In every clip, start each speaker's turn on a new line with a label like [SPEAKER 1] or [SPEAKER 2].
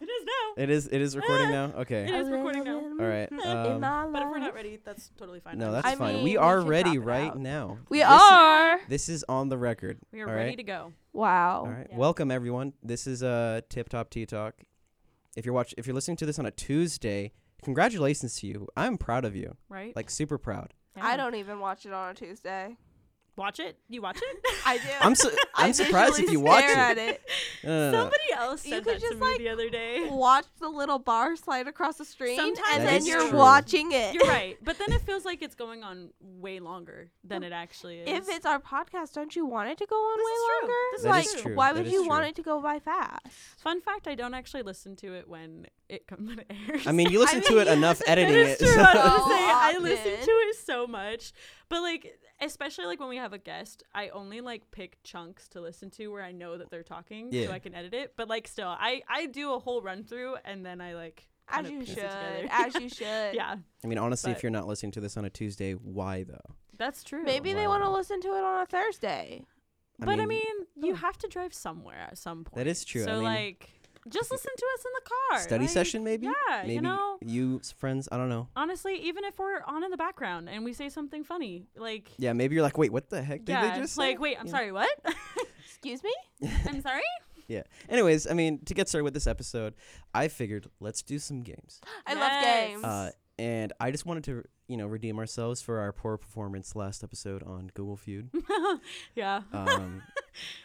[SPEAKER 1] now.
[SPEAKER 2] It is. It is recording now.
[SPEAKER 1] It
[SPEAKER 2] Okay.
[SPEAKER 1] is recording now.
[SPEAKER 2] All right. Um,
[SPEAKER 1] But if we're not ready, that's totally fine.
[SPEAKER 2] no,
[SPEAKER 1] I'm
[SPEAKER 2] that's
[SPEAKER 1] just-
[SPEAKER 3] I
[SPEAKER 2] fine.
[SPEAKER 3] mean,
[SPEAKER 2] we
[SPEAKER 3] we
[SPEAKER 2] are
[SPEAKER 3] can talk
[SPEAKER 2] ready
[SPEAKER 3] it
[SPEAKER 2] right
[SPEAKER 3] out.
[SPEAKER 2] now.
[SPEAKER 3] we
[SPEAKER 2] This is-
[SPEAKER 3] are.
[SPEAKER 2] This is on the record.
[SPEAKER 1] we are
[SPEAKER 2] all
[SPEAKER 1] ready
[SPEAKER 2] right.
[SPEAKER 1] to go.
[SPEAKER 3] Wow.
[SPEAKER 2] All right.
[SPEAKER 1] Oh, Yeah.
[SPEAKER 2] Welcome everyone. This is uh Tip Top Tea Talk. If you're watch if you're listening to this on a Tuesday, congratulations to you. I'm proud of you.
[SPEAKER 1] Right?
[SPEAKER 2] Like super proud.
[SPEAKER 3] I
[SPEAKER 1] Yeah.
[SPEAKER 3] don't even watch it on a Tuesday.
[SPEAKER 1] watch it. You watch it?
[SPEAKER 3] I do.
[SPEAKER 2] I'm su-
[SPEAKER 3] I
[SPEAKER 2] I'm surprised if
[SPEAKER 3] visually
[SPEAKER 2] you watch
[SPEAKER 3] stare
[SPEAKER 2] it.
[SPEAKER 3] At it.
[SPEAKER 2] No, no, no, no.
[SPEAKER 1] Somebody else
[SPEAKER 3] You
[SPEAKER 1] said
[SPEAKER 3] could
[SPEAKER 1] that
[SPEAKER 3] just,
[SPEAKER 1] to
[SPEAKER 3] like,
[SPEAKER 1] me the other day.
[SPEAKER 3] Watch the little bar slide across the screen,
[SPEAKER 1] Sometimes
[SPEAKER 3] and
[SPEAKER 2] That
[SPEAKER 3] then
[SPEAKER 2] is
[SPEAKER 3] you're
[SPEAKER 2] true.
[SPEAKER 3] watching it.
[SPEAKER 1] You're right, but then it feels like it's going on way longer than it actually is.
[SPEAKER 3] If it's our podcast, don't you want it to go on
[SPEAKER 1] This
[SPEAKER 3] way
[SPEAKER 1] is true.
[SPEAKER 3] longer?
[SPEAKER 1] This
[SPEAKER 2] is That is
[SPEAKER 3] like,
[SPEAKER 2] true.
[SPEAKER 3] why
[SPEAKER 2] That
[SPEAKER 3] would
[SPEAKER 2] is
[SPEAKER 3] you
[SPEAKER 2] true.
[SPEAKER 3] want it to go by fast?
[SPEAKER 1] fun fact, I don't actually listen to it when it comes when it airs.
[SPEAKER 2] I mean, you listen to
[SPEAKER 3] mean,
[SPEAKER 2] it
[SPEAKER 3] you
[SPEAKER 2] enough
[SPEAKER 3] listen to
[SPEAKER 2] editing
[SPEAKER 1] That is
[SPEAKER 2] it.
[SPEAKER 1] true. I was gonna say I
[SPEAKER 3] So
[SPEAKER 1] listen
[SPEAKER 3] often.
[SPEAKER 1] to it so much, but like especially like when we have a guest, I only like pick chunks to listen to where I know that they're talking,
[SPEAKER 2] Yeah.
[SPEAKER 1] so I can edit it. But like still, I I do a whole run through and then I like kind of
[SPEAKER 3] As you
[SPEAKER 1] piece it
[SPEAKER 3] should.
[SPEAKER 1] together.
[SPEAKER 3] As you should.
[SPEAKER 1] yeah,
[SPEAKER 2] I mean, honestly, if
[SPEAKER 1] But-
[SPEAKER 2] you're not listening to this on a Tuesday, why though?
[SPEAKER 1] that's true.
[SPEAKER 3] Maybe they
[SPEAKER 2] Wow.
[SPEAKER 3] want to listen to it on a Thursday.
[SPEAKER 1] but I mean, you
[SPEAKER 2] oh.
[SPEAKER 1] have to drive somewhere at some point.
[SPEAKER 2] That is true. I
[SPEAKER 1] So
[SPEAKER 2] mean-
[SPEAKER 1] like, just listen to us in the car.
[SPEAKER 2] study
[SPEAKER 1] like,
[SPEAKER 2] session maybe?
[SPEAKER 1] Yeah,
[SPEAKER 2] Maybe
[SPEAKER 1] you know.
[SPEAKER 2] you s- friends, I don't know.
[SPEAKER 1] Honestly, even if we're on in the background and we say something funny, like
[SPEAKER 2] Yeah, maybe you're like, "Wait, what the heck did
[SPEAKER 1] yeah,
[SPEAKER 2] they just say?"
[SPEAKER 1] like wait, I'm
[SPEAKER 2] Yeah.
[SPEAKER 1] sorry, what?
[SPEAKER 3] Excuse me?
[SPEAKER 1] I'm sorry.
[SPEAKER 2] Yeah. Anyways, I mean, to get started with this episode, I figured let's do some games.
[SPEAKER 3] I
[SPEAKER 1] Yes.
[SPEAKER 3] love games.
[SPEAKER 2] Uh, and I just wanted to, you know, redeem ourselves for our poor performance last episode on Google Feud.
[SPEAKER 1] yeah,
[SPEAKER 2] Um,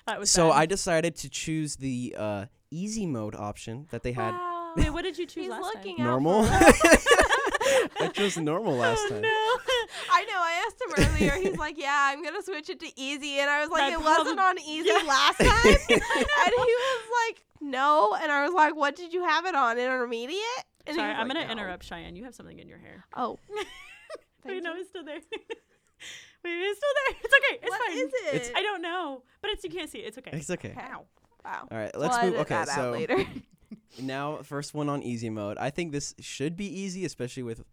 [SPEAKER 1] that was
[SPEAKER 2] so
[SPEAKER 1] bad.
[SPEAKER 2] I decided to choose the uh, easy mode option that they had
[SPEAKER 3] Wow.
[SPEAKER 1] Wait, what did you choose
[SPEAKER 3] He's
[SPEAKER 1] last
[SPEAKER 3] looking
[SPEAKER 1] time?
[SPEAKER 3] out
[SPEAKER 2] normal.
[SPEAKER 3] for us.
[SPEAKER 2] I chose normal last
[SPEAKER 1] Oh,
[SPEAKER 2] time.
[SPEAKER 3] Oh, I know. I asked him earlier. He's like, "Yeah, I'm gonna switch it to easy," and I was like,
[SPEAKER 1] That
[SPEAKER 3] "It
[SPEAKER 1] probably-
[SPEAKER 3] wasn't on easy
[SPEAKER 1] Yeah.
[SPEAKER 3] last time." and he was like, "No," and I was like, "What did you have it on? Intermediate?" And he
[SPEAKER 1] Sorry,
[SPEAKER 3] was
[SPEAKER 1] I'm
[SPEAKER 3] like,
[SPEAKER 1] gonna
[SPEAKER 3] "No."
[SPEAKER 1] interrupt Cheyenne. You have something in your hair.
[SPEAKER 3] Oh,
[SPEAKER 1] Wait,
[SPEAKER 3] Thank
[SPEAKER 1] no,
[SPEAKER 3] you.
[SPEAKER 1] it's still there. Wait, it's still there. It's okay. It's
[SPEAKER 3] What
[SPEAKER 1] fine.
[SPEAKER 3] is it?
[SPEAKER 2] It's-
[SPEAKER 1] I don't know, but it's you can't see. It. It's okay.
[SPEAKER 2] It's okay.
[SPEAKER 3] Okay.
[SPEAKER 1] Ow.
[SPEAKER 3] wow.
[SPEAKER 2] All right, let's
[SPEAKER 3] Well, I
[SPEAKER 2] move.
[SPEAKER 3] edit
[SPEAKER 2] Okay,
[SPEAKER 3] that out
[SPEAKER 2] so
[SPEAKER 3] later.
[SPEAKER 2] now first one on easy mode. I think this should be easy, especially with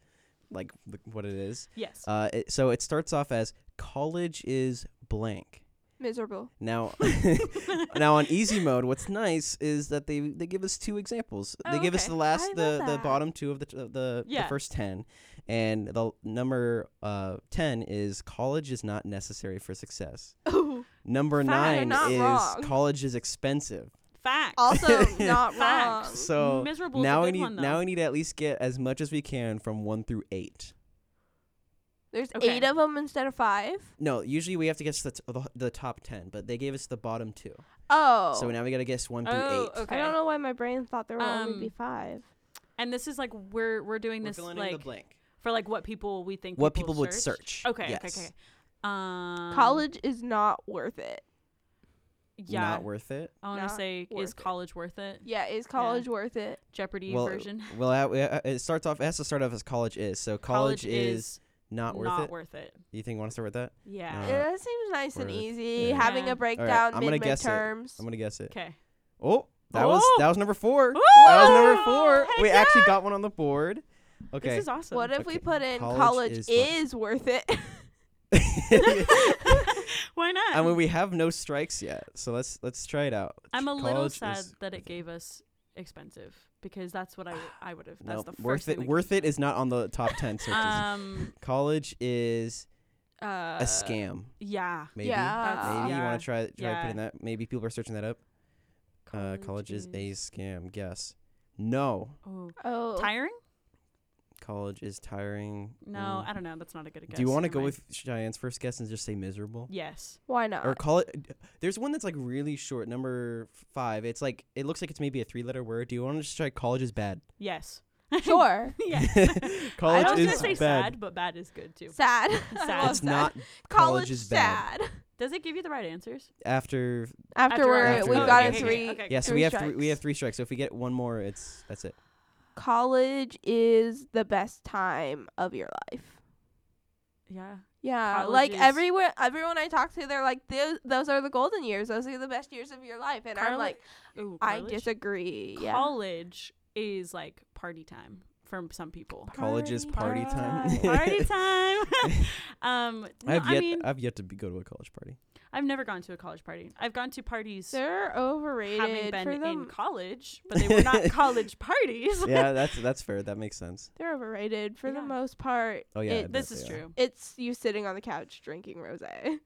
[SPEAKER 2] like the, what it is.
[SPEAKER 1] Yes.
[SPEAKER 2] Uh, it, so it starts off as college is blank.
[SPEAKER 3] miserable.
[SPEAKER 2] Now, now on easy mode, what's nice is that they they give us two examples. they
[SPEAKER 1] Oh,
[SPEAKER 2] give us
[SPEAKER 1] okay.
[SPEAKER 2] the last,
[SPEAKER 3] I
[SPEAKER 2] the
[SPEAKER 3] love
[SPEAKER 2] the
[SPEAKER 3] that.
[SPEAKER 2] bottom two of the t- of the, the
[SPEAKER 1] Yeah.
[SPEAKER 2] first ten, and the l- number uh ten is college is not necessary for success.
[SPEAKER 3] Ooh.
[SPEAKER 2] Number
[SPEAKER 3] Fact. You're
[SPEAKER 2] nine
[SPEAKER 3] not
[SPEAKER 2] is
[SPEAKER 3] wrong.
[SPEAKER 2] college is expensive.
[SPEAKER 1] Facts.
[SPEAKER 3] Also not wrong.
[SPEAKER 1] Facts.
[SPEAKER 2] So
[SPEAKER 1] Miserable is a
[SPEAKER 2] Mm-hmm. now we
[SPEAKER 1] good
[SPEAKER 2] need
[SPEAKER 1] one, though.
[SPEAKER 2] now we need to at least get as much as we can from one through eight.
[SPEAKER 3] There's
[SPEAKER 1] Okay.
[SPEAKER 3] eight of them instead of five.
[SPEAKER 2] No, usually we have to guess the, t- the, the top ten, but they gave us the bottom two.
[SPEAKER 3] Oh.
[SPEAKER 2] So now we gotta guess one through
[SPEAKER 1] Oh,
[SPEAKER 2] eight.
[SPEAKER 1] okay.
[SPEAKER 3] I don't know why my brain thought there would
[SPEAKER 1] Um,
[SPEAKER 3] only be five.
[SPEAKER 1] And this is like we're we're doing
[SPEAKER 2] We're
[SPEAKER 1] this
[SPEAKER 2] filling in
[SPEAKER 1] like
[SPEAKER 2] the blank.
[SPEAKER 1] for like what people we think
[SPEAKER 2] what
[SPEAKER 1] people,
[SPEAKER 2] people would
[SPEAKER 1] searched.
[SPEAKER 2] search.
[SPEAKER 1] Okay,
[SPEAKER 2] Yes.
[SPEAKER 1] okay, okay. Um,
[SPEAKER 3] College is not worth it.
[SPEAKER 1] yeah.
[SPEAKER 2] Not worth it.
[SPEAKER 1] I want to
[SPEAKER 3] not
[SPEAKER 1] say,
[SPEAKER 3] worth
[SPEAKER 1] is
[SPEAKER 3] it.
[SPEAKER 1] college worth it?
[SPEAKER 3] Yeah, is college worth it?
[SPEAKER 1] Jeopardy
[SPEAKER 2] Well,
[SPEAKER 1] version.
[SPEAKER 2] Well, uh, uh, it starts off. It has to start off as college is. So college, is, not worth it. you think you want to start with that?
[SPEAKER 1] Yeah.
[SPEAKER 2] Uh,
[SPEAKER 3] Yeah, that seems nice and
[SPEAKER 2] worth
[SPEAKER 3] easy.
[SPEAKER 2] it.
[SPEAKER 3] Having
[SPEAKER 1] Yeah.
[SPEAKER 3] a breakdown
[SPEAKER 2] I'm
[SPEAKER 3] mid
[SPEAKER 2] gonna guess it.
[SPEAKER 3] midterms.
[SPEAKER 2] I'm gonna guess it.
[SPEAKER 1] Okay.
[SPEAKER 2] Oh, that was
[SPEAKER 1] Oh!
[SPEAKER 2] that was number four. That was number
[SPEAKER 1] Ooh!
[SPEAKER 2] four.
[SPEAKER 1] Heck
[SPEAKER 2] we actually
[SPEAKER 1] yeah!
[SPEAKER 2] got one on the board. Okay.
[SPEAKER 1] This is awesome.
[SPEAKER 3] What if we
[SPEAKER 2] Okay.
[SPEAKER 3] put in
[SPEAKER 2] College
[SPEAKER 3] college,
[SPEAKER 2] is
[SPEAKER 3] is,
[SPEAKER 2] fun.
[SPEAKER 3] worth it?
[SPEAKER 1] Why not?
[SPEAKER 2] I mean, we have no strikes yet, so let's let's try it out.
[SPEAKER 1] I'm a little
[SPEAKER 2] College
[SPEAKER 1] sad
[SPEAKER 2] is-
[SPEAKER 1] that it gave us expensive because that's what I I would have. That's
[SPEAKER 2] Nope,
[SPEAKER 1] the first
[SPEAKER 2] worth
[SPEAKER 1] thing
[SPEAKER 2] it.
[SPEAKER 1] that
[SPEAKER 2] Worth
[SPEAKER 1] came
[SPEAKER 2] it is not on the top ten
[SPEAKER 1] up.
[SPEAKER 2] searches.
[SPEAKER 1] Um.
[SPEAKER 2] college is
[SPEAKER 1] Uh,
[SPEAKER 2] a scam.
[SPEAKER 1] Yeah.
[SPEAKER 2] Maybe.
[SPEAKER 3] yeah.
[SPEAKER 2] Maybe you
[SPEAKER 1] Yeah.
[SPEAKER 2] want to try try
[SPEAKER 1] Yeah.
[SPEAKER 2] putting that. Maybe people are searching that up. Uh, college is a scam. Guess. No,
[SPEAKER 1] Oh.
[SPEAKER 3] Oh.
[SPEAKER 1] Tiring?
[SPEAKER 2] college is tiring.
[SPEAKER 1] No,
[SPEAKER 2] Mm.
[SPEAKER 1] I don't know. That's not a good guess.
[SPEAKER 2] Do you want to
[SPEAKER 1] Never
[SPEAKER 2] go
[SPEAKER 1] mind.
[SPEAKER 2] with Cheyenne's first guess and just say miserable?
[SPEAKER 1] Yes.
[SPEAKER 3] Why not?
[SPEAKER 2] Or call it. There's one that's like really short, number f- five. It's like it looks like it's maybe a three-letter word. Do you want to just try college is bad?
[SPEAKER 1] Yes.
[SPEAKER 3] sure.
[SPEAKER 1] yeah.
[SPEAKER 2] College
[SPEAKER 1] I was
[SPEAKER 2] is
[SPEAKER 1] gonna say
[SPEAKER 2] bad.
[SPEAKER 1] sad, but bad is good too.
[SPEAKER 3] Sad. I
[SPEAKER 1] Sad.
[SPEAKER 3] love
[SPEAKER 2] It's
[SPEAKER 3] sad.
[SPEAKER 2] not
[SPEAKER 3] college
[SPEAKER 2] is
[SPEAKER 3] is
[SPEAKER 2] bad.
[SPEAKER 3] sad.
[SPEAKER 1] Does it give you the right answers?
[SPEAKER 2] after.
[SPEAKER 3] After,
[SPEAKER 1] After
[SPEAKER 3] we're,
[SPEAKER 2] our-
[SPEAKER 3] we've
[SPEAKER 2] After our-
[SPEAKER 3] got a
[SPEAKER 2] Okay, okay,
[SPEAKER 3] three.
[SPEAKER 1] okay.
[SPEAKER 2] Yeah, so
[SPEAKER 3] Three
[SPEAKER 2] we have three, we
[SPEAKER 3] strikes.
[SPEAKER 2] have three strikes. So if we get one more, it's that's it.
[SPEAKER 3] College is the best time of your life.
[SPEAKER 1] Yeah.
[SPEAKER 3] Yeah,
[SPEAKER 1] College
[SPEAKER 3] like
[SPEAKER 1] is-
[SPEAKER 3] everyone, everyone I talk to, they're like, "Those, those are the golden years. Those are the best years of your life." And I'm
[SPEAKER 1] Carla-
[SPEAKER 3] like,
[SPEAKER 1] Ooh,
[SPEAKER 3] I
[SPEAKER 1] college?
[SPEAKER 3] disagree. Yeah,
[SPEAKER 1] College is like party time for some people.
[SPEAKER 2] College is party time.
[SPEAKER 1] Party time. um, no,
[SPEAKER 2] I have yet. uh,
[SPEAKER 1] I
[SPEAKER 2] I
[SPEAKER 1] mean,
[SPEAKER 2] have yet to be, go to a college party.
[SPEAKER 1] I've never gone to a college party. I've gone to parties
[SPEAKER 3] They're overrated.
[SPEAKER 1] having
[SPEAKER 3] for
[SPEAKER 1] been in
[SPEAKER 3] them.
[SPEAKER 1] college, but they were not college parties.
[SPEAKER 2] yeah, that's that's fair. That makes sense.
[SPEAKER 3] They're overrated for
[SPEAKER 1] Yeah.
[SPEAKER 3] the most part.
[SPEAKER 2] Oh yeah, I
[SPEAKER 3] It-
[SPEAKER 2] bet
[SPEAKER 1] This is
[SPEAKER 2] they are.
[SPEAKER 1] true.
[SPEAKER 3] It's you sitting on the couch drinking rosé.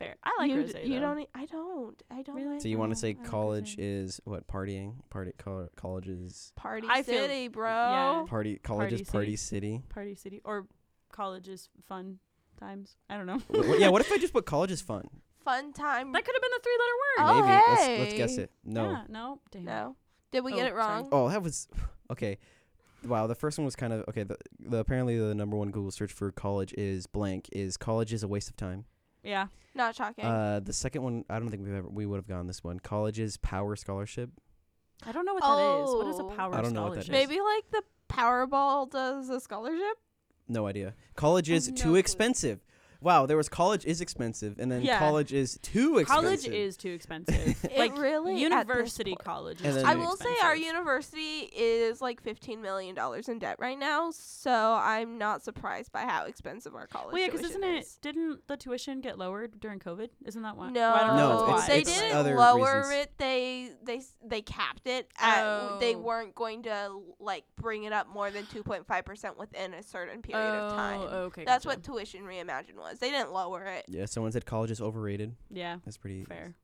[SPEAKER 1] Fair. I like
[SPEAKER 3] you, d-
[SPEAKER 1] rosé.
[SPEAKER 3] You
[SPEAKER 1] though.
[SPEAKER 3] don't. e- I don't. I don't.
[SPEAKER 1] Really?
[SPEAKER 3] Like
[SPEAKER 2] So you want
[SPEAKER 1] know.
[SPEAKER 2] to say
[SPEAKER 1] Mm-hmm. I like
[SPEAKER 2] college
[SPEAKER 1] rosé.
[SPEAKER 2] is what partying? Party co- college is
[SPEAKER 3] party
[SPEAKER 1] I feel-
[SPEAKER 3] city, bro?
[SPEAKER 1] yeah.
[SPEAKER 2] party. College
[SPEAKER 1] Party
[SPEAKER 2] is party city.
[SPEAKER 3] e
[SPEAKER 1] party city or college is fun times. I don't know.
[SPEAKER 2] Wh- wh- yeah. What if I just put college is fun?
[SPEAKER 3] Fun time.
[SPEAKER 1] That could have been a three letter word.
[SPEAKER 3] Oh,
[SPEAKER 2] Maybe. Let's, let's guess
[SPEAKER 3] hey.
[SPEAKER 2] it. No.
[SPEAKER 1] Yeah, no. Damn.
[SPEAKER 3] no. Did we
[SPEAKER 1] Oh,
[SPEAKER 3] get it
[SPEAKER 1] sorry.
[SPEAKER 3] wrong?
[SPEAKER 2] Oh, that was okay. Wow, the first one was kind of okay. The, the apparently the number one Google search for college is blank. Is college is a waste of time.
[SPEAKER 1] Yeah.
[SPEAKER 3] Not shocking.
[SPEAKER 2] Uh, the second one, I don't think we've ever we would have gone this one. College is power scholarship.
[SPEAKER 1] I don't know what that is. What is
[SPEAKER 3] Oh.
[SPEAKER 1] a power
[SPEAKER 2] I don't know what that
[SPEAKER 1] scholarship?
[SPEAKER 2] is.
[SPEAKER 3] Maybe like the Powerball does a scholarship.
[SPEAKER 2] No idea. College
[SPEAKER 1] I
[SPEAKER 2] is
[SPEAKER 1] have no
[SPEAKER 2] too
[SPEAKER 1] clue.
[SPEAKER 2] expensive. Wow, there was college is expensive, and then
[SPEAKER 1] Yeah.
[SPEAKER 2] college is too expensive.
[SPEAKER 1] College is too expensive.
[SPEAKER 3] It
[SPEAKER 1] like
[SPEAKER 3] really at this
[SPEAKER 1] university
[SPEAKER 3] point-
[SPEAKER 1] college.
[SPEAKER 2] And
[SPEAKER 1] Is
[SPEAKER 2] then
[SPEAKER 1] too
[SPEAKER 3] I will say our
[SPEAKER 1] expensive.
[SPEAKER 3] university is like fifteen million dollars in debt right now, so I'm not surprised by how expensive our college.
[SPEAKER 1] Well, yeah, because
[SPEAKER 3] tuition
[SPEAKER 1] isn't it?
[SPEAKER 3] is.
[SPEAKER 1] Didn't the tuition get lowered during COVID? Isn't that why?
[SPEAKER 3] No,
[SPEAKER 1] Well, I don't know if
[SPEAKER 2] No,
[SPEAKER 1] that's
[SPEAKER 2] it's-
[SPEAKER 1] why,
[SPEAKER 3] they
[SPEAKER 2] it's
[SPEAKER 1] but-
[SPEAKER 3] didn't
[SPEAKER 2] other
[SPEAKER 3] lower
[SPEAKER 2] reasons.
[SPEAKER 3] it. They they s- they capped it. At, They
[SPEAKER 1] Oh.
[SPEAKER 3] weren't going to like bring it up more than two point five percent within a certain period of time.
[SPEAKER 1] Oh, okay.
[SPEAKER 3] That's
[SPEAKER 1] gotcha.
[SPEAKER 3] what tuition reimagined was. They didn't lower it.
[SPEAKER 2] Yeah, someone said college is overrated.
[SPEAKER 1] Yeah.
[SPEAKER 2] That's pretty
[SPEAKER 1] Fair.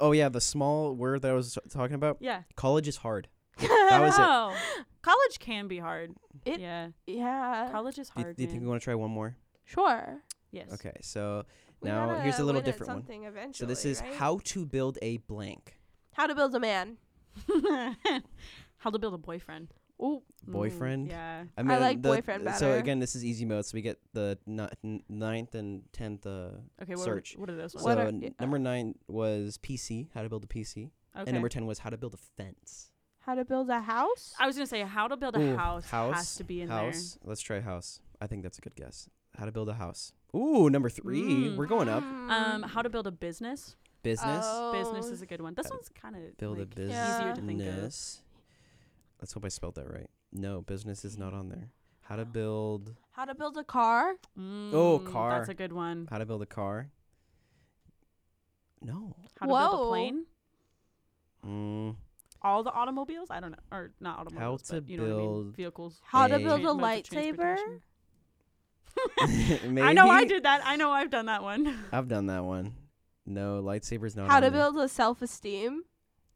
[SPEAKER 2] Oh yeah, the small word that I was talking about.
[SPEAKER 1] Yeah.
[SPEAKER 2] College is hard. That was it.
[SPEAKER 1] oh, college can be hard.
[SPEAKER 3] It-
[SPEAKER 1] yeah.
[SPEAKER 3] Yeah.
[SPEAKER 1] College is
[SPEAKER 2] Do you,
[SPEAKER 1] hard.
[SPEAKER 2] do you think we
[SPEAKER 1] man.
[SPEAKER 2] want to try one more?
[SPEAKER 3] Sure.
[SPEAKER 1] Yes.
[SPEAKER 2] Okay, so
[SPEAKER 3] We
[SPEAKER 2] now here's a
[SPEAKER 3] gotta
[SPEAKER 2] little
[SPEAKER 3] win at
[SPEAKER 2] different one.
[SPEAKER 3] something
[SPEAKER 2] So
[SPEAKER 3] Eventually,
[SPEAKER 2] this is
[SPEAKER 3] right?
[SPEAKER 2] how to build a blank
[SPEAKER 3] how to build a man.
[SPEAKER 1] How to build a boyfriend. Ooh.
[SPEAKER 2] boyfriend.
[SPEAKER 1] yeah.
[SPEAKER 3] I like boyfriend
[SPEAKER 2] uh, So
[SPEAKER 3] better.
[SPEAKER 2] again, this is easy mode. So we get the ni- n- ninth and tenth. Uh,
[SPEAKER 1] Okay. What,
[SPEAKER 2] Search.
[SPEAKER 1] Are, what are those ones?
[SPEAKER 2] so
[SPEAKER 3] What are-
[SPEAKER 2] n-
[SPEAKER 3] yeah.
[SPEAKER 2] number nine was PC, how to build a PC,
[SPEAKER 1] okay.
[SPEAKER 2] and number ten was how to build a fence.
[SPEAKER 3] How to build a house.
[SPEAKER 1] I was gonna say how to build a
[SPEAKER 2] Ooh,
[SPEAKER 1] house, has to be in
[SPEAKER 2] house. Let's try house. I think that's a good guess. How to build a house. Ooh, number three.
[SPEAKER 3] Hmm.
[SPEAKER 1] Mm.
[SPEAKER 2] We're going up.
[SPEAKER 1] there. Um, how to build a business.
[SPEAKER 2] Business.
[SPEAKER 1] Business
[SPEAKER 3] Oh.
[SPEAKER 1] is a good one. This
[SPEAKER 2] How to
[SPEAKER 1] one's kind of
[SPEAKER 2] build
[SPEAKER 1] like,
[SPEAKER 2] a business.
[SPEAKER 1] easier to think of.
[SPEAKER 2] Let's hope I spelled that right. No, business is not on there. How
[SPEAKER 1] Oh.
[SPEAKER 2] to build.
[SPEAKER 3] How to build a car.
[SPEAKER 2] Oh,
[SPEAKER 1] Mm,
[SPEAKER 2] car.
[SPEAKER 1] That's a good one.
[SPEAKER 2] How to build a car. No.
[SPEAKER 1] How to build a
[SPEAKER 3] Whoa.
[SPEAKER 1] plane.
[SPEAKER 2] Mm,
[SPEAKER 1] All the automobiles. I don't know, or not automobiles,
[SPEAKER 2] to
[SPEAKER 1] but you know what I mean.
[SPEAKER 2] build
[SPEAKER 1] Vehicles.
[SPEAKER 3] How to
[SPEAKER 2] A-
[SPEAKER 3] build a
[SPEAKER 1] Tran- modes of
[SPEAKER 3] lightsaber.
[SPEAKER 1] transportation. I know I
[SPEAKER 2] maybe?
[SPEAKER 1] did that. I know I've done that one.
[SPEAKER 2] I've done that one. No, lightsaber's not.
[SPEAKER 3] How
[SPEAKER 2] on
[SPEAKER 3] to
[SPEAKER 2] there.
[SPEAKER 3] build a self-esteem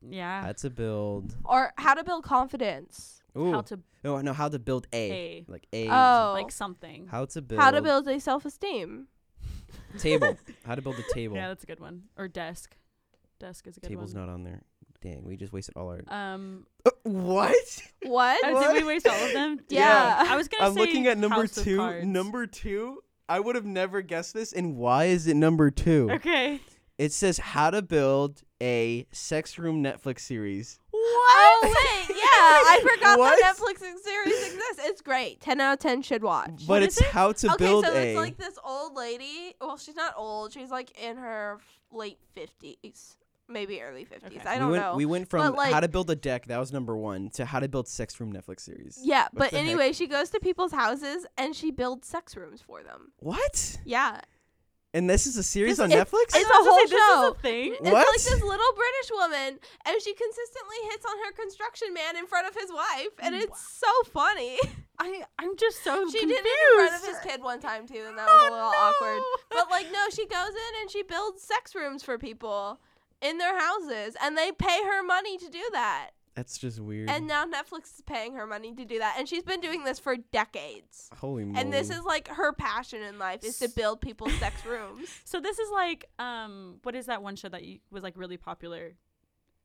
[SPEAKER 1] Yeah.
[SPEAKER 2] How to build.
[SPEAKER 3] or how to build confidence.
[SPEAKER 2] Ooh.
[SPEAKER 1] How to
[SPEAKER 2] no, no. How to build a.
[SPEAKER 1] pay.
[SPEAKER 2] Like a.
[SPEAKER 3] Oh,
[SPEAKER 1] Like something.
[SPEAKER 2] How to build.
[SPEAKER 3] how to build a self-esteem.
[SPEAKER 2] table. How to build a table.
[SPEAKER 1] Yeah, that's a good one. Or desk. Desk is a good
[SPEAKER 2] Table's
[SPEAKER 1] one.
[SPEAKER 2] not on there. Dang, we just wasted all our.
[SPEAKER 1] Um,
[SPEAKER 2] Uh, what?
[SPEAKER 3] What?
[SPEAKER 1] oh, did we waste all of them?
[SPEAKER 3] Yeah.
[SPEAKER 1] Damn. I was gonna
[SPEAKER 2] I'm
[SPEAKER 1] say
[SPEAKER 2] looking at number
[SPEAKER 1] House of
[SPEAKER 2] two.
[SPEAKER 1] Cards.
[SPEAKER 2] Number two. I would have never guessed this. And why is it number two?
[SPEAKER 1] Okay.
[SPEAKER 2] It says how to build a sex room Netflix series.
[SPEAKER 3] Oh wait, yeah, I forgot
[SPEAKER 2] What?
[SPEAKER 3] that Netflix series exists. It's great. Ten out of ten should watch.
[SPEAKER 2] but
[SPEAKER 1] What
[SPEAKER 2] it's
[SPEAKER 1] is it?
[SPEAKER 2] how to
[SPEAKER 3] okay,
[SPEAKER 2] build
[SPEAKER 3] so
[SPEAKER 2] a.
[SPEAKER 3] it's like this old lady. Well, she's not old. She's like in her f- late fifties, maybe early fifties.
[SPEAKER 1] Okay.
[SPEAKER 3] I don't
[SPEAKER 2] we went,
[SPEAKER 3] know.
[SPEAKER 2] We went from
[SPEAKER 3] But, like-
[SPEAKER 2] how to build a deck that was number one to how to build sex room Netflix series.
[SPEAKER 3] yeah, but
[SPEAKER 2] the heck?
[SPEAKER 3] anyway, she goes to people's houses and she builds sex rooms for them.
[SPEAKER 2] What?
[SPEAKER 3] Yeah,
[SPEAKER 2] And this is a series
[SPEAKER 1] This-
[SPEAKER 2] on
[SPEAKER 3] it's-
[SPEAKER 2] Netflix?
[SPEAKER 1] I
[SPEAKER 3] it's
[SPEAKER 1] was gonna
[SPEAKER 3] a
[SPEAKER 1] say, This
[SPEAKER 3] whole
[SPEAKER 1] is a thing.
[SPEAKER 2] What?
[SPEAKER 3] It's like this little British woman, and she consistently hits on her construction man in front of his wife, and it's so funny.
[SPEAKER 1] I I'm just so
[SPEAKER 3] she
[SPEAKER 1] confused.
[SPEAKER 3] did it in front of his kid one time too, and that was a little awkward.
[SPEAKER 1] Oh, no.
[SPEAKER 3] But like, no, she goes in and she builds sex rooms for people in their houses, and they pay her money to do that.
[SPEAKER 2] That's just weird.
[SPEAKER 3] And now Netflix is paying her money to do that, and she's been doing this for decades.
[SPEAKER 2] Holy moly.
[SPEAKER 3] And this is like her passion in life is to build people's sex rooms.
[SPEAKER 1] So this is like um what is that one show that you, was like really popular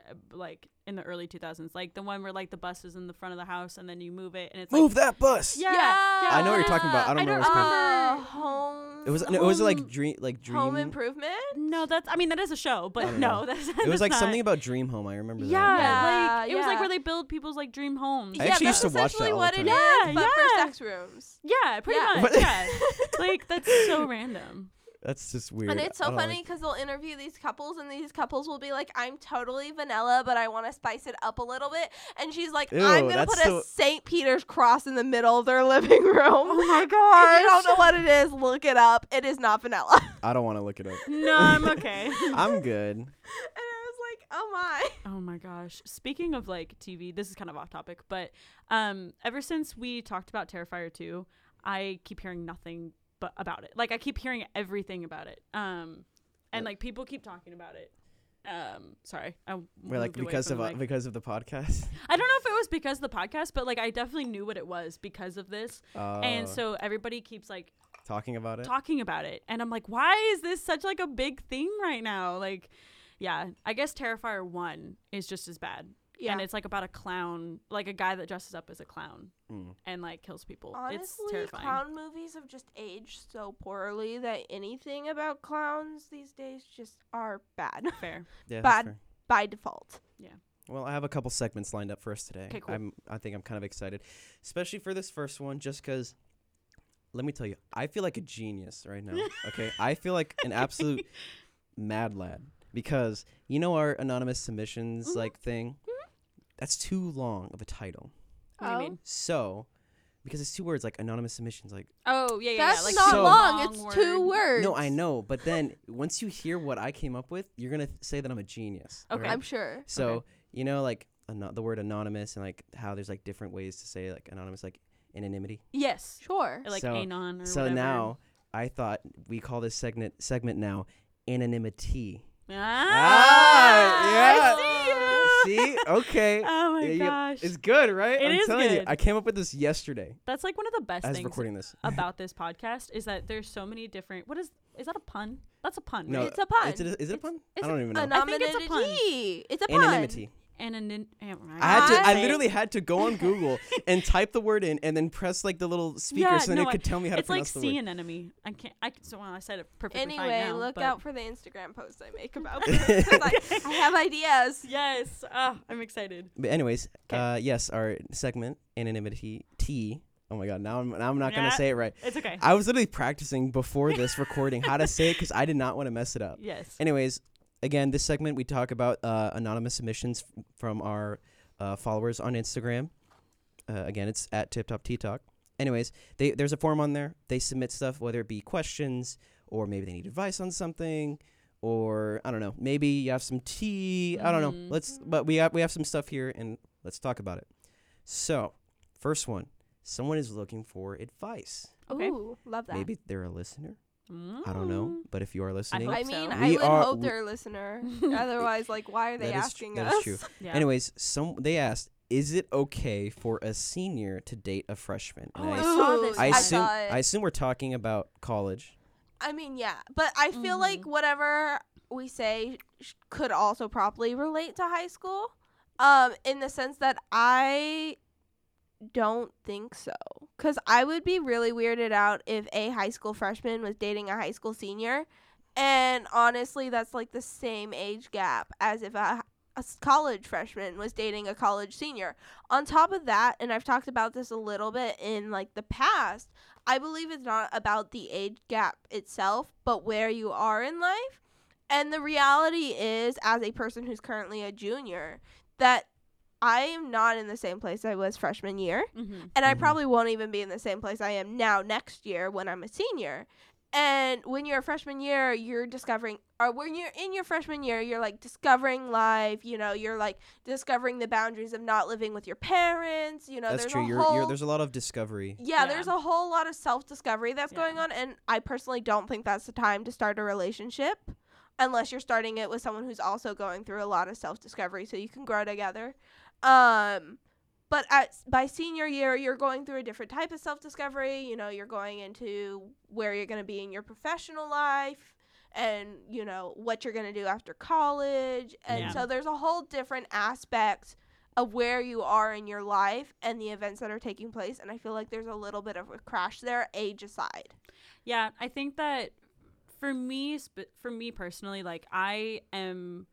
[SPEAKER 1] uh, like in the early 2000s like the one where like the bus is in the front of the house and then you move it and it's like
[SPEAKER 2] Move that bus.
[SPEAKER 1] Yeah,
[SPEAKER 3] Yeah.
[SPEAKER 1] yeah,
[SPEAKER 2] I know what you're talking about. I don't know
[SPEAKER 1] don't
[SPEAKER 2] what it's called.
[SPEAKER 1] remember.
[SPEAKER 3] Uh, home.
[SPEAKER 2] It was no, it was like
[SPEAKER 1] Home-
[SPEAKER 2] dream like dream
[SPEAKER 3] Home Improvement.
[SPEAKER 1] No, that's I mean that is a show,
[SPEAKER 2] I
[SPEAKER 1] but
[SPEAKER 2] don't
[SPEAKER 1] no,
[SPEAKER 2] know.
[SPEAKER 1] that's
[SPEAKER 2] It was
[SPEAKER 1] that's
[SPEAKER 2] like
[SPEAKER 1] not-
[SPEAKER 2] something about dream home. I remember
[SPEAKER 1] Yeah,
[SPEAKER 2] that.
[SPEAKER 3] Yeah,
[SPEAKER 1] like it was like
[SPEAKER 3] yeah.
[SPEAKER 1] where they build people's like dream homes.
[SPEAKER 2] I actually
[SPEAKER 3] yeah, that's
[SPEAKER 2] used to watch
[SPEAKER 3] essentially
[SPEAKER 2] that all
[SPEAKER 3] what
[SPEAKER 2] the
[SPEAKER 3] it is,
[SPEAKER 2] time.
[SPEAKER 1] Yeah,
[SPEAKER 3] but
[SPEAKER 1] yeah.
[SPEAKER 3] for sex rooms.
[SPEAKER 1] Yeah, pretty
[SPEAKER 3] Yeah.
[SPEAKER 1] much.
[SPEAKER 2] What-
[SPEAKER 1] Yeah. like that's so random.
[SPEAKER 2] That's just weird. Oh,
[SPEAKER 3] And it's
[SPEAKER 2] I
[SPEAKER 3] so
[SPEAKER 2] don't like-
[SPEAKER 3] funny because they'll interview these couples, and these couples will be like, "I'm totally vanilla, but I want to spice it up a little bit." And she's like, "I'm
[SPEAKER 2] Ew,
[SPEAKER 3] gonna
[SPEAKER 2] that's
[SPEAKER 3] put
[SPEAKER 2] so-
[SPEAKER 3] a St. Peter's cross in the middle of their living room." Oh my god! you don't know what it is? Look it up. It is not vanilla. and
[SPEAKER 2] I don't want to look it up.
[SPEAKER 1] No, I'm okay.
[SPEAKER 2] I'm good.
[SPEAKER 3] I was like, "Oh my!"
[SPEAKER 1] Oh my gosh. Speaking of like TV, this is kind of off topic, but um ever since we talked about Terrifier 2, I keep hearing nothing but about it. Like I keep hearing everything about it. Um and
[SPEAKER 2] Yep.
[SPEAKER 1] like people keep talking about it. Um sorry. I
[SPEAKER 2] We're like
[SPEAKER 1] moved away
[SPEAKER 2] because
[SPEAKER 1] from
[SPEAKER 2] of
[SPEAKER 1] the
[SPEAKER 2] uh,
[SPEAKER 1] mic.
[SPEAKER 2] because of the podcast.
[SPEAKER 1] I don't know if it was because of the podcast, but like I definitely knew what it was because of this.
[SPEAKER 2] Uh,
[SPEAKER 1] and so everybody keeps like
[SPEAKER 2] talking about it.
[SPEAKER 1] talking about it and i'm like why is this such like a big thing right now like yeah i guess terrifier 1 is just as bad
[SPEAKER 3] Yeah.
[SPEAKER 1] and it's like about a clown like a guy that dresses up as a clown
[SPEAKER 2] Mm.
[SPEAKER 1] and like kills people it's
[SPEAKER 3] Honestly,
[SPEAKER 1] terrifying
[SPEAKER 3] clown movies have just aged so poorly that anything about clowns these days just are bad
[SPEAKER 1] fair
[SPEAKER 2] Yeah, that's
[SPEAKER 3] Bad.
[SPEAKER 2] fair.
[SPEAKER 3] by default.
[SPEAKER 2] Well, I have a couple segments lined up for us today.
[SPEAKER 1] 'Kay, cool.
[SPEAKER 2] I'm I think I'm kind of excited, especially for this first one, just because. Let me tell you, I feel like a genius right now. Okay, I feel like an absolute mad lad because you know our anonymous submissions
[SPEAKER 1] Mm-hmm.
[SPEAKER 3] Mhm.
[SPEAKER 2] like thing. That's too long of a title.
[SPEAKER 1] what do you
[SPEAKER 3] Oh.
[SPEAKER 1] mean
[SPEAKER 2] So, because it's two words like anonymous submissions, like
[SPEAKER 1] oh yeah yeah yeah,
[SPEAKER 3] That's
[SPEAKER 1] like
[SPEAKER 3] not
[SPEAKER 1] two
[SPEAKER 2] so-
[SPEAKER 3] long. It's two
[SPEAKER 1] word-
[SPEAKER 3] words.
[SPEAKER 2] no, I know, but then once you hear what I came up with, you're gonna th- say that I'm a genius.
[SPEAKER 1] Okay.
[SPEAKER 2] alright?
[SPEAKER 3] I'm sure.
[SPEAKER 2] So you know, like ano- the word anonymous and like how there's like different ways to say like anonymous, like anonymity.
[SPEAKER 1] yes
[SPEAKER 3] Sure.
[SPEAKER 1] or like
[SPEAKER 2] So-
[SPEAKER 1] anon or
[SPEAKER 2] so
[SPEAKER 1] whatever.
[SPEAKER 2] now I thought we call this segment segment now anonymity.
[SPEAKER 1] ah, I
[SPEAKER 2] Ah,
[SPEAKER 1] see
[SPEAKER 2] See, okay,
[SPEAKER 1] you. oh my
[SPEAKER 2] Yeah, you-
[SPEAKER 1] gosh
[SPEAKER 2] it's good, right?
[SPEAKER 1] It
[SPEAKER 2] I'm
[SPEAKER 1] is
[SPEAKER 2] telling you,
[SPEAKER 1] good.
[SPEAKER 2] I came up with this yesterday
[SPEAKER 1] that's like one of the best
[SPEAKER 2] as
[SPEAKER 1] things
[SPEAKER 2] recording this.
[SPEAKER 1] about this podcast is that there's so many different what is is that a pun that's a pun
[SPEAKER 2] No,
[SPEAKER 1] right?
[SPEAKER 3] it's a pun.
[SPEAKER 2] Is it, is it a
[SPEAKER 1] It's-
[SPEAKER 2] pun?
[SPEAKER 1] it's
[SPEAKER 2] I don't even know.
[SPEAKER 1] I think it's a pun.
[SPEAKER 3] Anonymity. It's a pun.
[SPEAKER 2] Anonymity.
[SPEAKER 1] Anonym-
[SPEAKER 2] I had to. I
[SPEAKER 3] I-
[SPEAKER 2] literally had to go on Google and type the word in, and then press like the little speaker,
[SPEAKER 1] Yeah,
[SPEAKER 2] so then
[SPEAKER 1] no,
[SPEAKER 2] it could tell me how to
[SPEAKER 1] it's like
[SPEAKER 2] pronounce the
[SPEAKER 1] sea
[SPEAKER 2] word.
[SPEAKER 1] anemone i can't i so well, i said it perfectly fine
[SPEAKER 3] Anyway,
[SPEAKER 1] now,
[SPEAKER 3] look
[SPEAKER 1] but-
[SPEAKER 3] out for the Instagram posts I make about this. 'cause I, I have ideas.
[SPEAKER 1] yes ah, i'm excited
[SPEAKER 2] But anyways,
[SPEAKER 1] 'Kay.
[SPEAKER 2] uh, yes, our segment anonymity T. Oh my god, now I'm now I'm not
[SPEAKER 1] Yeah.
[SPEAKER 2] gonna say it right.
[SPEAKER 1] it's okay
[SPEAKER 2] I was literally practicing before this recording how to say it because I did not want to mess it up.
[SPEAKER 1] yes
[SPEAKER 2] Anyways, again, this segment we talk about uh, anonymous submissions f- from our uh, followers on Instagram. Uh, again, it's at Tip Top Tea Talk. Anyways, they, there's a form on there. They submit stuff, whether it be questions or maybe they need advice on something, or I don't know. Maybe you have some tea. I don't know.
[SPEAKER 3] Mm-hmm.
[SPEAKER 1] Mhm.
[SPEAKER 2] Let's. But we have we have some stuff here, and let's talk about it. So, first one, someone is looking for advice.
[SPEAKER 1] Okay.
[SPEAKER 3] Ooh, love that. Mm.
[SPEAKER 2] Maybe they're a listener.
[SPEAKER 1] Mm.
[SPEAKER 2] I don't know. But if you are listening,
[SPEAKER 1] hope
[SPEAKER 3] I
[SPEAKER 1] so.
[SPEAKER 3] mean,
[SPEAKER 1] We
[SPEAKER 3] I would
[SPEAKER 2] are-
[SPEAKER 3] hope
[SPEAKER 2] we-
[SPEAKER 3] they're a listener. Otherwise, like, why are they
[SPEAKER 2] That is tr-
[SPEAKER 3] asking
[SPEAKER 2] that
[SPEAKER 3] us?
[SPEAKER 2] is true.
[SPEAKER 1] yeah.
[SPEAKER 2] Anyways, some they asked, is it okay for a senior to date a freshman? And
[SPEAKER 1] Oh, I
[SPEAKER 2] I,
[SPEAKER 1] saw this.
[SPEAKER 2] I
[SPEAKER 1] I
[SPEAKER 2] assume
[SPEAKER 3] saw
[SPEAKER 2] I,
[SPEAKER 3] it.
[SPEAKER 2] assume we're talking about college.
[SPEAKER 3] I mean, yeah, but I feel
[SPEAKER 1] Mhm.
[SPEAKER 3] like whatever we say sh- could also probably relate to high school, um, in the sense that I don't think so, because I would be really weirded out if a high school freshman was dating a high school senior, and honestly, that's like the same age gap as if a a s- college freshman was dating a college senior. On top of that, and I've talked about this a little bit in like the past, I believe it's not about the age gap itself, but where you are in life. And the reality is, as a person who's currently a junior, that I am not in the same place I was freshman year.
[SPEAKER 1] Mhm.
[SPEAKER 3] And I
[SPEAKER 2] Mhm.
[SPEAKER 3] probably won't even be in the same place I am now next year when I'm a senior. And when you're a freshman year, you're discovering, or when you're in your freshman year, you're like discovering life. You know, you're like discovering the boundaries of not living with your parents. You know,
[SPEAKER 2] That's
[SPEAKER 3] there's
[SPEAKER 2] true.
[SPEAKER 3] A
[SPEAKER 2] You're,
[SPEAKER 3] whole
[SPEAKER 2] you're there's a lot of discovery.
[SPEAKER 3] yeah,
[SPEAKER 1] Yeah.
[SPEAKER 3] there's a whole lot of self discovery that's
[SPEAKER 1] Yeah.
[SPEAKER 3] going on, and I personally don't think that's the time to start a relationship unless you're starting it with someone who's also going through a lot of self discovery so you can grow together. Um, but at, by senior year, you're going through a different type of self discovery. You know, you're going into where you're going to be in your professional life and, you know, what you're going to do after college. And
[SPEAKER 1] Yeah.
[SPEAKER 3] so there's a whole different aspect of where you are in your life and the events that are taking place. And I feel like there's a little bit of a crash there, age aside.
[SPEAKER 1] Yeah, I think that for me, sp- for me personally, like I am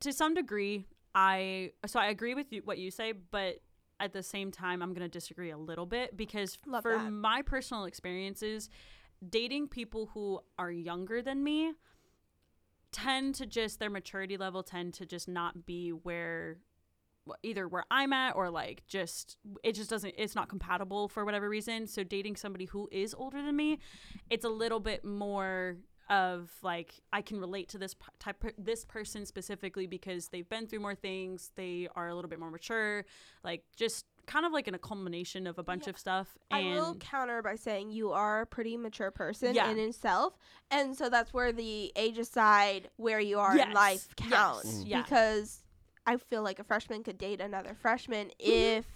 [SPEAKER 1] to some degree, I so I agree with you, what you say, but at the same time, I'm gonna disagree a little bit because
[SPEAKER 3] Love
[SPEAKER 1] for
[SPEAKER 3] that.
[SPEAKER 1] my personal experiences, dating people who are younger than me tend to just their maturity level tend to just not be where wh- either where I'm at or like just it just doesn't it's not compatible for whatever reason. So dating somebody who is older than me, it's a little bit more of like I can relate to this p- type this person specifically because they've been through more things, they are a little bit more mature, like just kind of like in a culmination of a bunch
[SPEAKER 3] Yeah.
[SPEAKER 1] of stuff
[SPEAKER 3] I
[SPEAKER 1] and
[SPEAKER 3] will counter by saying you are a pretty mature person
[SPEAKER 1] Yeah.
[SPEAKER 3] in itself, and so that's where the age aside, where you are in
[SPEAKER 1] Yes,
[SPEAKER 3] life
[SPEAKER 1] yes,
[SPEAKER 3] counts.
[SPEAKER 1] Mm. yeah.
[SPEAKER 3] Because I feel like a freshman could date another freshman
[SPEAKER 1] Mm-hmm.
[SPEAKER 3] if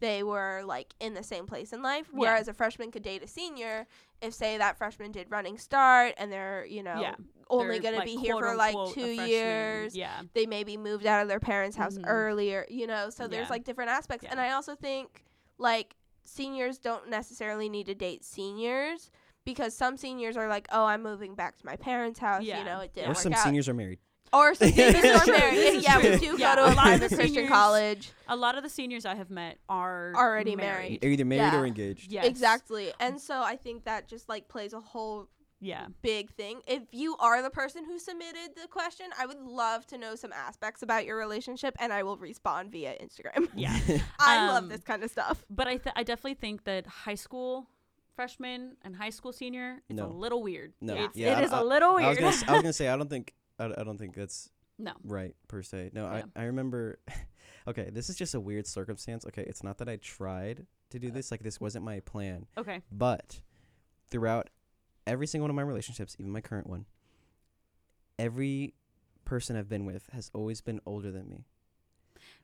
[SPEAKER 3] they were like in the same place in life,
[SPEAKER 1] Yeah.
[SPEAKER 3] whereas a freshman could date a senior if, say, that freshman did running start and they're you know
[SPEAKER 1] Yeah.
[SPEAKER 3] only
[SPEAKER 1] they're,
[SPEAKER 3] going
[SPEAKER 1] like,
[SPEAKER 3] to be here
[SPEAKER 1] quote,
[SPEAKER 3] for like
[SPEAKER 1] unquote, a
[SPEAKER 3] two
[SPEAKER 1] freshman.
[SPEAKER 3] years
[SPEAKER 1] Yeah.
[SPEAKER 3] they maybe moved out of their parents' house
[SPEAKER 1] Mhm.
[SPEAKER 3] earlier, you know, so there's
[SPEAKER 1] Yeah.
[SPEAKER 3] like different aspects. And
[SPEAKER 1] Yeah.
[SPEAKER 3] I also think like seniors don't necessarily need to date seniors because some seniors are like, Oh, I'm moving back to my parents' house,
[SPEAKER 1] Yeah.
[SPEAKER 3] you know, it
[SPEAKER 1] Or
[SPEAKER 3] didn't
[SPEAKER 2] Or
[SPEAKER 3] work
[SPEAKER 2] some
[SPEAKER 3] out.
[SPEAKER 2] seniors are married.
[SPEAKER 3] or some
[SPEAKER 2] This is
[SPEAKER 3] seniors are
[SPEAKER 2] true.
[SPEAKER 3] married.
[SPEAKER 1] This is
[SPEAKER 3] Yeah, we
[SPEAKER 1] true.
[SPEAKER 3] do
[SPEAKER 1] Yeah,
[SPEAKER 3] go to
[SPEAKER 1] a
[SPEAKER 3] a
[SPEAKER 1] lot of
[SPEAKER 3] private Christian
[SPEAKER 1] seniors-
[SPEAKER 3] college.
[SPEAKER 1] A lot of the seniors I have met are
[SPEAKER 3] Already
[SPEAKER 1] married.
[SPEAKER 2] They're either married or
[SPEAKER 3] Yeah.
[SPEAKER 2] engaged.
[SPEAKER 1] Yes.
[SPEAKER 3] Exactly. And so I think that just like plays a whole
[SPEAKER 1] Yeah.
[SPEAKER 3] big thing. If you are the person who submitted the question, I would love to know some aspects about your relationship and I will respond via Instagram.
[SPEAKER 1] Yeah.
[SPEAKER 3] I
[SPEAKER 1] Um,
[SPEAKER 3] love this kind of stuff.
[SPEAKER 1] but I, th- I definitely think that high school freshman and high school senior it's
[SPEAKER 2] No.
[SPEAKER 1] a little weird.
[SPEAKER 2] No.
[SPEAKER 1] It's,
[SPEAKER 2] Yeah,
[SPEAKER 1] it
[SPEAKER 2] I-
[SPEAKER 1] is a little
[SPEAKER 2] I was
[SPEAKER 1] weird.
[SPEAKER 2] gonna. s- I was gonna say I don't think I, I don't think that's
[SPEAKER 1] no.
[SPEAKER 2] right per se. No,
[SPEAKER 1] Yeah.
[SPEAKER 2] I I remember. Okay, this is just a weird circumstance. Okay, it's not that I tried to do this. Like this wasn't my plan.
[SPEAKER 1] Okay.
[SPEAKER 2] But throughout every single one of my relationships, even my current one, every person I've been with has always been older than me.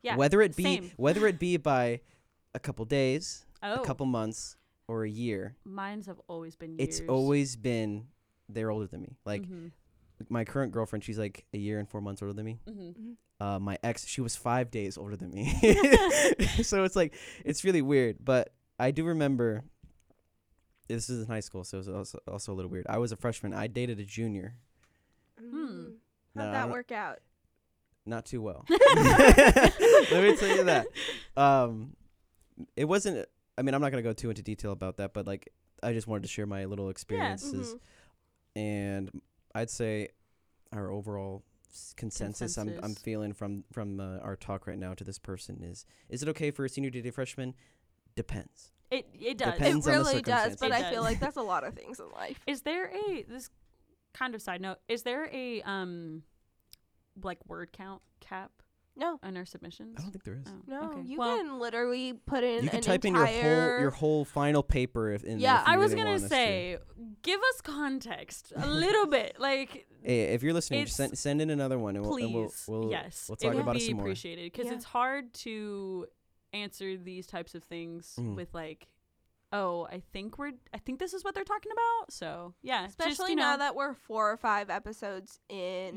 [SPEAKER 1] Yeah,
[SPEAKER 2] Whether it be
[SPEAKER 1] same.
[SPEAKER 2] whether it be by a couple days,
[SPEAKER 1] Oh.
[SPEAKER 2] a couple months, or a year,
[SPEAKER 1] Mines have always been
[SPEAKER 2] it's
[SPEAKER 1] years.
[SPEAKER 2] always been they're older than me. Like
[SPEAKER 1] Mhm.
[SPEAKER 2] my current girlfriend, she's like a year and four months older than me.
[SPEAKER 1] Mhm.
[SPEAKER 3] Mm-hmm.
[SPEAKER 2] Uh, my ex, she was five days older than me. so it's like it's really weird. But I do remember. This is in high school, so it's also, also a little weird. I was a freshman. I dated a junior.
[SPEAKER 1] Hmm.
[SPEAKER 2] No,
[SPEAKER 3] How'd
[SPEAKER 2] Mm-hmm. I
[SPEAKER 3] that
[SPEAKER 2] don't-
[SPEAKER 3] work out?
[SPEAKER 2] Not too well. Let me tell you that.
[SPEAKER 3] Mm-hmm.
[SPEAKER 2] Um, it wasn't. I mean, I'm not gonna go too into detail about that, but like, I just wanted to share my little experiences.
[SPEAKER 3] Mhm.
[SPEAKER 2] and I'd say our overall s- consensus, I'm, I'm
[SPEAKER 1] Consensus.
[SPEAKER 2] feeling from from uh, our talk right now to this person is is it okay for a senior to date a freshman? Depends.
[SPEAKER 1] It it does.
[SPEAKER 2] Depends
[SPEAKER 3] it
[SPEAKER 2] on the
[SPEAKER 3] really does, but
[SPEAKER 1] circumstances.
[SPEAKER 3] I feel like that's a lot of things in life.
[SPEAKER 1] Is there a this kind of side note? Is there a um like word count cap
[SPEAKER 3] No,
[SPEAKER 1] on our submissions?
[SPEAKER 2] I don't think there is.
[SPEAKER 1] Oh,
[SPEAKER 3] no,
[SPEAKER 1] okay.
[SPEAKER 3] you
[SPEAKER 1] Well,
[SPEAKER 3] can literally put in.
[SPEAKER 2] you can
[SPEAKER 3] an
[SPEAKER 2] type in your
[SPEAKER 3] entire,
[SPEAKER 2] whole your whole final paper if in there
[SPEAKER 3] Yeah,
[SPEAKER 2] if you
[SPEAKER 1] I was
[SPEAKER 2] really
[SPEAKER 1] gonna
[SPEAKER 2] want us to.
[SPEAKER 1] say, give us context a little bit, like
[SPEAKER 2] Hey, if you're listening, just
[SPEAKER 1] It's-
[SPEAKER 2] send send in another one and we'll,
[SPEAKER 1] please,
[SPEAKER 2] and we'll, we'll
[SPEAKER 1] yes,
[SPEAKER 2] we'll talk
[SPEAKER 1] it would
[SPEAKER 2] about it
[SPEAKER 1] be
[SPEAKER 2] some more.
[SPEAKER 1] appreciated because
[SPEAKER 3] Yeah.
[SPEAKER 1] it's hard to answer these types of things
[SPEAKER 2] Mm.
[SPEAKER 1] with like, oh, I think we're, I think this is what they're talking about. So yeah,
[SPEAKER 3] Especially
[SPEAKER 1] just, you know,
[SPEAKER 3] now that we're four or five episodes in.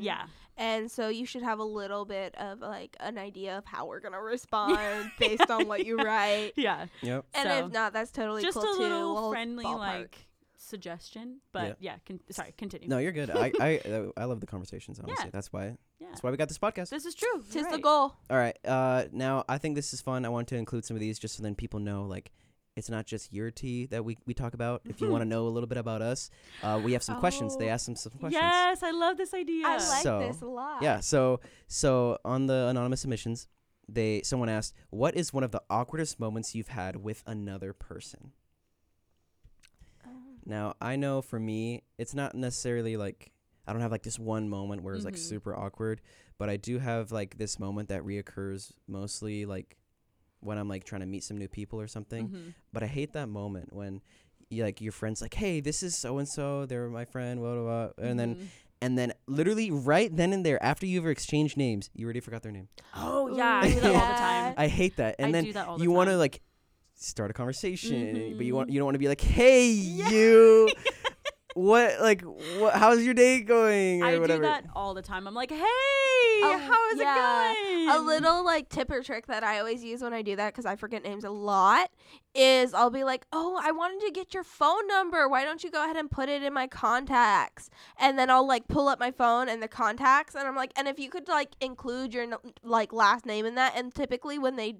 [SPEAKER 1] yeah,
[SPEAKER 3] And so you should have a little bit of like an idea of how we're gonna respond based on what you write.
[SPEAKER 1] yeah,
[SPEAKER 2] Yep.
[SPEAKER 3] And
[SPEAKER 1] So,
[SPEAKER 3] if not, that's totally
[SPEAKER 1] just
[SPEAKER 3] cool
[SPEAKER 1] a
[SPEAKER 3] too.
[SPEAKER 1] little
[SPEAKER 3] We'll
[SPEAKER 1] friendly
[SPEAKER 3] ballpark.
[SPEAKER 1] like suggestion, but yeah, con- sorry, continue.
[SPEAKER 2] No, you're good. I I I love the conversations. Honestly,
[SPEAKER 1] Yeah.
[SPEAKER 2] that's why
[SPEAKER 1] yeah,
[SPEAKER 2] that's why we got this podcast.
[SPEAKER 1] this is true.
[SPEAKER 3] Tis
[SPEAKER 1] you're
[SPEAKER 3] the
[SPEAKER 1] right.
[SPEAKER 3] goal.
[SPEAKER 2] All right. Uh, now I think this is fun. I want to include some of these just so then people know like it's not just your tea that we, we talk about. If you want to know a little bit about us, uh, we have some questions. They
[SPEAKER 3] Oh,
[SPEAKER 2] asked some some questions.
[SPEAKER 1] Yes, I love this idea.
[SPEAKER 3] I like
[SPEAKER 2] So-
[SPEAKER 3] this a lot.
[SPEAKER 2] Yeah. So so on the anonymous submissions, they someone asked, "What is one of the awkwardest moments you've had with another person?"
[SPEAKER 3] Um,
[SPEAKER 2] Now I know for me, it's not necessarily like I don't have like this one moment where it's like
[SPEAKER 1] Mhm.
[SPEAKER 2] super awkward, but I do have like this moment that reoccurs mostly like when I'm like trying to meet some new people or something.
[SPEAKER 1] Mhm.
[SPEAKER 2] But I hate that moment when you, like your friends like, "Hey, this is so and so. They're my friend." Blah, blah, blah. And then
[SPEAKER 1] Mhm.
[SPEAKER 2] and then literally right then and there after you've exchanged names, you already forgot their name.
[SPEAKER 1] oh yeah, I
[SPEAKER 2] Ooh,
[SPEAKER 1] do that all the
[SPEAKER 3] yeah.
[SPEAKER 1] time.
[SPEAKER 2] I hate that. And
[SPEAKER 1] I
[SPEAKER 2] then
[SPEAKER 1] do that all the
[SPEAKER 2] you want to
[SPEAKER 1] time.
[SPEAKER 2] like start a conversation, but you
[SPEAKER 1] Mhm.
[SPEAKER 2] want
[SPEAKER 3] Mm-hmm.
[SPEAKER 2] you don't want to be like, "Hey, you." what like what how's your day going or
[SPEAKER 1] I
[SPEAKER 2] whatever
[SPEAKER 1] do that all the time. I'm like, hey, how is
[SPEAKER 3] Oh, yeah.
[SPEAKER 1] it going?
[SPEAKER 3] A little like tip or trick that I always use when I do that because I forget names a lot is I'll be like, oh, I wanted to get your phone number. Why don't you go ahead and put it in my contacts? And then I'll like pull up my phone and the contacts, and I'm like, and if you could like include your n- like last name in that, and typically when they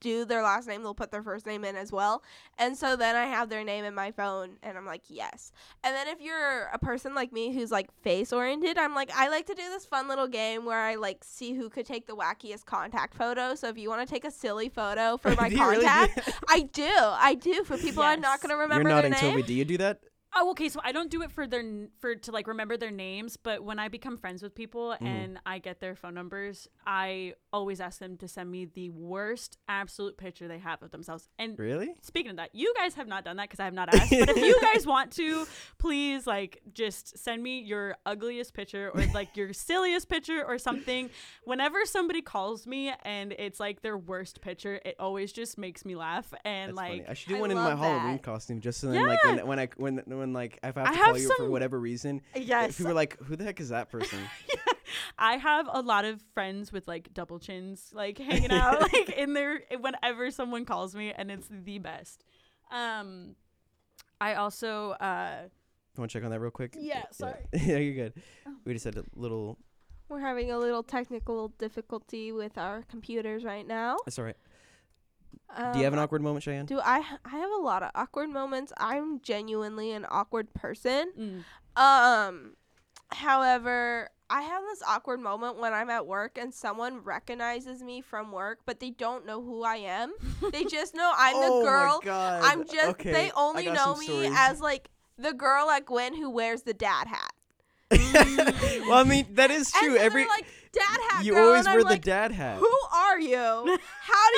[SPEAKER 3] do their last name, they'll put their first name in as well. And so then I have their name in my phone and I'm like, yes. And then if you're a person like me who's like face oriented, I'm like, I like to do this fun little game where I like see who could take the wackiest contact photo. So if you want to take a silly photo for my
[SPEAKER 2] Do you really do
[SPEAKER 3] contact,
[SPEAKER 2] that?
[SPEAKER 3] I do. I do for people I'm not
[SPEAKER 1] Yes.
[SPEAKER 3] going to remember
[SPEAKER 2] You're
[SPEAKER 3] their
[SPEAKER 2] nodding,
[SPEAKER 3] name.
[SPEAKER 2] Toby. Do you do that?
[SPEAKER 1] Oh, okay. So I don't do it for their n- for to like remember their names, but when I become friends with people
[SPEAKER 2] Mm.
[SPEAKER 1] and I get their phone numbers, I always ask them to send me the worst absolute picture they have of themselves. And
[SPEAKER 2] Really?
[SPEAKER 1] speaking of that, you guys have not done that because I have not asked. but if you guys want to, please like just send me your ugliest picture or like your silliest picture or something. Whenever somebody calls me and it's like their worst picture, it always just makes me laugh and
[SPEAKER 2] That's
[SPEAKER 1] like
[SPEAKER 2] funny. I should do
[SPEAKER 3] I
[SPEAKER 2] one in my
[SPEAKER 3] love
[SPEAKER 2] Halloween
[SPEAKER 3] that.
[SPEAKER 2] costume, just so then, like,
[SPEAKER 1] Yeah.
[SPEAKER 2] when, when I when when like if I have
[SPEAKER 1] I
[SPEAKER 2] to
[SPEAKER 1] have
[SPEAKER 2] call you for
[SPEAKER 1] some-
[SPEAKER 2] whatever reason,
[SPEAKER 1] yes.
[SPEAKER 2] people are like, "Who the heck is that person?"
[SPEAKER 1] I have a lot of friends with like double chins, like hanging out, like in their whenever someone calls me, and it's the best. Um, I also uh,
[SPEAKER 2] Want to check on that real quick?
[SPEAKER 1] Yeah, sorry.
[SPEAKER 2] Yeah, you're good.
[SPEAKER 3] Oh.
[SPEAKER 2] We just had a little.
[SPEAKER 3] We're having a little technical difficulty with our computers right now.
[SPEAKER 2] That's all right.
[SPEAKER 3] Um,
[SPEAKER 2] Do you have an awkward moment, Cheyenne?
[SPEAKER 3] Do I? I have a lot of awkward moments. I'm genuinely an awkward person.
[SPEAKER 1] mm,
[SPEAKER 3] Um, however, I have this awkward moment when I'm at work and someone recognizes me from work, but they don't know who I am. they just know I'm
[SPEAKER 2] oh
[SPEAKER 3] the girl.
[SPEAKER 2] My God.
[SPEAKER 3] I'm just.
[SPEAKER 2] Okay,
[SPEAKER 3] They
[SPEAKER 2] I
[SPEAKER 3] only
[SPEAKER 2] got
[SPEAKER 3] know
[SPEAKER 2] some
[SPEAKER 3] me
[SPEAKER 2] stories.
[SPEAKER 3] as like the girl at Gwen who wears the dad hat.
[SPEAKER 2] well, I mean that is
[SPEAKER 3] And
[SPEAKER 2] true.
[SPEAKER 3] so they're
[SPEAKER 2] Every
[SPEAKER 3] like dad hat.
[SPEAKER 2] you
[SPEAKER 3] girl,"
[SPEAKER 2] always
[SPEAKER 3] and I'm
[SPEAKER 2] wear
[SPEAKER 3] like,
[SPEAKER 2] the dad hat.
[SPEAKER 3] who are you? How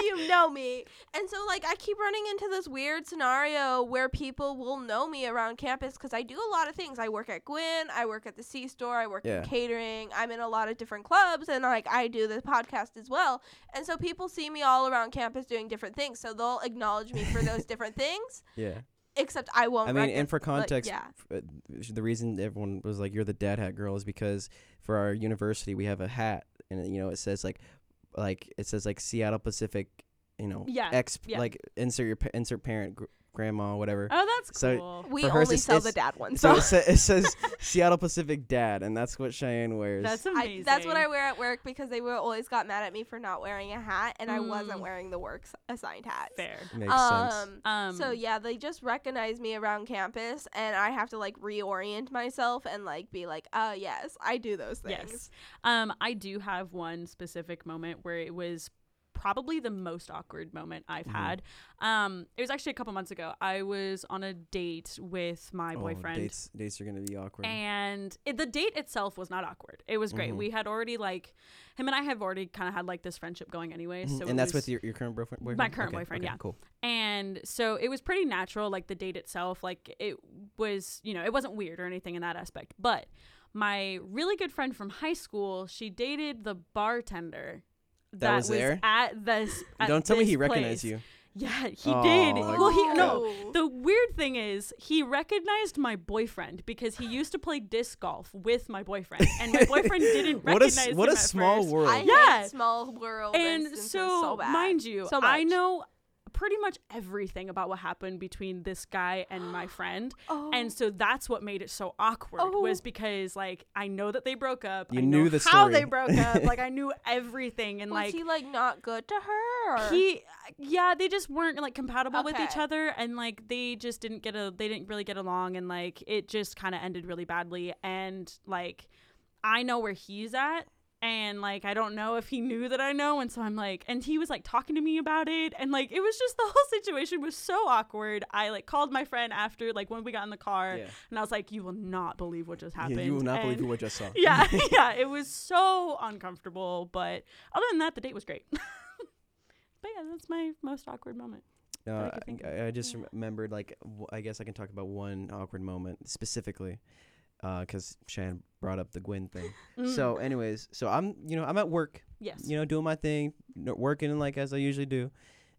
[SPEAKER 3] do you know me? And so, like, I keep running into this weird scenario where people will know me around campus because I do a lot of things. I work at Gwyn, I work at the C store, I work
[SPEAKER 2] Yeah.
[SPEAKER 3] in catering, I'm in a lot of different clubs, and like, I do the podcast as well. And so, people see me all around campus doing different things. So, they'll acknowledge me for those different things,
[SPEAKER 2] Yeah.
[SPEAKER 3] except I won't.
[SPEAKER 2] I mean,
[SPEAKER 3] recog-
[SPEAKER 2] and for
[SPEAKER 3] like,
[SPEAKER 2] context,
[SPEAKER 3] yeah.
[SPEAKER 2] f- uh, the reason everyone was like, "You're the dad hat girl," is because for our university we have a hat, and you know it says like, like it says like Seattle Pacific, you know,
[SPEAKER 1] Yeah,
[SPEAKER 2] ex
[SPEAKER 1] yeah.
[SPEAKER 2] like insert your pa- insert parent, gr- grandma, whatever.
[SPEAKER 1] oh, that's
[SPEAKER 2] So-
[SPEAKER 1] cool.
[SPEAKER 3] We
[SPEAKER 2] for hers,
[SPEAKER 3] only
[SPEAKER 2] it's-
[SPEAKER 3] sell the
[SPEAKER 2] it's-
[SPEAKER 3] dad one.
[SPEAKER 2] so
[SPEAKER 3] Uh, So,
[SPEAKER 2] it, sa- it says Seattle Pacific dad, and that's what Cheyenne wears.
[SPEAKER 1] that's
[SPEAKER 3] I,
[SPEAKER 1] amazing.
[SPEAKER 3] that's what I wear at work because they were always got mad at me for not wearing a hat, and I
[SPEAKER 1] Mm.
[SPEAKER 3] wasn't wearing the work s- assigned hat.
[SPEAKER 1] fair.
[SPEAKER 2] Makes sense.
[SPEAKER 1] Um,
[SPEAKER 3] so yeah, they just recognize me around campus, and I have to like reorient myself and like be like, uh, yes, I do those things.
[SPEAKER 1] Yes. Um, I do have one specific moment where it was probably the most awkward moment I've
[SPEAKER 3] Mm-hmm.
[SPEAKER 2] Mhm.
[SPEAKER 1] had. Um, it was actually a couple months ago. I was on a date with my
[SPEAKER 2] Oh,
[SPEAKER 1] boyfriend.
[SPEAKER 2] dates, dates are gonna be awkward.
[SPEAKER 1] And it, the date itself was not awkward. It was great.
[SPEAKER 2] Mhm.
[SPEAKER 1] We had already like him and I have already kind of had like this friendship going anyway.
[SPEAKER 2] Mhm.
[SPEAKER 1] So it
[SPEAKER 2] and that's
[SPEAKER 1] was,
[SPEAKER 2] with your, your current boyfriend. boyfriend?
[SPEAKER 1] current
[SPEAKER 2] Okay,
[SPEAKER 1] boyfriend,
[SPEAKER 2] okay,
[SPEAKER 1] yeah.
[SPEAKER 2] Cool.
[SPEAKER 1] and so it was pretty natural. Like the date itself, like it was you know it wasn't weird or anything in that aspect. But my really good friend from high school, she dated the bartender. That,
[SPEAKER 2] was there?
[SPEAKER 1] at this. At
[SPEAKER 2] Don't tell me
[SPEAKER 1] this
[SPEAKER 2] he recognized
[SPEAKER 1] place.
[SPEAKER 2] you.
[SPEAKER 1] Yeah, he did.
[SPEAKER 2] Oh,
[SPEAKER 1] Well, he no.
[SPEAKER 3] Ooh.
[SPEAKER 1] The weird thing is, he recognized my boyfriend because he used to play disc golf with my boyfriend, and my boyfriend didn't
[SPEAKER 2] What a
[SPEAKER 1] recognize
[SPEAKER 2] s- what
[SPEAKER 1] him
[SPEAKER 2] a
[SPEAKER 1] at
[SPEAKER 2] small
[SPEAKER 1] first.
[SPEAKER 2] world.
[SPEAKER 3] I
[SPEAKER 1] Yeah.
[SPEAKER 3] hate small world
[SPEAKER 1] And
[SPEAKER 3] instances
[SPEAKER 1] so,
[SPEAKER 3] bad.
[SPEAKER 1] mind you,
[SPEAKER 3] Oh, So
[SPEAKER 1] I
[SPEAKER 3] much.
[SPEAKER 1] know pretty much everything about what happened between this guy and my friend.
[SPEAKER 3] Oh.
[SPEAKER 1] And so that's what made it so awkward
[SPEAKER 3] Oh.
[SPEAKER 1] was because like I know that they broke up.
[SPEAKER 2] You
[SPEAKER 1] I
[SPEAKER 2] knew
[SPEAKER 1] know
[SPEAKER 2] the
[SPEAKER 1] how
[SPEAKER 2] story.
[SPEAKER 1] they broke up. like I knew everything and
[SPEAKER 3] was
[SPEAKER 1] like
[SPEAKER 3] he like not good to her? or-
[SPEAKER 1] he yeah they just weren't like compatible with each
[SPEAKER 3] Okay.
[SPEAKER 1] other and like they just didn't get a they didn't really get along and like it just kind of ended really badly and like i know where he's at and like i don't know if he knew that i know and so i'm like and he was like talking to me about it and like it was just the whole situation was so awkward i like called my friend after like when we got in the car
[SPEAKER 2] Yeah.
[SPEAKER 1] and i was like you will not believe what just happened
[SPEAKER 2] Yeah, you will not believe
[SPEAKER 1] And-
[SPEAKER 2] you what just saw.
[SPEAKER 1] yeah yeah it was so uncomfortable but other than that the date was great but yeah that's my most awkward moment
[SPEAKER 2] No,
[SPEAKER 1] I
[SPEAKER 2] I,
[SPEAKER 1] could think of.
[SPEAKER 2] I- I just remembered. Like, w- I guess I can talk about one awkward moment specifically, because Shan brought up the Gwen thing.
[SPEAKER 3] Mm,
[SPEAKER 1] Mm.
[SPEAKER 2] So, anyways, so I'm, you know, I'm at work,
[SPEAKER 1] yes
[SPEAKER 2] you know, doing my thing, n- working like as I usually do,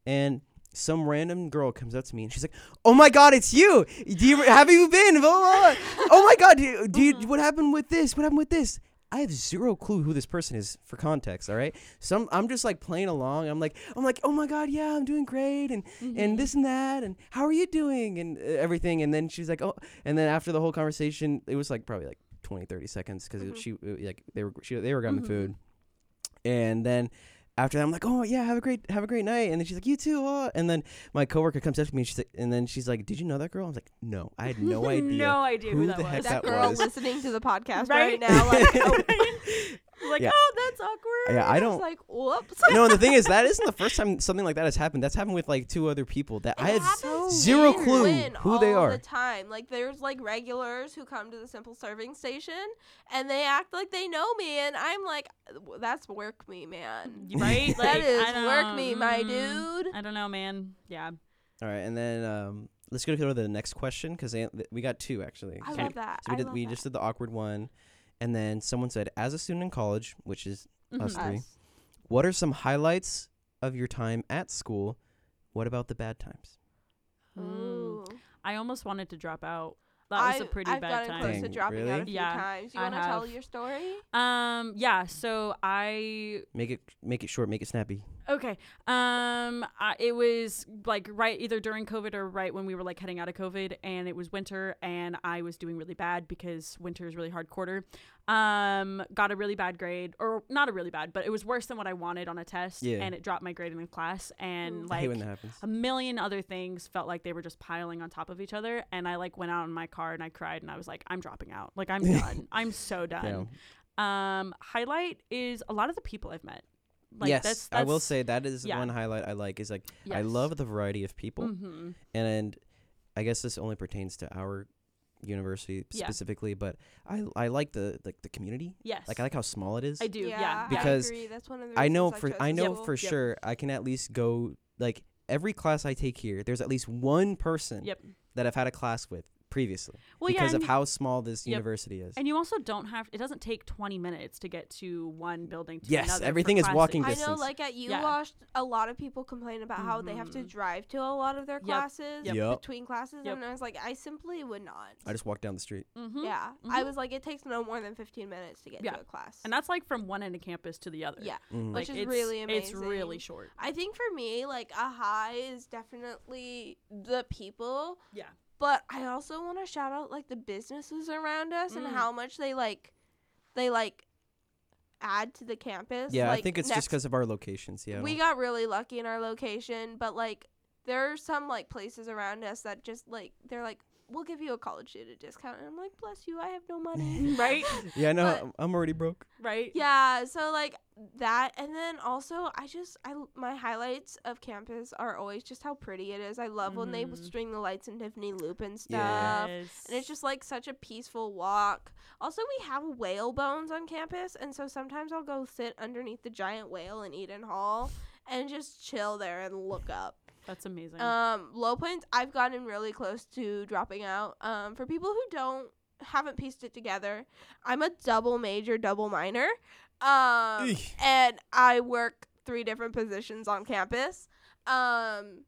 [SPEAKER 2] and some random girl comes up to me and she's like, "Oh my God, it's you! Do you have you been? Blah, blah, blah. Oh my God, do you, do you, what happened with this? What happened with this?" I have zero clue who this person is for context, all right? So I'm, I'm just like playing along. I'm like, I'm like, oh my God, yeah, I'm doing great. And
[SPEAKER 3] Mm-hmm.
[SPEAKER 2] and this and that and how are you doing and uh, everything and then she's like oh and then after the whole conversation it was like probably like
[SPEAKER 3] Mm-hmm.
[SPEAKER 2] 20 30 seconds because she uh, like they were she, they were grabbing
[SPEAKER 1] Mhm.
[SPEAKER 2] food and then after that, I'm like, oh yeah, have a great have a great night. And then she's like, you too. uh," And then my coworker comes up to me, and she's like, and then she's like, did you know that girl? I was like, no, I had no idea.
[SPEAKER 1] no idea
[SPEAKER 2] who
[SPEAKER 1] who that
[SPEAKER 2] the
[SPEAKER 1] was.
[SPEAKER 2] heck that
[SPEAKER 3] that, girl
[SPEAKER 2] was.
[SPEAKER 3] listening to the podcast
[SPEAKER 1] Right?
[SPEAKER 3] right, now, like, oh,
[SPEAKER 1] like,
[SPEAKER 2] Yeah.
[SPEAKER 1] oh, that's awkward.
[SPEAKER 2] Yeah, I
[SPEAKER 3] I
[SPEAKER 2] don't-
[SPEAKER 3] was like, whoops.
[SPEAKER 2] no, and the thing is, that isn't the first time something like that has happened. That's happened with like two other people that I
[SPEAKER 3] It
[SPEAKER 2] had s-
[SPEAKER 3] happens
[SPEAKER 2] zero
[SPEAKER 3] to
[SPEAKER 2] clue
[SPEAKER 3] women
[SPEAKER 2] who they
[SPEAKER 3] all
[SPEAKER 2] are.
[SPEAKER 3] Oh, The time, like there's like regulars who come to the simple serving station, and they act like they know me, and I'm like, that's work me, man.
[SPEAKER 1] Right?
[SPEAKER 3] That
[SPEAKER 1] Like,
[SPEAKER 3] is
[SPEAKER 1] I don't
[SPEAKER 3] work
[SPEAKER 1] know.
[SPEAKER 3] me, my
[SPEAKER 1] Mm,
[SPEAKER 3] dude.
[SPEAKER 1] I don't know, man. Yeah.
[SPEAKER 2] All right, and then um, let's go to the next question because we got two actually.
[SPEAKER 3] I
[SPEAKER 2] So
[SPEAKER 3] love that.
[SPEAKER 2] So we
[SPEAKER 3] I
[SPEAKER 2] did.
[SPEAKER 3] love
[SPEAKER 2] We
[SPEAKER 3] that.
[SPEAKER 2] just did the awkward one, and then someone said, "As a student in college, which is us
[SPEAKER 1] Mhm.
[SPEAKER 2] three,
[SPEAKER 3] Us.
[SPEAKER 2] what are some highlights of your time at school? What about the bad times?"
[SPEAKER 1] Mm.
[SPEAKER 3] Ooh.
[SPEAKER 1] I almost wanted to drop out. That was a
[SPEAKER 3] I've-
[SPEAKER 1] pretty
[SPEAKER 3] I've
[SPEAKER 1] bad
[SPEAKER 3] gotten
[SPEAKER 1] time.
[SPEAKER 3] close to
[SPEAKER 2] Dang,
[SPEAKER 3] dropping out
[SPEAKER 2] really?
[SPEAKER 3] a few
[SPEAKER 1] Yeah,
[SPEAKER 3] times. You
[SPEAKER 1] I
[SPEAKER 3] want to tell
[SPEAKER 1] have.
[SPEAKER 3] your story?
[SPEAKER 1] Um, yeah, so I
[SPEAKER 2] Make it make it short. Make it snappy.
[SPEAKER 1] Okay. Um, I, it was like right either during COVID or right when we were like heading out of COVID, and it was winter, and I was doing really bad because winter is really hard quarter. Um, got a really bad grade, or not a really bad, but it was worse than what I wanted on a test,
[SPEAKER 2] Yeah.
[SPEAKER 1] and it dropped my grade in the class, and
[SPEAKER 2] I hate
[SPEAKER 1] like
[SPEAKER 2] when that happens.
[SPEAKER 1] a million other things felt like they were just piling on top of each other, and I like went out in my car and I cried, and I was like, I'm dropping out, like I'm done, I'm so done.
[SPEAKER 2] Yeah.
[SPEAKER 1] Um, highlight is a lot of the people I've met. Like,
[SPEAKER 2] yes,
[SPEAKER 1] that's,
[SPEAKER 2] I will
[SPEAKER 1] that's-
[SPEAKER 2] say that is
[SPEAKER 1] yeah.
[SPEAKER 2] one highlight I like. Is like I
[SPEAKER 1] Yes.
[SPEAKER 2] love the variety of people,
[SPEAKER 1] Mhm.
[SPEAKER 2] and I guess this only pertains to our university
[SPEAKER 1] Yeah.
[SPEAKER 2] specifically. But I I like the like the community.
[SPEAKER 1] Yes.
[SPEAKER 2] Like I like how small it is.
[SPEAKER 1] I do. Yeah.
[SPEAKER 3] yeah,
[SPEAKER 2] Because
[SPEAKER 3] I agree. That's one of the
[SPEAKER 2] I know
[SPEAKER 3] reasons
[SPEAKER 2] for
[SPEAKER 3] chose
[SPEAKER 2] I
[SPEAKER 3] this
[SPEAKER 2] know
[SPEAKER 3] school.
[SPEAKER 2] for
[SPEAKER 1] Yep.
[SPEAKER 2] sure I can at least go like every class I take here. There's at least one person
[SPEAKER 1] Yep.
[SPEAKER 2] that I've had a class with previously
[SPEAKER 1] Well, yeah.
[SPEAKER 2] because
[SPEAKER 1] And,
[SPEAKER 2] of how small this
[SPEAKER 1] Yep.
[SPEAKER 2] university is.
[SPEAKER 1] and you also don't have. It doesn't take 20 minutes to get to one building. To
[SPEAKER 2] Yes,
[SPEAKER 1] another for
[SPEAKER 2] everything is
[SPEAKER 1] classes.
[SPEAKER 2] walking
[SPEAKER 3] I know,
[SPEAKER 2] distance.
[SPEAKER 3] like at
[SPEAKER 1] Yeah.
[SPEAKER 3] UWash, a lot of people complain about how they have to
[SPEAKER 1] Mhm.
[SPEAKER 3] drive to a lot of their classes
[SPEAKER 2] Yep. Yep.
[SPEAKER 3] between classes,
[SPEAKER 1] Yep.
[SPEAKER 3] and I was like, I simply would not.
[SPEAKER 2] I just walked down the street.
[SPEAKER 1] Mhm.
[SPEAKER 3] yeah, I
[SPEAKER 1] Mhm.
[SPEAKER 3] was like, it takes no more than fifteen minutes to get
[SPEAKER 1] Yeah.
[SPEAKER 3] to a class.
[SPEAKER 1] And that's like from one end of campus to the other.
[SPEAKER 3] Yeah.
[SPEAKER 2] Mhm.
[SPEAKER 1] Like,
[SPEAKER 3] Which is
[SPEAKER 1] it's,
[SPEAKER 3] really
[SPEAKER 1] It's really
[SPEAKER 3] amazing.
[SPEAKER 1] short.
[SPEAKER 3] I think for me, like a high is definitely the people,
[SPEAKER 1] Yeah.
[SPEAKER 3] but I also want to shout out like the businesses around us and
[SPEAKER 1] Mm.
[SPEAKER 3] how much they like, they like, add to the campus.
[SPEAKER 2] yeah, I
[SPEAKER 3] Like,
[SPEAKER 2] think it's just
[SPEAKER 3] next
[SPEAKER 2] because of our locations. Yeah, I
[SPEAKER 3] we
[SPEAKER 2] don't-
[SPEAKER 3] got really lucky in our location, but like there are some like places around us that just like they're like, we'll give you a college student discount, and I'm like, bless you, I have no money.
[SPEAKER 1] Right.
[SPEAKER 2] yeah, I know.
[SPEAKER 3] but-
[SPEAKER 2] I'm- I'm already broke.
[SPEAKER 1] Right.
[SPEAKER 3] yeah, so like that, and then also I just I my highlights of campus are always just how pretty it is. I love when they
[SPEAKER 1] Mhm.
[SPEAKER 3] string the lights in Tiffany Loop and stuff.
[SPEAKER 2] Mm-hmm. Yeah.
[SPEAKER 1] Yes.
[SPEAKER 3] And it's just like such a peaceful walk. Also, we have whale bones on campus, and so sometimes I'll go sit underneath the giant whale in Eden Hall and just chill there and look up.
[SPEAKER 1] that's amazing.
[SPEAKER 3] Um, low points I've gotten really close to dropping out. Um, for people who don't haven't pieced it together, I'm a double major, double minor. Um,
[SPEAKER 2] Eek.
[SPEAKER 3] and I work three different positions on campus. Um,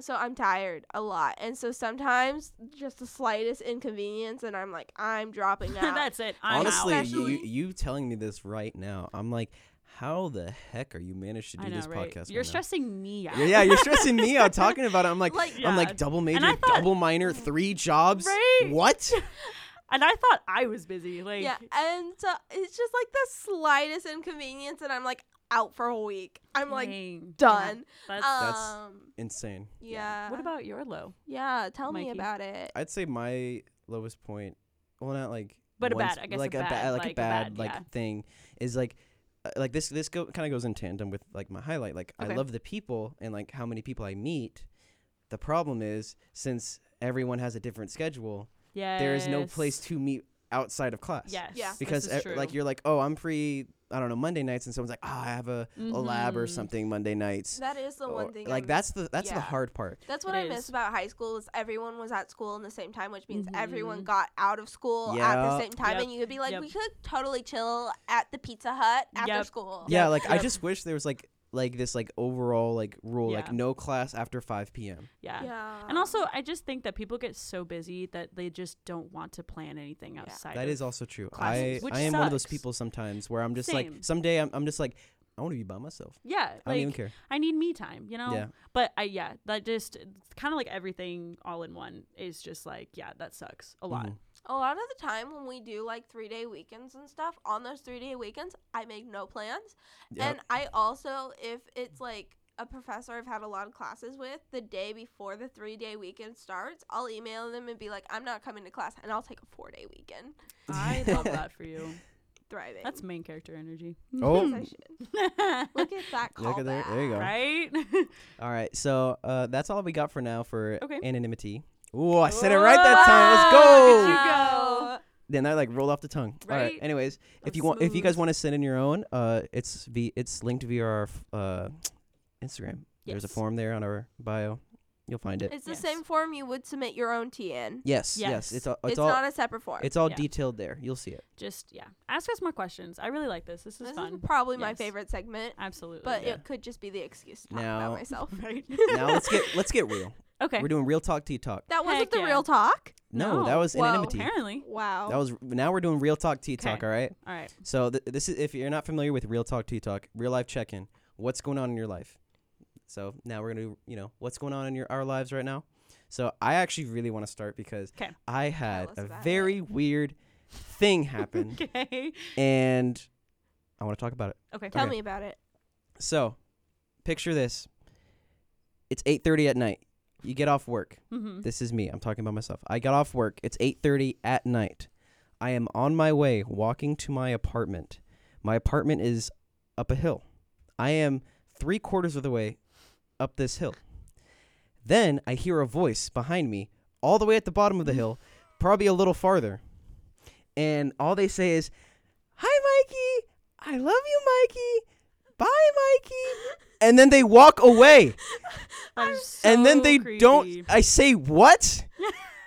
[SPEAKER 3] so I'm tired a lot, and so sometimes just the slightest inconvenience, and I'm like, I'm dropping out.
[SPEAKER 1] that's it. I'm out.
[SPEAKER 2] Honestly, you,
[SPEAKER 3] Especially-
[SPEAKER 2] you telling me this right now, I'm like, how the heck are you managed to do
[SPEAKER 1] I know,
[SPEAKER 2] this
[SPEAKER 1] right?
[SPEAKER 2] podcast?
[SPEAKER 1] You're
[SPEAKER 2] right now?
[SPEAKER 1] stressing me out.
[SPEAKER 2] Yeah, yeah, you're stressing me out talking about it. I'm like,
[SPEAKER 3] Like,
[SPEAKER 2] I'm
[SPEAKER 1] yeah.
[SPEAKER 2] like double major,
[SPEAKER 1] I thought-
[SPEAKER 2] double minor, three jobs.
[SPEAKER 1] Right?
[SPEAKER 2] What?
[SPEAKER 1] And I thought I was busy. Like,
[SPEAKER 3] yeah, and so it's just like the slightest inconvenience, and I'm like out for a week. I'm like
[SPEAKER 1] dang.
[SPEAKER 3] done.
[SPEAKER 1] Yeah, that's,
[SPEAKER 2] That's-
[SPEAKER 3] um,
[SPEAKER 2] Insane.
[SPEAKER 3] yeah.
[SPEAKER 1] What about your low?
[SPEAKER 3] Yeah, tell
[SPEAKER 1] Mikey.
[SPEAKER 3] me about it.
[SPEAKER 2] I'd say my lowest point, well, not like,
[SPEAKER 1] But a
[SPEAKER 2] one
[SPEAKER 1] bad,
[SPEAKER 2] sp-
[SPEAKER 1] I guess a
[SPEAKER 2] like
[SPEAKER 1] bad,
[SPEAKER 2] ba- like,
[SPEAKER 1] like
[SPEAKER 2] a
[SPEAKER 1] a
[SPEAKER 2] bad,
[SPEAKER 1] bad,
[SPEAKER 2] like
[SPEAKER 1] yeah.
[SPEAKER 2] thing is like, uh, like this. This go, kind of goes in tandem with like my highlight. Like I
[SPEAKER 1] Okay.
[SPEAKER 2] love the people and like how many people I meet. The problem is since everyone has a different schedule,
[SPEAKER 1] Yeah.
[SPEAKER 2] there is no place to meet outside of class.
[SPEAKER 1] Yes.
[SPEAKER 3] Yeah.
[SPEAKER 1] this
[SPEAKER 2] because
[SPEAKER 1] is
[SPEAKER 2] e-
[SPEAKER 1] true.
[SPEAKER 2] like you're like oh i'm free i don't know monday nights and someone's like oh i have a, a lab or
[SPEAKER 1] Mhm.
[SPEAKER 2] something monday nights
[SPEAKER 3] That is the
[SPEAKER 2] Or-
[SPEAKER 3] one thing.
[SPEAKER 2] Oh, like
[SPEAKER 3] I'm-
[SPEAKER 2] that's the that's the
[SPEAKER 3] yeah.
[SPEAKER 2] hard part
[SPEAKER 3] That's what
[SPEAKER 1] It
[SPEAKER 3] I
[SPEAKER 1] is.
[SPEAKER 3] miss about high school is everyone was at school in the same time, which means everyone
[SPEAKER 1] Mhm.
[SPEAKER 3] got out of school at the
[SPEAKER 2] Yep.
[SPEAKER 3] same time,
[SPEAKER 1] Yep.
[SPEAKER 3] and you could be like,
[SPEAKER 1] Yep.
[SPEAKER 3] we could totally chill at the Pizza Hut after
[SPEAKER 1] Yep.
[SPEAKER 3] school.
[SPEAKER 2] yeah like i
[SPEAKER 1] Yep.
[SPEAKER 2] just wish there was like like this like overall like rule like
[SPEAKER 1] Yeah.
[SPEAKER 2] no class after 5 p.m
[SPEAKER 1] yeah.
[SPEAKER 3] Yeah.
[SPEAKER 1] And also, I just think that people get so busy that they just don't want to plan anything outside.
[SPEAKER 2] that
[SPEAKER 1] of-
[SPEAKER 2] is also true
[SPEAKER 1] classes,
[SPEAKER 2] i
[SPEAKER 1] which
[SPEAKER 2] i am one of those
[SPEAKER 1] sucks.
[SPEAKER 2] people sometimes where i'm just
[SPEAKER 1] Same.
[SPEAKER 2] like someday i'm, I'm just like i want to be by myself
[SPEAKER 1] yeah.
[SPEAKER 2] i don't even
[SPEAKER 1] like,
[SPEAKER 2] care
[SPEAKER 1] I need me time, you know.
[SPEAKER 2] Yeah.
[SPEAKER 1] But I yeah, that just kind of like everything all in one is just like yeah, that sucks a lot.
[SPEAKER 2] Mhm.
[SPEAKER 3] A lot of the time when we do like three day weekends and stuff, on those three day weekends, I make no plans.
[SPEAKER 2] Yep.
[SPEAKER 3] And I also, if it's like a professor I've had a lot of classes with, the day before the three day weekend starts, I'll email them and be like, I'm not coming to class, and I'll take a four day weekend.
[SPEAKER 1] I love that for you.
[SPEAKER 3] Thriving.
[SPEAKER 1] That's main character energy.
[SPEAKER 2] Oh.
[SPEAKER 3] Yes, I should. Look at that call.
[SPEAKER 2] Look at there. There you go.
[SPEAKER 1] right?
[SPEAKER 2] All right. So uh, that's all we got for now for
[SPEAKER 1] Okay.
[SPEAKER 2] anonymity. Ooh, I said it right that time. Let's go.
[SPEAKER 1] Look at you go.
[SPEAKER 2] Then that like rolled off the tongue. All right.
[SPEAKER 1] Right?
[SPEAKER 2] Anyways,
[SPEAKER 1] That
[SPEAKER 2] if
[SPEAKER 1] was
[SPEAKER 2] you want, if you guys
[SPEAKER 1] smooth.
[SPEAKER 2] want to send in your own, uh, it's v it's linked via our f- uh, Instagram. There's a
[SPEAKER 1] Yes.
[SPEAKER 2] form there on our bio. You'll find it.
[SPEAKER 3] It's the
[SPEAKER 1] Yes.
[SPEAKER 3] same form you would submit your own T in.
[SPEAKER 2] yes, yes.
[SPEAKER 1] Yes.
[SPEAKER 2] It's all. Oh, It's,
[SPEAKER 3] It's,
[SPEAKER 2] all.
[SPEAKER 3] not a separate form.
[SPEAKER 2] it's all
[SPEAKER 1] Yeah.
[SPEAKER 2] detailed there. You'll see it.
[SPEAKER 1] Just yeah. Ask us more questions. I really like this. This is
[SPEAKER 3] this
[SPEAKER 1] fun.
[SPEAKER 3] is probably my
[SPEAKER 1] Yes.
[SPEAKER 3] favorite segment,
[SPEAKER 1] Absolutely.
[SPEAKER 3] but
[SPEAKER 1] yeah.
[SPEAKER 3] it could just be the excuse to talk
[SPEAKER 2] Now-
[SPEAKER 3] about myself.
[SPEAKER 1] right.
[SPEAKER 2] Now let's get let's get real.
[SPEAKER 1] Okay.
[SPEAKER 2] We're doing real talk tea talk.
[SPEAKER 3] That wasn't
[SPEAKER 1] Heck
[SPEAKER 3] the
[SPEAKER 1] yeah.
[SPEAKER 3] real talk.
[SPEAKER 2] No,
[SPEAKER 1] No.
[SPEAKER 2] that was
[SPEAKER 3] Whoa.
[SPEAKER 2] anonymity.
[SPEAKER 1] Oh, Apparently.
[SPEAKER 3] Wow.
[SPEAKER 2] That was now we're doing real talk tea talk.
[SPEAKER 1] Okay.
[SPEAKER 2] All right.
[SPEAKER 1] All right.
[SPEAKER 2] So th- this is if you're not familiar with real talk tea talk, real life check in. What's going on in your life? So now we're gonna do you know what's going on in your our lives right now. So I actually really want to start because
[SPEAKER 1] 'Kay.
[SPEAKER 2] I had
[SPEAKER 3] us
[SPEAKER 2] a
[SPEAKER 3] about it.
[SPEAKER 2] very weird thing happen
[SPEAKER 1] Okay.
[SPEAKER 2] and I want to talk about it.
[SPEAKER 1] Okay.
[SPEAKER 3] Tell
[SPEAKER 2] okay.
[SPEAKER 3] me about it.
[SPEAKER 2] So picture this: it's 8:30 at night. You get off work.
[SPEAKER 1] Mm-hmm.
[SPEAKER 2] This is me. I'm talking about myself. I got off work. It's 8:30 at night. I am on my way walking to my apartment. My apartment is up a hill. I am 3 quarters of the way up this hill. Then I hear a voice behind me all the way at the bottom of the hill, probably a little farther. And all they say is, "Hi Mikey. I love you Mikey. Bye Mikey." And then they walk away and then they don't i say what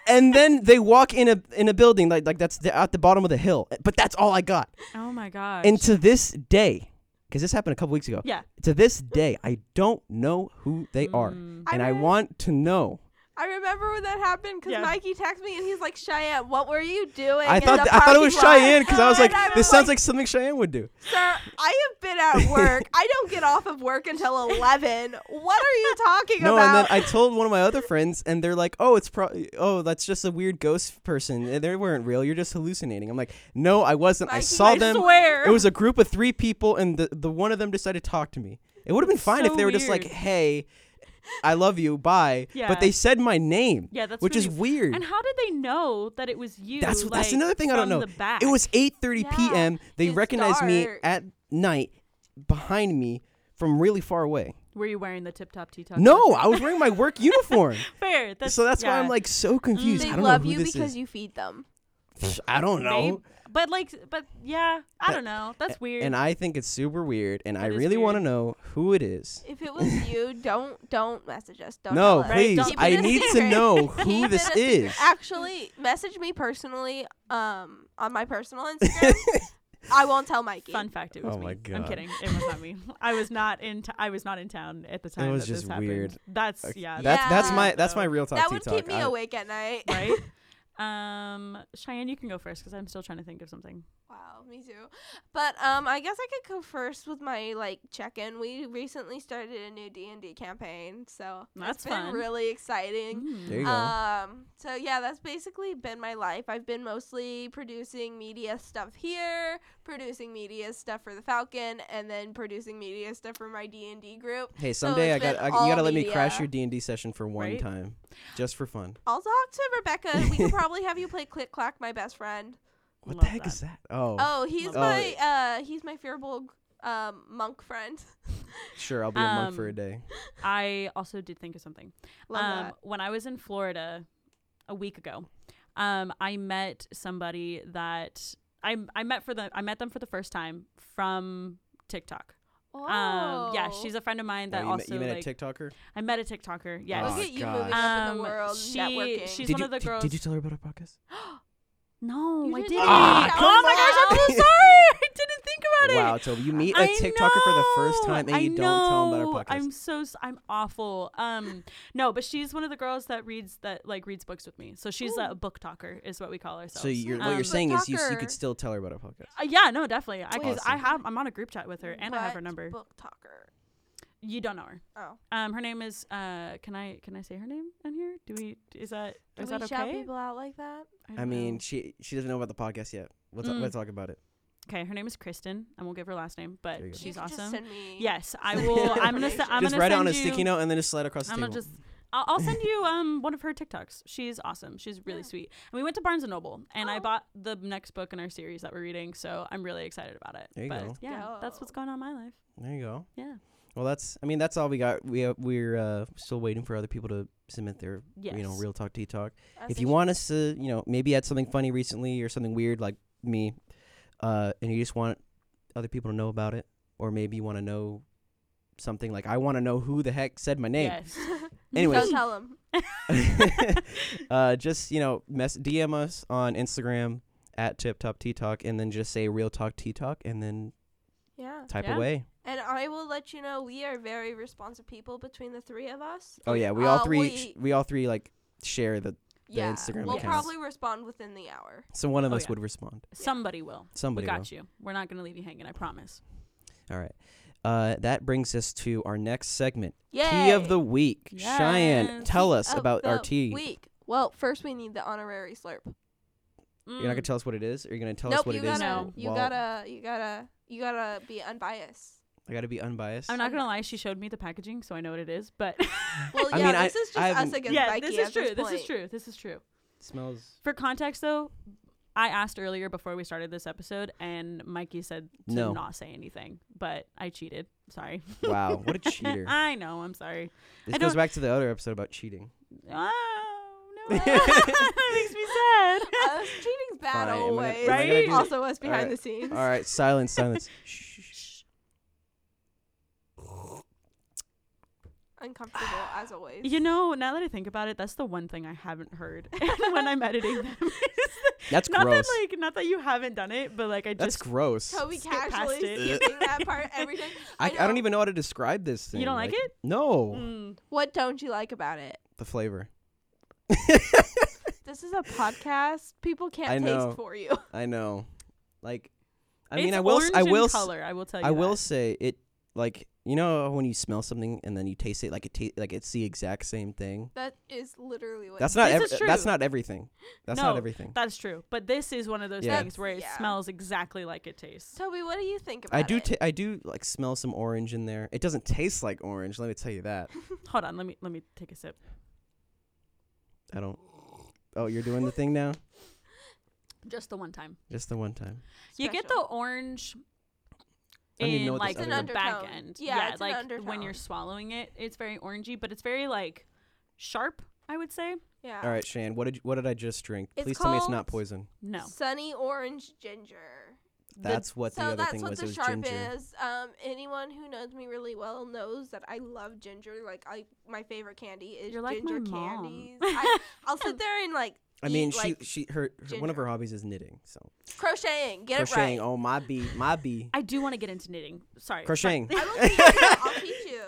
[SPEAKER 2] and then they walk in a in a building like like that's the, at the bottom of the hill but that's all i got
[SPEAKER 1] Oh my gosh.
[SPEAKER 2] and to this day because this happened a couple weeks ago
[SPEAKER 1] yeah.
[SPEAKER 2] to this day i don't know who they are
[SPEAKER 1] Mm.
[SPEAKER 2] and i
[SPEAKER 3] re-
[SPEAKER 2] want to know
[SPEAKER 3] I remember when that happened because
[SPEAKER 1] Yeah.
[SPEAKER 3] Mikey texted me and he's like, Cheyenne, what were you doing?
[SPEAKER 2] i
[SPEAKER 3] in
[SPEAKER 2] thought
[SPEAKER 3] the
[SPEAKER 2] th- i thought it was
[SPEAKER 3] parking lot?"
[SPEAKER 2] cheyenne because i was
[SPEAKER 3] And
[SPEAKER 2] like this sounds like something cheyenne would do
[SPEAKER 3] Sir, I have been at work. I don't get off of work until 11. What are you talking
[SPEAKER 2] no and then
[SPEAKER 3] about?
[SPEAKER 2] i told one of my other friends and they're like oh it's probably oh that's just a weird ghost person they weren't real you're just hallucinating i'm like no i wasn't i
[SPEAKER 3] Mikey,
[SPEAKER 2] saw
[SPEAKER 1] I
[SPEAKER 2] them
[SPEAKER 1] swear.
[SPEAKER 2] It was a group of three people, and the, the one of them decided to talk to me. It would have been
[SPEAKER 1] That's
[SPEAKER 2] fine if
[SPEAKER 1] so
[SPEAKER 2] they were just like,
[SPEAKER 1] weird.
[SPEAKER 2] "Hey, I love you, bye."
[SPEAKER 1] Yeah.
[SPEAKER 2] But they said my name,
[SPEAKER 1] Yeah, that's
[SPEAKER 2] which is
[SPEAKER 1] really-
[SPEAKER 2] weird.
[SPEAKER 1] And how did they know that it was you?
[SPEAKER 2] that's
[SPEAKER 1] like,
[SPEAKER 2] that's another thing I don't
[SPEAKER 1] from
[SPEAKER 2] know.
[SPEAKER 1] The back?
[SPEAKER 2] It was 8:30
[SPEAKER 3] Yeah,
[SPEAKER 2] p.m. They
[SPEAKER 3] it's
[SPEAKER 2] recognized me
[SPEAKER 3] dark.
[SPEAKER 2] at night behind me from really far away.
[SPEAKER 1] Were you wearing the tip top tee top?
[SPEAKER 2] No, I was wearing my work uniform.
[SPEAKER 1] Fair. That's,
[SPEAKER 2] so that's why
[SPEAKER 1] yeah. Mm-hmm.
[SPEAKER 2] I'm like so confused.
[SPEAKER 3] they
[SPEAKER 2] I don't
[SPEAKER 3] love
[SPEAKER 2] know who
[SPEAKER 3] you
[SPEAKER 2] this
[SPEAKER 3] because
[SPEAKER 2] is.
[SPEAKER 3] you feed them.
[SPEAKER 2] I don't know.
[SPEAKER 1] Maybe- But like, but yeah, I
[SPEAKER 2] Uh,
[SPEAKER 1] don't know. That's weird.
[SPEAKER 2] And I think it's super weird, and I
[SPEAKER 1] That is
[SPEAKER 2] really want to
[SPEAKER 1] weird.
[SPEAKER 2] know who it is.
[SPEAKER 3] If it was you, don't don't message us. Don't
[SPEAKER 2] no,
[SPEAKER 3] tell us.
[SPEAKER 1] Right,
[SPEAKER 2] please.
[SPEAKER 1] don't-
[SPEAKER 2] I
[SPEAKER 3] Keep it a
[SPEAKER 2] need to
[SPEAKER 3] secret.
[SPEAKER 2] know who
[SPEAKER 3] Keep
[SPEAKER 2] this
[SPEAKER 3] it a secret.
[SPEAKER 2] is.
[SPEAKER 3] Actually, message me personally um, on my personal Instagram. I won't tell Mikey.
[SPEAKER 1] Fun fact: It was
[SPEAKER 2] Oh
[SPEAKER 1] me.
[SPEAKER 2] my
[SPEAKER 1] I'm
[SPEAKER 2] God.
[SPEAKER 1] kidding. It was not me. I was not in. T- I was not in town at the time.
[SPEAKER 2] was
[SPEAKER 1] that
[SPEAKER 2] just
[SPEAKER 1] this happened.
[SPEAKER 2] weird.
[SPEAKER 1] That's
[SPEAKER 2] Okay.
[SPEAKER 1] yeah.
[SPEAKER 2] That's that's
[SPEAKER 3] Yeah.
[SPEAKER 2] my that's
[SPEAKER 1] though.
[SPEAKER 2] my real talk.
[SPEAKER 3] That
[SPEAKER 2] tea
[SPEAKER 3] would
[SPEAKER 2] talk.
[SPEAKER 3] keep me
[SPEAKER 2] I-
[SPEAKER 3] awake at night.
[SPEAKER 1] right. Um, Cheyenne, you can go first because I'm still trying to think of something.
[SPEAKER 3] Wow, me too. But um, I guess I could go first with my like check-in. We recently started a new D and D campaign, so
[SPEAKER 1] That's
[SPEAKER 3] it's been
[SPEAKER 1] fun.
[SPEAKER 3] really exciting.
[SPEAKER 1] Mm.
[SPEAKER 2] There you go.
[SPEAKER 3] Um, so yeah, that's basically been my life. I've been mostly producing media stuff here, producing media stuff for the Falcon, and then producing media stuff for my D and D group.
[SPEAKER 2] hey, someday I
[SPEAKER 3] it's
[SPEAKER 2] got
[SPEAKER 3] been
[SPEAKER 2] I, you
[SPEAKER 3] all
[SPEAKER 2] gotta let me crash
[SPEAKER 3] media.
[SPEAKER 2] your D and D session for one
[SPEAKER 1] Right?
[SPEAKER 2] time, just for fun.
[SPEAKER 3] I'll talk to Rebecca. We could probably have you play Click Clack, my best friend.
[SPEAKER 2] What
[SPEAKER 1] Love
[SPEAKER 2] the heck
[SPEAKER 1] that.
[SPEAKER 2] is that? Oh,
[SPEAKER 3] Oh, he's
[SPEAKER 2] Oh.
[SPEAKER 3] my uh, he's my Fearbolg um monk friend.
[SPEAKER 2] sure, I'll be a monk for a
[SPEAKER 1] um,
[SPEAKER 2] day.
[SPEAKER 1] I also did think of something.
[SPEAKER 3] Love
[SPEAKER 1] um,
[SPEAKER 3] that.
[SPEAKER 1] When I was in Florida a week ago, um, I met somebody that I I met for the I met them for the first time from TikTok.
[SPEAKER 3] Oh.
[SPEAKER 1] Um, yeah, she's a friend of mine
[SPEAKER 2] Oh,
[SPEAKER 1] that
[SPEAKER 2] you, met-
[SPEAKER 1] also
[SPEAKER 2] you met
[SPEAKER 1] like
[SPEAKER 2] a TikToker?
[SPEAKER 1] I met a TikToker. Yes.
[SPEAKER 2] Oh,
[SPEAKER 3] Look at you
[SPEAKER 2] God.
[SPEAKER 3] moving up in
[SPEAKER 1] Um,
[SPEAKER 3] the world,
[SPEAKER 1] she-
[SPEAKER 3] networking.
[SPEAKER 1] she's-
[SPEAKER 2] did
[SPEAKER 1] one
[SPEAKER 2] you,
[SPEAKER 1] of the
[SPEAKER 2] did- Did,
[SPEAKER 1] girls-
[SPEAKER 2] you tell her about our podcast?
[SPEAKER 1] No,
[SPEAKER 3] You
[SPEAKER 1] I
[SPEAKER 3] didn't
[SPEAKER 1] didn't.
[SPEAKER 2] Ah,
[SPEAKER 1] oh
[SPEAKER 2] come
[SPEAKER 1] my gosh, I'm so
[SPEAKER 2] on.
[SPEAKER 1] sorry. I didn't think about it.
[SPEAKER 2] Wow, so you meet a
[SPEAKER 1] I
[SPEAKER 2] TikToker for the first
[SPEAKER 1] know,
[SPEAKER 2] time and
[SPEAKER 1] I
[SPEAKER 2] you don't tell them
[SPEAKER 1] know.
[SPEAKER 2] about our podcast.
[SPEAKER 1] I'm so s- I'm awful. Um, no, but she's one of the girls that reads that like reads books with me. So she's
[SPEAKER 3] Ooh.
[SPEAKER 1] a book talker, is what we call ourselves.
[SPEAKER 2] so you're, what
[SPEAKER 1] Um,
[SPEAKER 2] you're
[SPEAKER 1] but-
[SPEAKER 2] saying is you, s- you
[SPEAKER 3] TikToker.
[SPEAKER 2] could still tell her about our podcast.
[SPEAKER 1] Uh, yeah, no, definitely. Because I,
[SPEAKER 2] Awesome.
[SPEAKER 1] have I'm on a group chat with her and I have her
[SPEAKER 3] What
[SPEAKER 1] number.
[SPEAKER 3] Book talker.
[SPEAKER 1] You don't know her.
[SPEAKER 3] Oh.
[SPEAKER 1] Um, her name is. Uh, can I can I say her name on here? Do we? Is that
[SPEAKER 3] Do
[SPEAKER 1] is
[SPEAKER 3] we
[SPEAKER 1] that
[SPEAKER 3] shout
[SPEAKER 1] okay?
[SPEAKER 3] people out like that?
[SPEAKER 1] don't
[SPEAKER 2] I mean,
[SPEAKER 1] know.
[SPEAKER 2] she she doesn't know about the podcast yet. We'll, ta-
[SPEAKER 1] Mm.
[SPEAKER 2] we'll talk about it.
[SPEAKER 1] okay. Her name is Kristen. I won't give her last name,
[SPEAKER 2] There you
[SPEAKER 1] but
[SPEAKER 2] go.
[SPEAKER 1] she's
[SPEAKER 3] you can Just
[SPEAKER 1] awesome.
[SPEAKER 3] send me
[SPEAKER 1] Yes, I
[SPEAKER 3] some
[SPEAKER 1] will. I'm gonna.
[SPEAKER 3] information.
[SPEAKER 1] se- I'm
[SPEAKER 2] just
[SPEAKER 1] gonna
[SPEAKER 2] write it
[SPEAKER 1] send
[SPEAKER 2] on a
[SPEAKER 1] you-
[SPEAKER 2] sticky note and then just slide across the
[SPEAKER 1] I'm gonna
[SPEAKER 2] table.
[SPEAKER 1] just. I'll, I'll send you um one of her TikToks. She's awesome. She's really
[SPEAKER 3] Yeah.
[SPEAKER 1] sweet. And we went to Barnes and Noble, and I
[SPEAKER 3] Oh.
[SPEAKER 1] bought the next book in our series that we're reading. So I'm really excited about it.
[SPEAKER 2] There you
[SPEAKER 1] but
[SPEAKER 2] go.
[SPEAKER 1] yeah, that's what's
[SPEAKER 3] Dope.
[SPEAKER 1] going on in my life.
[SPEAKER 2] There you go.
[SPEAKER 1] Yeah.
[SPEAKER 2] Well, that's. I mean, that's all we got. We uh, we're uh, still waiting for other people to submit their
[SPEAKER 1] Yes.
[SPEAKER 2] you know real talk tea talk.
[SPEAKER 3] I
[SPEAKER 2] if
[SPEAKER 3] think
[SPEAKER 2] you want us to, you know, maybe add something funny recently or something weird like me, uh, and you just want other people to know about it, or maybe you want to know something like I want to know who the heck said my name.
[SPEAKER 1] Yes.
[SPEAKER 2] Anyways.
[SPEAKER 3] Don't tell them.
[SPEAKER 2] uh, just you know, mess DM us on Instagram at Tip Top Tea Talk, and then just say Real Talk Tea Talk, and then
[SPEAKER 3] Yeah.
[SPEAKER 2] type
[SPEAKER 1] Yeah.
[SPEAKER 2] away.
[SPEAKER 3] And I will let you know we are very responsive people between the three of us.
[SPEAKER 2] Oh yeah, we
[SPEAKER 3] Uh,
[SPEAKER 2] all three
[SPEAKER 3] we-
[SPEAKER 2] we, all three like share the
[SPEAKER 3] yeah.
[SPEAKER 2] Instagram
[SPEAKER 3] we'll
[SPEAKER 1] accounts.
[SPEAKER 3] probably respond within the hour.
[SPEAKER 2] so one of
[SPEAKER 1] Oh,
[SPEAKER 2] us
[SPEAKER 1] yeah.
[SPEAKER 2] would respond.
[SPEAKER 1] Somebody will.
[SPEAKER 2] Somebody
[SPEAKER 1] we got
[SPEAKER 2] will.
[SPEAKER 1] you. We're not gonna leave you hanging. I promise.
[SPEAKER 2] All right. Uh, that brings us to our next segment,
[SPEAKER 3] Yeah.
[SPEAKER 2] tea of the week. Cheyenne,
[SPEAKER 1] Yes.
[SPEAKER 2] tell us
[SPEAKER 3] of
[SPEAKER 2] about our
[SPEAKER 3] the
[SPEAKER 2] tea.
[SPEAKER 3] Week. Well, first we need the honorary slurp.
[SPEAKER 2] You're not gonna
[SPEAKER 1] Mm.
[SPEAKER 2] tell us what it is, or you're gonna tell
[SPEAKER 3] nope,
[SPEAKER 2] us what
[SPEAKER 3] you
[SPEAKER 2] it is.
[SPEAKER 3] gotta,
[SPEAKER 1] No.
[SPEAKER 3] you
[SPEAKER 2] while-
[SPEAKER 3] gotta, you gotta, you gotta be unbiased.
[SPEAKER 2] I gotta be unbiased.
[SPEAKER 1] I'm not gonna lie. She showed me the packaging, so I know what it is. But
[SPEAKER 3] Well,
[SPEAKER 2] I
[SPEAKER 3] yeah,
[SPEAKER 2] mean, I-
[SPEAKER 3] this is just
[SPEAKER 2] I
[SPEAKER 3] us
[SPEAKER 2] haven't-
[SPEAKER 3] against
[SPEAKER 1] yeah,
[SPEAKER 3] Mikey
[SPEAKER 1] this is
[SPEAKER 3] at
[SPEAKER 1] true.
[SPEAKER 3] This,
[SPEAKER 1] This, is
[SPEAKER 3] point.
[SPEAKER 1] true. This is true.
[SPEAKER 2] smells.
[SPEAKER 1] For context, though, I asked earlier before we started this episode, and Mikey said to
[SPEAKER 2] No.
[SPEAKER 1] not say anything, but I cheated. Sorry.
[SPEAKER 2] Wow, what a cheater!
[SPEAKER 1] I know. I'm sorry.
[SPEAKER 2] This
[SPEAKER 1] I
[SPEAKER 2] goes
[SPEAKER 1] don't-
[SPEAKER 2] back to the other episode about cheating.
[SPEAKER 1] Oh no, that makes me sad.
[SPEAKER 3] Us cheating's
[SPEAKER 2] Fine, am
[SPEAKER 3] bad
[SPEAKER 2] I gonna-
[SPEAKER 3] always.
[SPEAKER 1] am I gonna Right? do-
[SPEAKER 3] Also, us behind
[SPEAKER 2] Alright,
[SPEAKER 3] the scenes.
[SPEAKER 2] All right, silence, silence.
[SPEAKER 1] Shh.
[SPEAKER 3] Uncomfortable as always.
[SPEAKER 1] You know, now that I think about it, that's the one thing I haven't heard when I'm editing them.
[SPEAKER 2] That's
[SPEAKER 1] not
[SPEAKER 2] gross.
[SPEAKER 1] that like, not that you haven't done it, but like I
[SPEAKER 2] That's
[SPEAKER 1] just
[SPEAKER 2] gross.
[SPEAKER 3] Toby
[SPEAKER 1] skip past
[SPEAKER 3] casually
[SPEAKER 1] it.
[SPEAKER 3] skipping that part every time.
[SPEAKER 2] I, I don't
[SPEAKER 3] know.
[SPEAKER 2] even know how to describe this thing.
[SPEAKER 1] you don't like, it.
[SPEAKER 2] No,
[SPEAKER 1] Mm.
[SPEAKER 3] What don't you like about it?
[SPEAKER 2] the flavor.
[SPEAKER 3] This is a podcast. People can't
[SPEAKER 2] I know.
[SPEAKER 3] taste for you.
[SPEAKER 2] I know. Like, I
[SPEAKER 1] It's
[SPEAKER 2] mean, I will. s- I
[SPEAKER 1] orange in
[SPEAKER 2] will. s-
[SPEAKER 1] color. I will tell
[SPEAKER 3] Oh,
[SPEAKER 1] you.
[SPEAKER 2] I will
[SPEAKER 1] that.
[SPEAKER 2] say it. Like, you know, when you smell something and then you taste it, like it. Ta- like it's the exact same thing.
[SPEAKER 3] That is literally what.
[SPEAKER 2] That's not.
[SPEAKER 1] This
[SPEAKER 2] Ev-
[SPEAKER 1] is
[SPEAKER 2] that's
[SPEAKER 1] true.
[SPEAKER 2] not everything. That's not
[SPEAKER 1] No,
[SPEAKER 2] everything.
[SPEAKER 1] That's true. But this is one of those
[SPEAKER 2] Yeah.
[SPEAKER 1] things where it
[SPEAKER 3] Yeah.
[SPEAKER 1] smells exactly like it tastes.
[SPEAKER 3] Toby, what do you think about
[SPEAKER 2] I do.
[SPEAKER 3] it?
[SPEAKER 2] T- I do like smell some orange in there. It doesn't taste like orange. Let me tell you that.
[SPEAKER 1] Hold on, let me let me take a sip.
[SPEAKER 2] I don't. Oh, you're doing the thing now.
[SPEAKER 1] Just the one time.
[SPEAKER 2] Just the one time.
[SPEAKER 1] You get the
[SPEAKER 3] Special.
[SPEAKER 1] orange
[SPEAKER 2] I don't even
[SPEAKER 1] in
[SPEAKER 2] know what
[SPEAKER 1] like
[SPEAKER 2] this
[SPEAKER 1] the
[SPEAKER 2] other- It's
[SPEAKER 3] an
[SPEAKER 1] back
[SPEAKER 3] undertone.
[SPEAKER 1] end.
[SPEAKER 3] Yeah, it's an
[SPEAKER 1] like when
[SPEAKER 3] undertone.
[SPEAKER 1] you're swallowing it, it's very orangey, but it's very like sharp, I would say.
[SPEAKER 3] yeah.
[SPEAKER 2] All right, Shane. What did what did I just drink?
[SPEAKER 3] It's
[SPEAKER 2] Please tell me it's
[SPEAKER 3] called-
[SPEAKER 2] not poison.
[SPEAKER 1] No.
[SPEAKER 3] Sunny orange ginger.
[SPEAKER 2] That's what the
[SPEAKER 3] so
[SPEAKER 2] other
[SPEAKER 3] that's
[SPEAKER 2] thing
[SPEAKER 3] what
[SPEAKER 2] was.
[SPEAKER 3] the
[SPEAKER 2] it was
[SPEAKER 3] sharp
[SPEAKER 2] ginger.
[SPEAKER 3] is. Um, anyone who knows me really well knows that I love ginger. Like I, my favorite candy is
[SPEAKER 1] You're like my
[SPEAKER 3] ginger
[SPEAKER 1] mom.
[SPEAKER 3] candies. I, I'll sit there and like.
[SPEAKER 2] I mean,
[SPEAKER 3] eat,
[SPEAKER 2] she
[SPEAKER 3] like,
[SPEAKER 2] she her, her- one of
[SPEAKER 3] ginger.
[SPEAKER 2] her hobbies is knitting. So
[SPEAKER 3] crocheting. Get
[SPEAKER 2] crocheting.
[SPEAKER 3] it right.
[SPEAKER 2] Oh my b my b.
[SPEAKER 1] I do want to get into knitting. Sorry.
[SPEAKER 2] Crocheting.
[SPEAKER 1] But-
[SPEAKER 3] I will teach you. I'll teach you.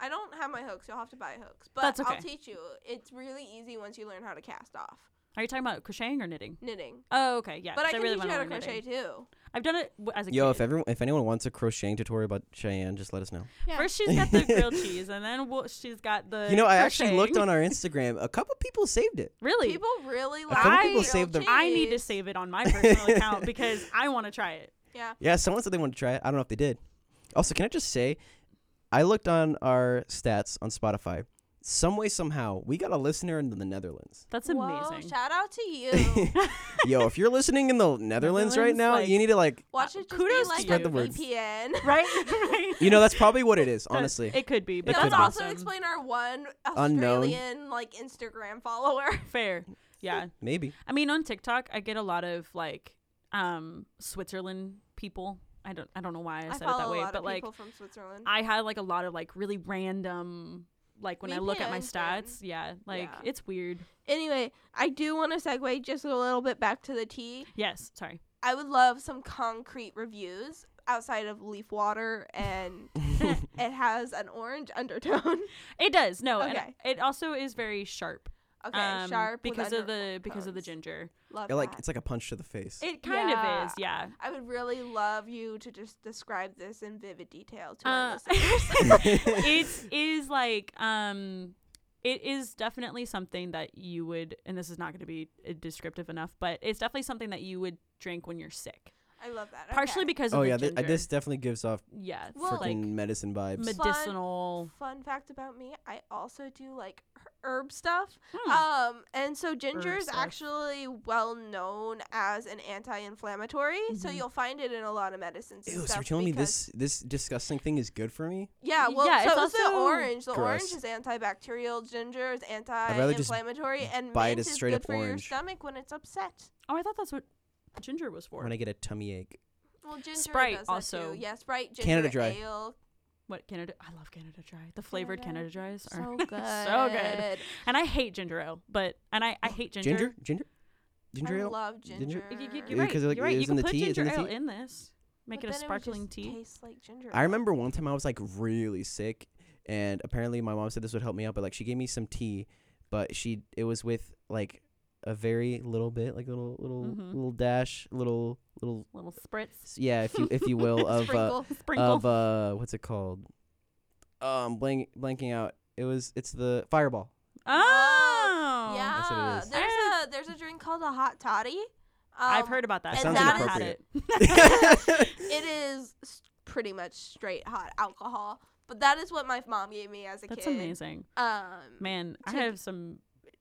[SPEAKER 3] I don't have my hooks. You'll have to buy hooks, but
[SPEAKER 1] That's
[SPEAKER 3] I'll
[SPEAKER 1] okay.
[SPEAKER 3] teach you. It's really easy once you learn how to cast off
[SPEAKER 1] Are you talking about crocheting or knitting?
[SPEAKER 3] knitting.
[SPEAKER 1] Oh, okay. Yeah.
[SPEAKER 3] But
[SPEAKER 1] 'cause
[SPEAKER 3] I can
[SPEAKER 1] really
[SPEAKER 3] teach
[SPEAKER 1] wanna
[SPEAKER 3] you how to
[SPEAKER 1] learn knitting.
[SPEAKER 3] crochet too.
[SPEAKER 1] I've done it w- as a
[SPEAKER 2] Yo,
[SPEAKER 1] kid.
[SPEAKER 2] if everyone if anyone wants a crocheting tutorial about Cheyenne, just let us know.
[SPEAKER 3] Yeah.
[SPEAKER 1] First she's got the grilled cheese and then well, she's got the
[SPEAKER 2] You know, I actually looked
[SPEAKER 1] crocheting.
[SPEAKER 2] on our Instagram. A couple people saved it.
[SPEAKER 1] Really?
[SPEAKER 3] people really
[SPEAKER 2] A
[SPEAKER 3] like.
[SPEAKER 2] couple people
[SPEAKER 3] grilled
[SPEAKER 2] save their-
[SPEAKER 1] I need to
[SPEAKER 3] cheese.
[SPEAKER 1] save it on my personal account because I want to try it.
[SPEAKER 3] Yeah.
[SPEAKER 2] Yeah, someone said they wanted to try it. I don't know if they did. Also, can I just say, I looked on our stats on Spotify. Some way, somehow, we got a listener in the Netherlands.
[SPEAKER 1] That's
[SPEAKER 3] Whoa,
[SPEAKER 1] amazing.
[SPEAKER 3] shout out to you.
[SPEAKER 2] Yo, if you're listening in the Netherlands right
[SPEAKER 1] Netherlands,
[SPEAKER 2] now,
[SPEAKER 1] like-
[SPEAKER 2] you need to like,
[SPEAKER 3] Watch it just
[SPEAKER 1] Kudos to
[SPEAKER 3] be like
[SPEAKER 2] Spread
[SPEAKER 3] a
[SPEAKER 2] the word.
[SPEAKER 1] right?
[SPEAKER 3] VPN.
[SPEAKER 1] right?
[SPEAKER 2] you know, that's probably what it is.
[SPEAKER 1] That-
[SPEAKER 2] Honestly,
[SPEAKER 1] it could be, but
[SPEAKER 2] It
[SPEAKER 1] that's
[SPEAKER 2] could
[SPEAKER 3] Let's
[SPEAKER 2] be.
[SPEAKER 1] awesome.
[SPEAKER 3] also explain our one
[SPEAKER 2] Unknown.
[SPEAKER 3] Australian like Instagram follower.
[SPEAKER 1] Fair, yeah.
[SPEAKER 2] maybe.
[SPEAKER 1] I mean, on TikTok, I get a lot of like um Switzerland people. I don't, I don't know why I
[SPEAKER 3] I
[SPEAKER 1] said it
[SPEAKER 3] follow
[SPEAKER 1] that way,
[SPEAKER 3] a lot
[SPEAKER 1] but
[SPEAKER 3] of
[SPEAKER 1] like,
[SPEAKER 3] people from Switzerland.
[SPEAKER 1] I had like a lot of like really random. Like when I look at my
[SPEAKER 3] VPN,
[SPEAKER 1] stats, yeah, like
[SPEAKER 3] Yeah.
[SPEAKER 1] it's weird.
[SPEAKER 3] anyway, I do want to segue just a little bit back to the tea.
[SPEAKER 1] Yes, sorry.
[SPEAKER 3] I would love some concrete reviews outside of leaf water and it has an orange undertone.
[SPEAKER 1] It does no, and
[SPEAKER 3] Okay.
[SPEAKER 1] it also is very sharp.
[SPEAKER 3] Okay,
[SPEAKER 1] um,
[SPEAKER 3] sharp with
[SPEAKER 1] because of
[SPEAKER 3] under-
[SPEAKER 1] the because of the
[SPEAKER 3] undertones.
[SPEAKER 1] ginger.
[SPEAKER 3] Love
[SPEAKER 2] It, like
[SPEAKER 3] that.
[SPEAKER 2] it's like a punch to the face.
[SPEAKER 1] It kind
[SPEAKER 3] Yeah.
[SPEAKER 1] of is, yeah.
[SPEAKER 3] I would really love you to just describe this in vivid detail to our
[SPEAKER 1] Uh,
[SPEAKER 3] listeners.
[SPEAKER 1] it is like um it is definitely something that you would and this is not going to be uh, descriptive enough but it's definitely something that you would drink when you're sick
[SPEAKER 3] I love that.
[SPEAKER 1] partially
[SPEAKER 3] okay.
[SPEAKER 1] because of
[SPEAKER 2] oh
[SPEAKER 1] the
[SPEAKER 2] yeah, thi- uh,
[SPEAKER 1] ginger.
[SPEAKER 2] this definitely gives off
[SPEAKER 1] yeah it's
[SPEAKER 3] Well,
[SPEAKER 2] freaking
[SPEAKER 1] like
[SPEAKER 2] medicine vibes.
[SPEAKER 3] med-
[SPEAKER 1] medicinal
[SPEAKER 3] Fun fact about me, I also do like her- herb stuff.
[SPEAKER 1] Hmm.
[SPEAKER 3] Um, and so ginger
[SPEAKER 1] Herb
[SPEAKER 3] is
[SPEAKER 1] stuff.
[SPEAKER 3] actually well known as an anti-inflammatory, so
[SPEAKER 1] Mhm.
[SPEAKER 3] you'll find it in a lot of medicines. and
[SPEAKER 2] Mm-hmm. Ew, so
[SPEAKER 3] stuff
[SPEAKER 2] you're telling me
[SPEAKER 3] because-
[SPEAKER 2] this this disgusting thing is good for me?
[SPEAKER 3] Yeah, well,
[SPEAKER 1] Yeah,
[SPEAKER 3] so
[SPEAKER 1] it's
[SPEAKER 3] it's the
[SPEAKER 1] also-
[SPEAKER 3] orange. The
[SPEAKER 2] Gross.
[SPEAKER 3] orange is antibacterial. Ginger is
[SPEAKER 2] rather just
[SPEAKER 3] anti-inflammatory, and
[SPEAKER 2] buy it
[SPEAKER 3] mint
[SPEAKER 2] as
[SPEAKER 3] is
[SPEAKER 2] straight
[SPEAKER 3] good
[SPEAKER 2] up
[SPEAKER 3] for your
[SPEAKER 2] orange.
[SPEAKER 3] stomach when it's upset.
[SPEAKER 1] oh i thought that's what ginger was for
[SPEAKER 2] When I get a tummy ache.
[SPEAKER 3] Well, ginger
[SPEAKER 1] Sprite
[SPEAKER 3] does that
[SPEAKER 1] also.
[SPEAKER 3] Too. Yeah, Sprite, ginger
[SPEAKER 2] Canada Dry.
[SPEAKER 3] ale.
[SPEAKER 1] what canada i love canada dry the flavored
[SPEAKER 3] Canada
[SPEAKER 1] canada dries are
[SPEAKER 3] So good.
[SPEAKER 1] so good and i hate ginger ale but and i i hate ginger,
[SPEAKER 2] Ginger? Ginger? Ginger
[SPEAKER 3] I
[SPEAKER 2] ale?
[SPEAKER 3] love
[SPEAKER 2] Ginger-
[SPEAKER 3] ginger.
[SPEAKER 1] You, you,
[SPEAKER 2] Yeah,
[SPEAKER 1] you're right
[SPEAKER 2] 'cause, like,
[SPEAKER 1] you're right
[SPEAKER 2] it
[SPEAKER 1] you
[SPEAKER 2] is
[SPEAKER 1] can
[SPEAKER 2] in the
[SPEAKER 1] put
[SPEAKER 2] tea, it's
[SPEAKER 1] ginger
[SPEAKER 2] in the
[SPEAKER 1] ale
[SPEAKER 2] tea.
[SPEAKER 1] in this make it
[SPEAKER 3] But
[SPEAKER 1] a
[SPEAKER 3] then would
[SPEAKER 1] sparkling
[SPEAKER 3] just
[SPEAKER 1] tea
[SPEAKER 3] Tastes like ginger.
[SPEAKER 2] I
[SPEAKER 3] ale.
[SPEAKER 2] remember one time I was like really sick, and apparently my mom said this would help me out, but like she gave me some tea, but she it was with like a very little bit, like little little
[SPEAKER 3] Mm-hmm.
[SPEAKER 1] Mhm.
[SPEAKER 2] little dash, little little
[SPEAKER 1] little spritz
[SPEAKER 2] s- yeah, if you if you will, of uh,
[SPEAKER 3] Sprinkle.
[SPEAKER 1] sprinkle
[SPEAKER 2] of uh what's it called? Um, blank blanking out. It was it's the fireball.
[SPEAKER 1] oh
[SPEAKER 2] That's what it
[SPEAKER 3] yeah,
[SPEAKER 2] is.
[SPEAKER 3] there's a there's a drink called a hot toddy.
[SPEAKER 1] I've
[SPEAKER 3] Um,
[SPEAKER 1] heard about that.
[SPEAKER 3] and
[SPEAKER 2] Sounds
[SPEAKER 1] I've
[SPEAKER 2] that
[SPEAKER 1] had
[SPEAKER 2] is-
[SPEAKER 3] It is s- pretty much straight hot alcohol, but that is what my mom gave me as a
[SPEAKER 1] That's
[SPEAKER 3] kid.
[SPEAKER 1] amazing,
[SPEAKER 3] Um,
[SPEAKER 1] man. I
[SPEAKER 3] Take-
[SPEAKER 1] have some,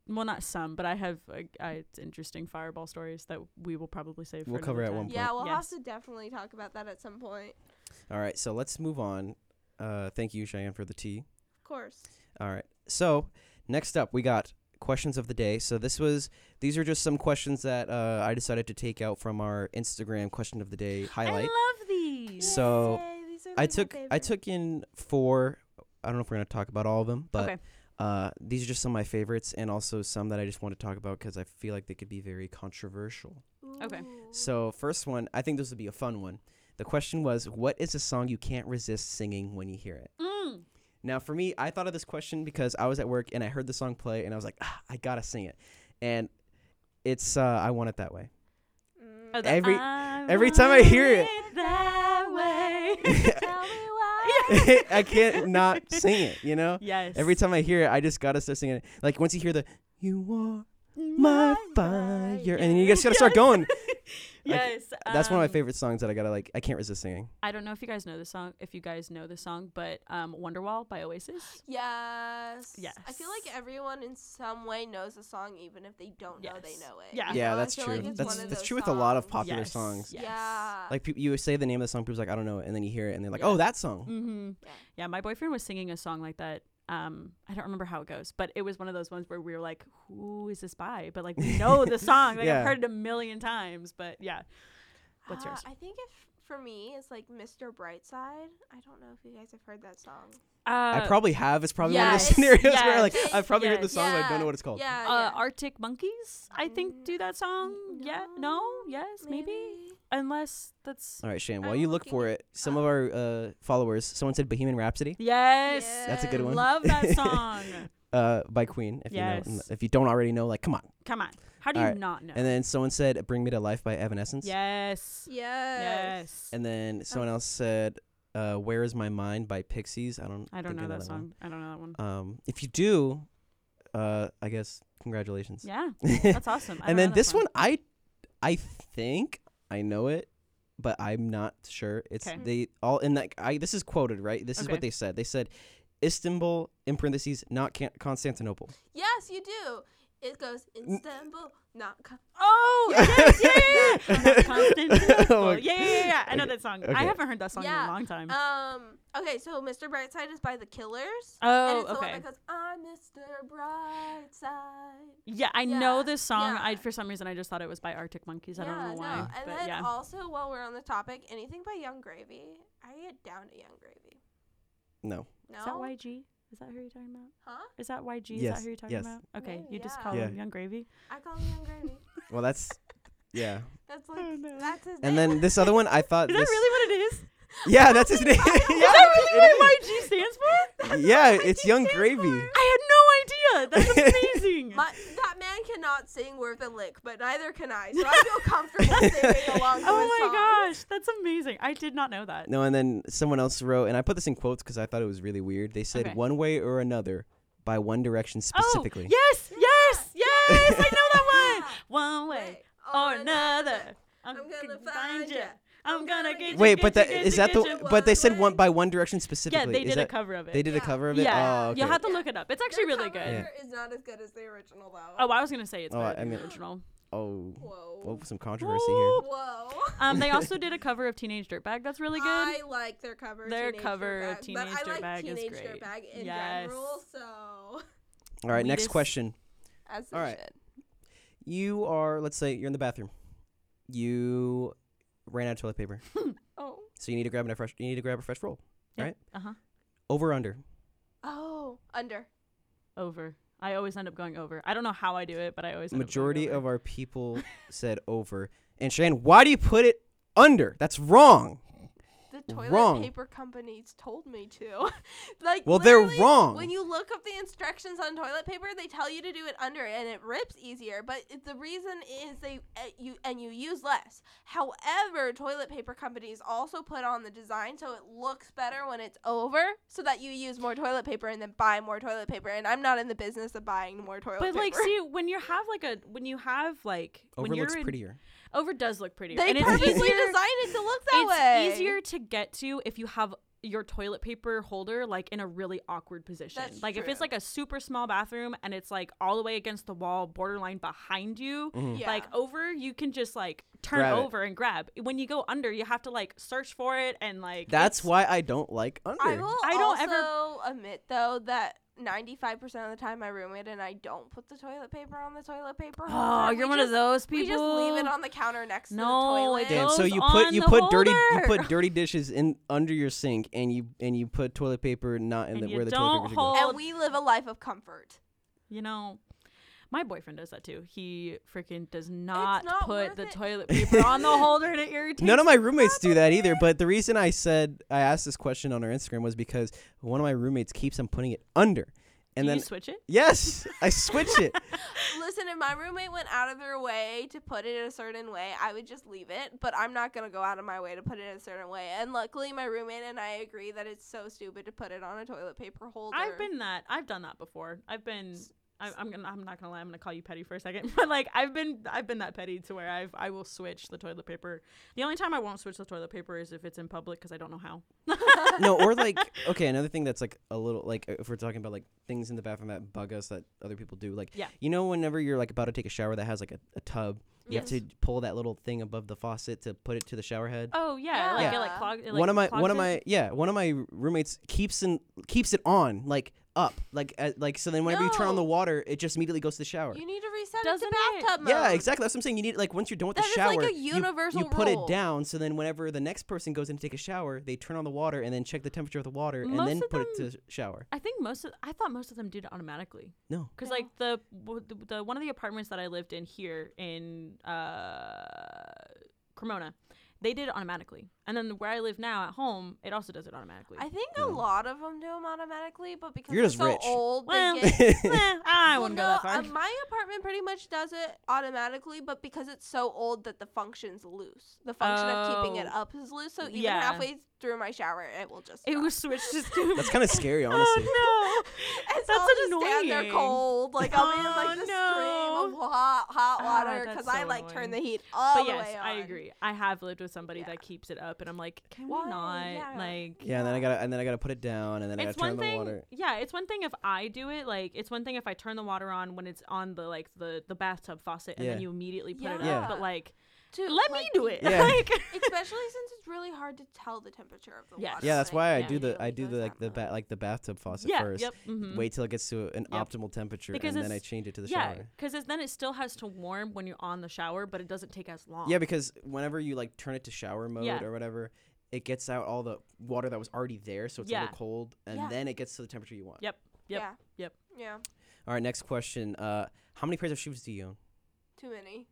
[SPEAKER 1] well, not some, but I have uh, uh, it's interesting fireball stories that we will probably save. for
[SPEAKER 2] We'll cover
[SPEAKER 1] another
[SPEAKER 2] at
[SPEAKER 1] time.
[SPEAKER 2] one
[SPEAKER 3] Yeah,
[SPEAKER 2] point.
[SPEAKER 3] we'll
[SPEAKER 1] Yes.
[SPEAKER 3] have to definitely talk about that at some point.
[SPEAKER 2] All right, so let's move on. Uh, thank you, Cheyenne, for the tea.
[SPEAKER 3] Of course.
[SPEAKER 2] All right. So next up, we got questions of the day. So this was these are just some questions that uh, I decided to take out from our Instagram question of the day
[SPEAKER 1] I
[SPEAKER 2] highlight.
[SPEAKER 1] love these.
[SPEAKER 2] So,
[SPEAKER 3] Yay, these
[SPEAKER 2] I
[SPEAKER 3] are like my
[SPEAKER 2] took I
[SPEAKER 3] favorite.
[SPEAKER 2] took in four. I don't know if we're gonna talk about all of them, but
[SPEAKER 1] okay.
[SPEAKER 2] uh, these are just some of my favorites, and also some that I just want to talk about because I feel like they could be very controversial.
[SPEAKER 1] okay.
[SPEAKER 3] Ooh.
[SPEAKER 2] So first one, I think this would be a fun one. The question was, what is a song you can't resist singing when you hear it?
[SPEAKER 1] Mm.
[SPEAKER 2] Now, for me, I thought of this question because I was at work and I heard the song play and I was like, ah, I gotta sing it, and it's uh, I want it that way.
[SPEAKER 3] Mm.
[SPEAKER 1] Oh, the
[SPEAKER 2] Every-
[SPEAKER 1] I
[SPEAKER 2] every time I hear
[SPEAKER 1] want that way.
[SPEAKER 3] Mm. Tell me why.
[SPEAKER 2] I can't not sing it, you know.
[SPEAKER 1] yes.
[SPEAKER 2] Every time I hear it, I just gotta start singing it. Like once you hear the "You Are My Fire," and then you just gotta start going.
[SPEAKER 1] yes.
[SPEAKER 2] That's one of my
[SPEAKER 1] um,
[SPEAKER 2] favorite songs that I gotta like. I can't resist singing.
[SPEAKER 1] I don't know if you guys know the song. If you guys know the song, but um, Wonderwall by Oasis.
[SPEAKER 3] Yes. I feel
[SPEAKER 1] Yes.
[SPEAKER 3] like everyone in some way knows a song, even if they don't know they
[SPEAKER 1] Yes.
[SPEAKER 3] know it.
[SPEAKER 1] Yeah.
[SPEAKER 3] you
[SPEAKER 2] yeah,
[SPEAKER 3] know? Uh-huh, I
[SPEAKER 2] that's
[SPEAKER 3] feel
[SPEAKER 2] true.
[SPEAKER 3] like it's
[SPEAKER 2] that's
[SPEAKER 3] one of
[SPEAKER 2] that's
[SPEAKER 3] those
[SPEAKER 2] true with a lot of
[SPEAKER 3] songs.
[SPEAKER 2] popular
[SPEAKER 1] Yes.
[SPEAKER 2] songs.
[SPEAKER 1] Yes.
[SPEAKER 3] Yeah.
[SPEAKER 2] Like people, you say the name of the song, people's like, I don't know it, and then you hear it, and they're like,
[SPEAKER 1] Yeah.
[SPEAKER 2] Oh, that song.
[SPEAKER 1] Mm-hmm.
[SPEAKER 3] Yeah.
[SPEAKER 1] Yeah. my boyfriend was singing a song like that. Um, I don't remember how it goes, but it was one of those ones where we were like, "Who is this by?" But like, we know the song. Like
[SPEAKER 2] Yeah.
[SPEAKER 1] I've heard it a million times. But yeah, What's
[SPEAKER 3] Uh,
[SPEAKER 1] yours?
[SPEAKER 3] I think if for me it's like Mr. Brightside. I don't know if you guys have heard that song.
[SPEAKER 1] uh,
[SPEAKER 2] I probably have. It's probably one of
[SPEAKER 1] yes,
[SPEAKER 2] those scenarios where like
[SPEAKER 3] yes,
[SPEAKER 2] I've probably heard
[SPEAKER 1] yes.
[SPEAKER 2] the song, but I don't
[SPEAKER 3] Yeah,
[SPEAKER 2] know what it's called.
[SPEAKER 3] Yeah.
[SPEAKER 1] uh,
[SPEAKER 3] yeah.
[SPEAKER 1] Arctic Monkeys. I
[SPEAKER 3] Mm,
[SPEAKER 1] think do that song. yeah, Mm, no, yes, maybe. Unless that's
[SPEAKER 2] All right, Shan. While
[SPEAKER 3] I'm
[SPEAKER 2] you look
[SPEAKER 3] looking
[SPEAKER 2] for
[SPEAKER 3] it
[SPEAKER 2] it, some of our uh, followers, someone said "Bohemian Rhapsody"
[SPEAKER 1] yes.
[SPEAKER 2] That's a good one.
[SPEAKER 1] Love that song.
[SPEAKER 2] uh, by Queen. If you know,
[SPEAKER 1] Yes.
[SPEAKER 2] if you don't already know, like, come on.
[SPEAKER 1] Come on, how do you
[SPEAKER 2] Alright,
[SPEAKER 1] not know?
[SPEAKER 2] And then someone said "Bring Me to Life" by Evanescence.
[SPEAKER 1] yes.
[SPEAKER 3] Yes.
[SPEAKER 1] Yes.
[SPEAKER 2] And then someone else said uh, "Where Is My Mind" by Pixies. I don't.
[SPEAKER 1] I don't
[SPEAKER 2] think
[SPEAKER 1] know that
[SPEAKER 2] one.
[SPEAKER 1] song. I don't know that one.
[SPEAKER 2] Um, if you do, uh, I guess congratulations.
[SPEAKER 1] Yeah, that's awesome. I don't
[SPEAKER 2] and then
[SPEAKER 1] know
[SPEAKER 2] this
[SPEAKER 1] that
[SPEAKER 2] one, I, I think I know it, but I'm not sure. It's
[SPEAKER 1] 'Kay.
[SPEAKER 2] they all in that. I this is quoted right. This is
[SPEAKER 1] Okay.
[SPEAKER 2] what they said. They said, Istanbul in parentheses not Can- Constantinople.
[SPEAKER 3] Yes, you do. It goes Istanbul, not. Co-
[SPEAKER 1] Oh, yes, yeah, yeah, yeah.
[SPEAKER 2] Oh
[SPEAKER 1] Constantinople.
[SPEAKER 2] my-
[SPEAKER 1] yeah, yeah, yeah, yeah. I know
[SPEAKER 2] Okay,
[SPEAKER 1] that song.
[SPEAKER 2] okay.
[SPEAKER 1] I haven't heard that song
[SPEAKER 3] Yeah,
[SPEAKER 1] in a long time.
[SPEAKER 3] um. Okay, so Mr. Brightside is by the Killers. and
[SPEAKER 1] oh,
[SPEAKER 3] it's the one
[SPEAKER 1] okay.
[SPEAKER 3] that goes, I'm Mr. Brightside.
[SPEAKER 1] Yeah, I know
[SPEAKER 3] Yeah,
[SPEAKER 1] this song. I
[SPEAKER 3] yeah.
[SPEAKER 1] for some reason I just thought it was by Arctic Monkeys. I don't know why,
[SPEAKER 3] No. And
[SPEAKER 1] but
[SPEAKER 3] then
[SPEAKER 1] yeah.
[SPEAKER 3] also, while we're on the topic, anything by Young Gravy, I get down to Young Gravy.
[SPEAKER 2] No.
[SPEAKER 3] No.
[SPEAKER 1] Is that YG? Is that who you're talking about?
[SPEAKER 3] Huh?
[SPEAKER 1] Is that YG? Is
[SPEAKER 2] Yes,
[SPEAKER 1] that who you're talking
[SPEAKER 2] yes.
[SPEAKER 1] about? Okay,
[SPEAKER 3] Maybe,
[SPEAKER 1] you just
[SPEAKER 3] yeah.
[SPEAKER 1] call
[SPEAKER 2] Yeah.
[SPEAKER 1] him Young Gravy.
[SPEAKER 3] I call him Young Gravy.
[SPEAKER 2] Well, that's yeah.
[SPEAKER 3] That's like
[SPEAKER 1] Oh, no.
[SPEAKER 3] that's his
[SPEAKER 2] And
[SPEAKER 3] name.
[SPEAKER 2] then this other one, I thought
[SPEAKER 1] Is that
[SPEAKER 2] this.
[SPEAKER 1] really what it is?
[SPEAKER 2] Yeah, that's his name. yeah,
[SPEAKER 1] Is that really
[SPEAKER 2] it
[SPEAKER 1] what YG stands for?
[SPEAKER 2] is. yeah, it's
[SPEAKER 1] YG
[SPEAKER 2] Young
[SPEAKER 1] stands
[SPEAKER 2] Gravy.
[SPEAKER 1] for? I had no idea. That's amazing.
[SPEAKER 3] My cannot. That man cannot sing worth a lick, but neither can I. So I feel comfortable singing along. To his
[SPEAKER 1] Oh my
[SPEAKER 3] song.
[SPEAKER 1] gosh, that's amazing. I did not know that.
[SPEAKER 2] No, and then someone else wrote, and I put this in quotes because I thought it was really weird. They said
[SPEAKER 1] Okay.
[SPEAKER 2] "One Way or Another" by One Direction
[SPEAKER 1] Oh,
[SPEAKER 2] specifically.
[SPEAKER 1] yes, yes, yes. I know that
[SPEAKER 3] Yeah.
[SPEAKER 1] one. One way
[SPEAKER 3] Way
[SPEAKER 1] or another. I'm,
[SPEAKER 3] gonna find
[SPEAKER 1] ya.
[SPEAKER 3] ya.
[SPEAKER 1] I'm gonna
[SPEAKER 3] gonna
[SPEAKER 1] get you.
[SPEAKER 3] get
[SPEAKER 2] Wait, but
[SPEAKER 1] get
[SPEAKER 2] that
[SPEAKER 1] you, get
[SPEAKER 2] is
[SPEAKER 1] you,
[SPEAKER 2] that
[SPEAKER 1] get
[SPEAKER 2] the?
[SPEAKER 1] you.
[SPEAKER 3] you.
[SPEAKER 2] But they said
[SPEAKER 3] One
[SPEAKER 2] one
[SPEAKER 3] way.
[SPEAKER 2] by One Direction
[SPEAKER 1] Yeah,
[SPEAKER 2] specifically.
[SPEAKER 1] they
[SPEAKER 2] is
[SPEAKER 1] did a
[SPEAKER 2] that,
[SPEAKER 1] cover of it.
[SPEAKER 2] They did a
[SPEAKER 3] Yeah.
[SPEAKER 2] cover of it.
[SPEAKER 1] yeah,
[SPEAKER 2] Oh, okay.
[SPEAKER 1] you'll have to
[SPEAKER 3] Yeah.
[SPEAKER 1] look it up. It's actually
[SPEAKER 3] Their
[SPEAKER 1] really
[SPEAKER 3] cover
[SPEAKER 1] good.
[SPEAKER 3] Is not as good as the original though.
[SPEAKER 1] Oh, I was gonna say it's
[SPEAKER 2] Oh,
[SPEAKER 1] better
[SPEAKER 2] I
[SPEAKER 1] than the
[SPEAKER 2] mean-
[SPEAKER 1] original.
[SPEAKER 2] oh,
[SPEAKER 3] Whoa.
[SPEAKER 2] well, some controversy
[SPEAKER 1] Whoa.
[SPEAKER 2] here.
[SPEAKER 3] Whoa.
[SPEAKER 1] Um, they also did a cover of Teenage Dirtbag. That's really good.
[SPEAKER 3] I like their cover. of
[SPEAKER 1] Their
[SPEAKER 3] Teenage
[SPEAKER 1] cover of
[SPEAKER 3] Dirtbag,
[SPEAKER 1] Teenage
[SPEAKER 3] but I like
[SPEAKER 1] Dirtbag is
[SPEAKER 3] Teenage
[SPEAKER 1] great.
[SPEAKER 3] Dirtbag in
[SPEAKER 1] Yes.
[SPEAKER 3] general, so
[SPEAKER 2] All right,
[SPEAKER 1] We
[SPEAKER 2] next
[SPEAKER 1] just-
[SPEAKER 2] question.
[SPEAKER 3] as they
[SPEAKER 2] All right.
[SPEAKER 3] should.
[SPEAKER 2] You are, let's say, you're in the bathroom. You ran out of toilet paper,
[SPEAKER 3] Oh.
[SPEAKER 2] so you need to grab a fresh. You need to grab a fresh roll.
[SPEAKER 1] Uh huh.
[SPEAKER 2] Over under.
[SPEAKER 3] Oh. Under.
[SPEAKER 1] Over. I always end up going over. I don't know how I do it, but I always. End
[SPEAKER 2] Majority
[SPEAKER 1] up going
[SPEAKER 2] of
[SPEAKER 1] over.
[SPEAKER 2] our people said over. And Shan, why do you put it under? That's wrong.
[SPEAKER 3] The toilet
[SPEAKER 2] Wrong.
[SPEAKER 3] paper companies told me to. like
[SPEAKER 2] Well, they're
[SPEAKER 3] literally,
[SPEAKER 2] wrong.
[SPEAKER 3] When you look up the instructions on toilet paper, they tell you to do it under and it rips easier, but it- the reason is they uh, you and you use less. However, toilet paper companies also put on the design so it looks better when it's over so that you use more toilet paper and then buy more toilet paper and I'm not in the business of buying more toilet
[SPEAKER 1] But
[SPEAKER 3] paper.
[SPEAKER 1] like, see, when you have like a, when you have like,
[SPEAKER 2] Over
[SPEAKER 1] when you're
[SPEAKER 2] looks
[SPEAKER 1] in-
[SPEAKER 2] prettier.
[SPEAKER 1] Over does look prettier.
[SPEAKER 3] they
[SPEAKER 1] and it's
[SPEAKER 3] purposely
[SPEAKER 1] easier.
[SPEAKER 3] designed it to look that
[SPEAKER 1] it's
[SPEAKER 3] way.
[SPEAKER 1] easier to get to if you have your toilet paper holder like in a really awkward position.
[SPEAKER 3] That's
[SPEAKER 1] like if it's
[SPEAKER 3] true.
[SPEAKER 1] like a super small bathroom and it's like all the way against the wall, borderline behind you.
[SPEAKER 2] Mhm.
[SPEAKER 3] Yeah.
[SPEAKER 1] Like over, you can just like turn
[SPEAKER 2] Grab it.
[SPEAKER 1] over and grab. When you go under, you have to like search for it and like.
[SPEAKER 2] That's
[SPEAKER 1] it's-
[SPEAKER 2] why I don't like under.
[SPEAKER 3] I will
[SPEAKER 1] I don't ever-
[SPEAKER 3] also admit though that 95% of the time my roommate and I don't put the toilet paper on the toilet paper.
[SPEAKER 1] Oh,
[SPEAKER 3] holder.
[SPEAKER 1] you're
[SPEAKER 3] We
[SPEAKER 1] one
[SPEAKER 3] just-
[SPEAKER 1] of those people.
[SPEAKER 3] We just leave it on the counter next to
[SPEAKER 1] No,
[SPEAKER 3] the toilet.
[SPEAKER 1] it
[SPEAKER 2] Damn, so
[SPEAKER 1] goes
[SPEAKER 2] you put
[SPEAKER 1] on
[SPEAKER 2] you
[SPEAKER 1] the
[SPEAKER 2] put dirty you
[SPEAKER 1] holder.
[SPEAKER 2] put dirty dishes in under your sink and you and you put toilet paper not in
[SPEAKER 1] And
[SPEAKER 2] the
[SPEAKER 1] you
[SPEAKER 2] where the
[SPEAKER 1] don't
[SPEAKER 2] toilet paper should go.
[SPEAKER 1] hold-
[SPEAKER 3] and we live a life of comfort.
[SPEAKER 1] You know, my boyfriend does that too. He freaking does not,
[SPEAKER 3] not
[SPEAKER 1] put
[SPEAKER 3] worth
[SPEAKER 1] the
[SPEAKER 3] it.
[SPEAKER 1] toilet paper on the holder and it irritates
[SPEAKER 2] None of my roommates do that either, but the reason I said I asked this question on our Instagram was because one of my roommates keeps on putting it under. And
[SPEAKER 1] Do
[SPEAKER 2] then
[SPEAKER 1] you switch it?
[SPEAKER 2] Yes, I switch it.
[SPEAKER 3] Listen, if my roommate went out of their way to put it a certain way, I would just leave it, but I'm not going to go out of my way to put it a certain way. And luckily, my roommate and I agree that it's so stupid to put it on a toilet paper holder.
[SPEAKER 1] I've been that. I've done that before. I've been. I, I'm gonna. I'm not gonna lie. I'm gonna call you petty for a second, but like I've been. I've been that petty to where I've. I will switch the toilet paper. The only time I won't switch the toilet paper is if it's in public because I don't know how.
[SPEAKER 2] no, or like okay, another thing that's like a little like uh, if we're talking about like things in the bathroom that bug us that other people do, like
[SPEAKER 1] Yeah.
[SPEAKER 2] you know, whenever you're like about to take a shower that has like a, a tub, you have
[SPEAKER 1] Yes.
[SPEAKER 2] to pull that little thing above the faucet to put it to the shower head.
[SPEAKER 1] Oh yeah, like it like
[SPEAKER 3] Yeah.
[SPEAKER 1] clogged.
[SPEAKER 2] one of my one of my yeah one of my roommates keeps in keeps it on like up like uh, like so then whenever you turn on the
[SPEAKER 3] No.
[SPEAKER 2] water it just immediately goes to the shower.
[SPEAKER 3] You need to reset
[SPEAKER 1] Doesn't
[SPEAKER 3] it
[SPEAKER 1] it?
[SPEAKER 3] to bathtub mode.
[SPEAKER 2] yeah, exactly. That's what I'm saying. You need like once you're done with the
[SPEAKER 3] That is
[SPEAKER 2] shower,
[SPEAKER 3] like a
[SPEAKER 2] you-
[SPEAKER 3] universal
[SPEAKER 2] you, put
[SPEAKER 3] rule.
[SPEAKER 2] it down. So then whenever the next person goes in to take a shower, they turn on the water and then check the temperature of the water
[SPEAKER 1] Most
[SPEAKER 2] and then
[SPEAKER 1] of
[SPEAKER 2] put it to sh- shower.
[SPEAKER 1] I think most of. I thought most of them did it automatically.
[SPEAKER 2] No.
[SPEAKER 1] Because
[SPEAKER 3] No.
[SPEAKER 1] like the, w- the the one of the apartments that I lived in here in uh Cremona, they did it automatically, and then where I live now at home, it also does it automatically.
[SPEAKER 3] I think
[SPEAKER 2] Yeah.
[SPEAKER 3] a lot of them do them automatically, but because
[SPEAKER 2] You're
[SPEAKER 3] they're
[SPEAKER 2] just
[SPEAKER 3] so
[SPEAKER 2] rich.
[SPEAKER 3] old,
[SPEAKER 1] Well,
[SPEAKER 3] they get.
[SPEAKER 1] Eh, I
[SPEAKER 3] Well,
[SPEAKER 1] wouldn't
[SPEAKER 3] no,
[SPEAKER 1] go that far.
[SPEAKER 3] uh, my apartment pretty much does it automatically, but because it's so old that the function's loose, the function of keeping it
[SPEAKER 1] Oh.
[SPEAKER 3] up is loose. So even
[SPEAKER 1] Yeah.
[SPEAKER 3] halfway through my shower, it will just.
[SPEAKER 1] it
[SPEAKER 3] stop.
[SPEAKER 1] was switched just to.
[SPEAKER 2] That's kind of scary, honestly.
[SPEAKER 1] Oh
[SPEAKER 3] And so
[SPEAKER 1] that's
[SPEAKER 3] I'll just stand there
[SPEAKER 1] annoying.
[SPEAKER 3] cold, like I'll be in like
[SPEAKER 1] Oh,
[SPEAKER 3] this stream
[SPEAKER 1] no.
[SPEAKER 3] of hot, hot
[SPEAKER 1] Ah,
[SPEAKER 3] water
[SPEAKER 1] that's
[SPEAKER 3] because
[SPEAKER 1] so
[SPEAKER 3] I like turn
[SPEAKER 1] annoying.
[SPEAKER 3] the heat all
[SPEAKER 1] no! But
[SPEAKER 3] the
[SPEAKER 1] yes,
[SPEAKER 3] way on.
[SPEAKER 1] I agree. I have lived with somebody
[SPEAKER 3] Yeah.
[SPEAKER 1] that keeps it up, and I'm like, can
[SPEAKER 3] Why?
[SPEAKER 1] we not?
[SPEAKER 3] Yeah.
[SPEAKER 1] Like,
[SPEAKER 2] Yeah, and then I gotta and then I gotta put it down and then
[SPEAKER 1] it's
[SPEAKER 2] I
[SPEAKER 1] one
[SPEAKER 2] gotta turn on the
[SPEAKER 1] thing
[SPEAKER 2] water.
[SPEAKER 1] yeah it's one thing if i do it like it's one thing if i turn the water on when it's on the like the the bathtub faucet and then
[SPEAKER 2] Yeah.
[SPEAKER 1] you immediately put it
[SPEAKER 3] Yeah.
[SPEAKER 1] up but like
[SPEAKER 3] Dude,
[SPEAKER 1] let me
[SPEAKER 3] like,
[SPEAKER 1] do it
[SPEAKER 2] Yeah.
[SPEAKER 1] like
[SPEAKER 3] Especially since it's really hard to tell the temperature of the
[SPEAKER 1] Yes.
[SPEAKER 3] water.
[SPEAKER 2] Yeah, that's
[SPEAKER 3] like,
[SPEAKER 2] why I
[SPEAKER 1] Yeah.
[SPEAKER 2] do the
[SPEAKER 3] usually
[SPEAKER 2] I do
[SPEAKER 3] goes
[SPEAKER 2] the like
[SPEAKER 3] that
[SPEAKER 2] the
[SPEAKER 3] much.
[SPEAKER 2] ba- like the bathtub faucet
[SPEAKER 1] yeah
[SPEAKER 2] first.
[SPEAKER 1] yep mhm.
[SPEAKER 2] Wait till it gets to an
[SPEAKER 1] Yep.
[SPEAKER 2] optimal temperature
[SPEAKER 1] Because
[SPEAKER 2] and then I
[SPEAKER 1] it's-
[SPEAKER 2] change it to the
[SPEAKER 1] yeah
[SPEAKER 2] shower.
[SPEAKER 1] because then it still has to warm when you're on the shower but it doesn't take as long
[SPEAKER 2] Yeah, because whenever you like turn it to shower mode
[SPEAKER 1] Yeah.
[SPEAKER 2] or whatever, it gets out all the water that was already there, so it's a
[SPEAKER 1] Yeah.
[SPEAKER 2] little cold, and
[SPEAKER 3] Yeah.
[SPEAKER 2] then it gets to the temperature you want.
[SPEAKER 1] Yep. Yep.
[SPEAKER 3] Yeah.
[SPEAKER 1] Yep.
[SPEAKER 3] Yeah.
[SPEAKER 2] All right, next question. Uh, how many pairs of shoes do you own?
[SPEAKER 3] Too many.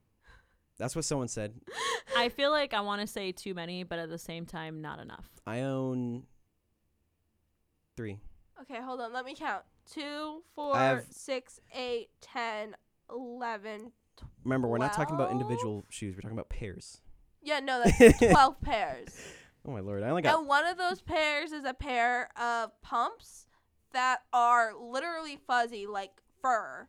[SPEAKER 2] That's what someone said.
[SPEAKER 1] i feel like i want to say too many but at the same time not enough
[SPEAKER 2] I own three.
[SPEAKER 3] Okay, hold on. Let me count. Two, four,
[SPEAKER 2] have-
[SPEAKER 3] six, eight, ten, 11.
[SPEAKER 2] Remember, we're not talking about
[SPEAKER 3] Twelve?
[SPEAKER 2] individual shoes. We're talking about pairs.
[SPEAKER 3] Yeah, no, that's 12 pairs.
[SPEAKER 2] Oh my lord! I only got
[SPEAKER 3] And one of those pairs is a pair of pumps that are literally fuzzy, like fur,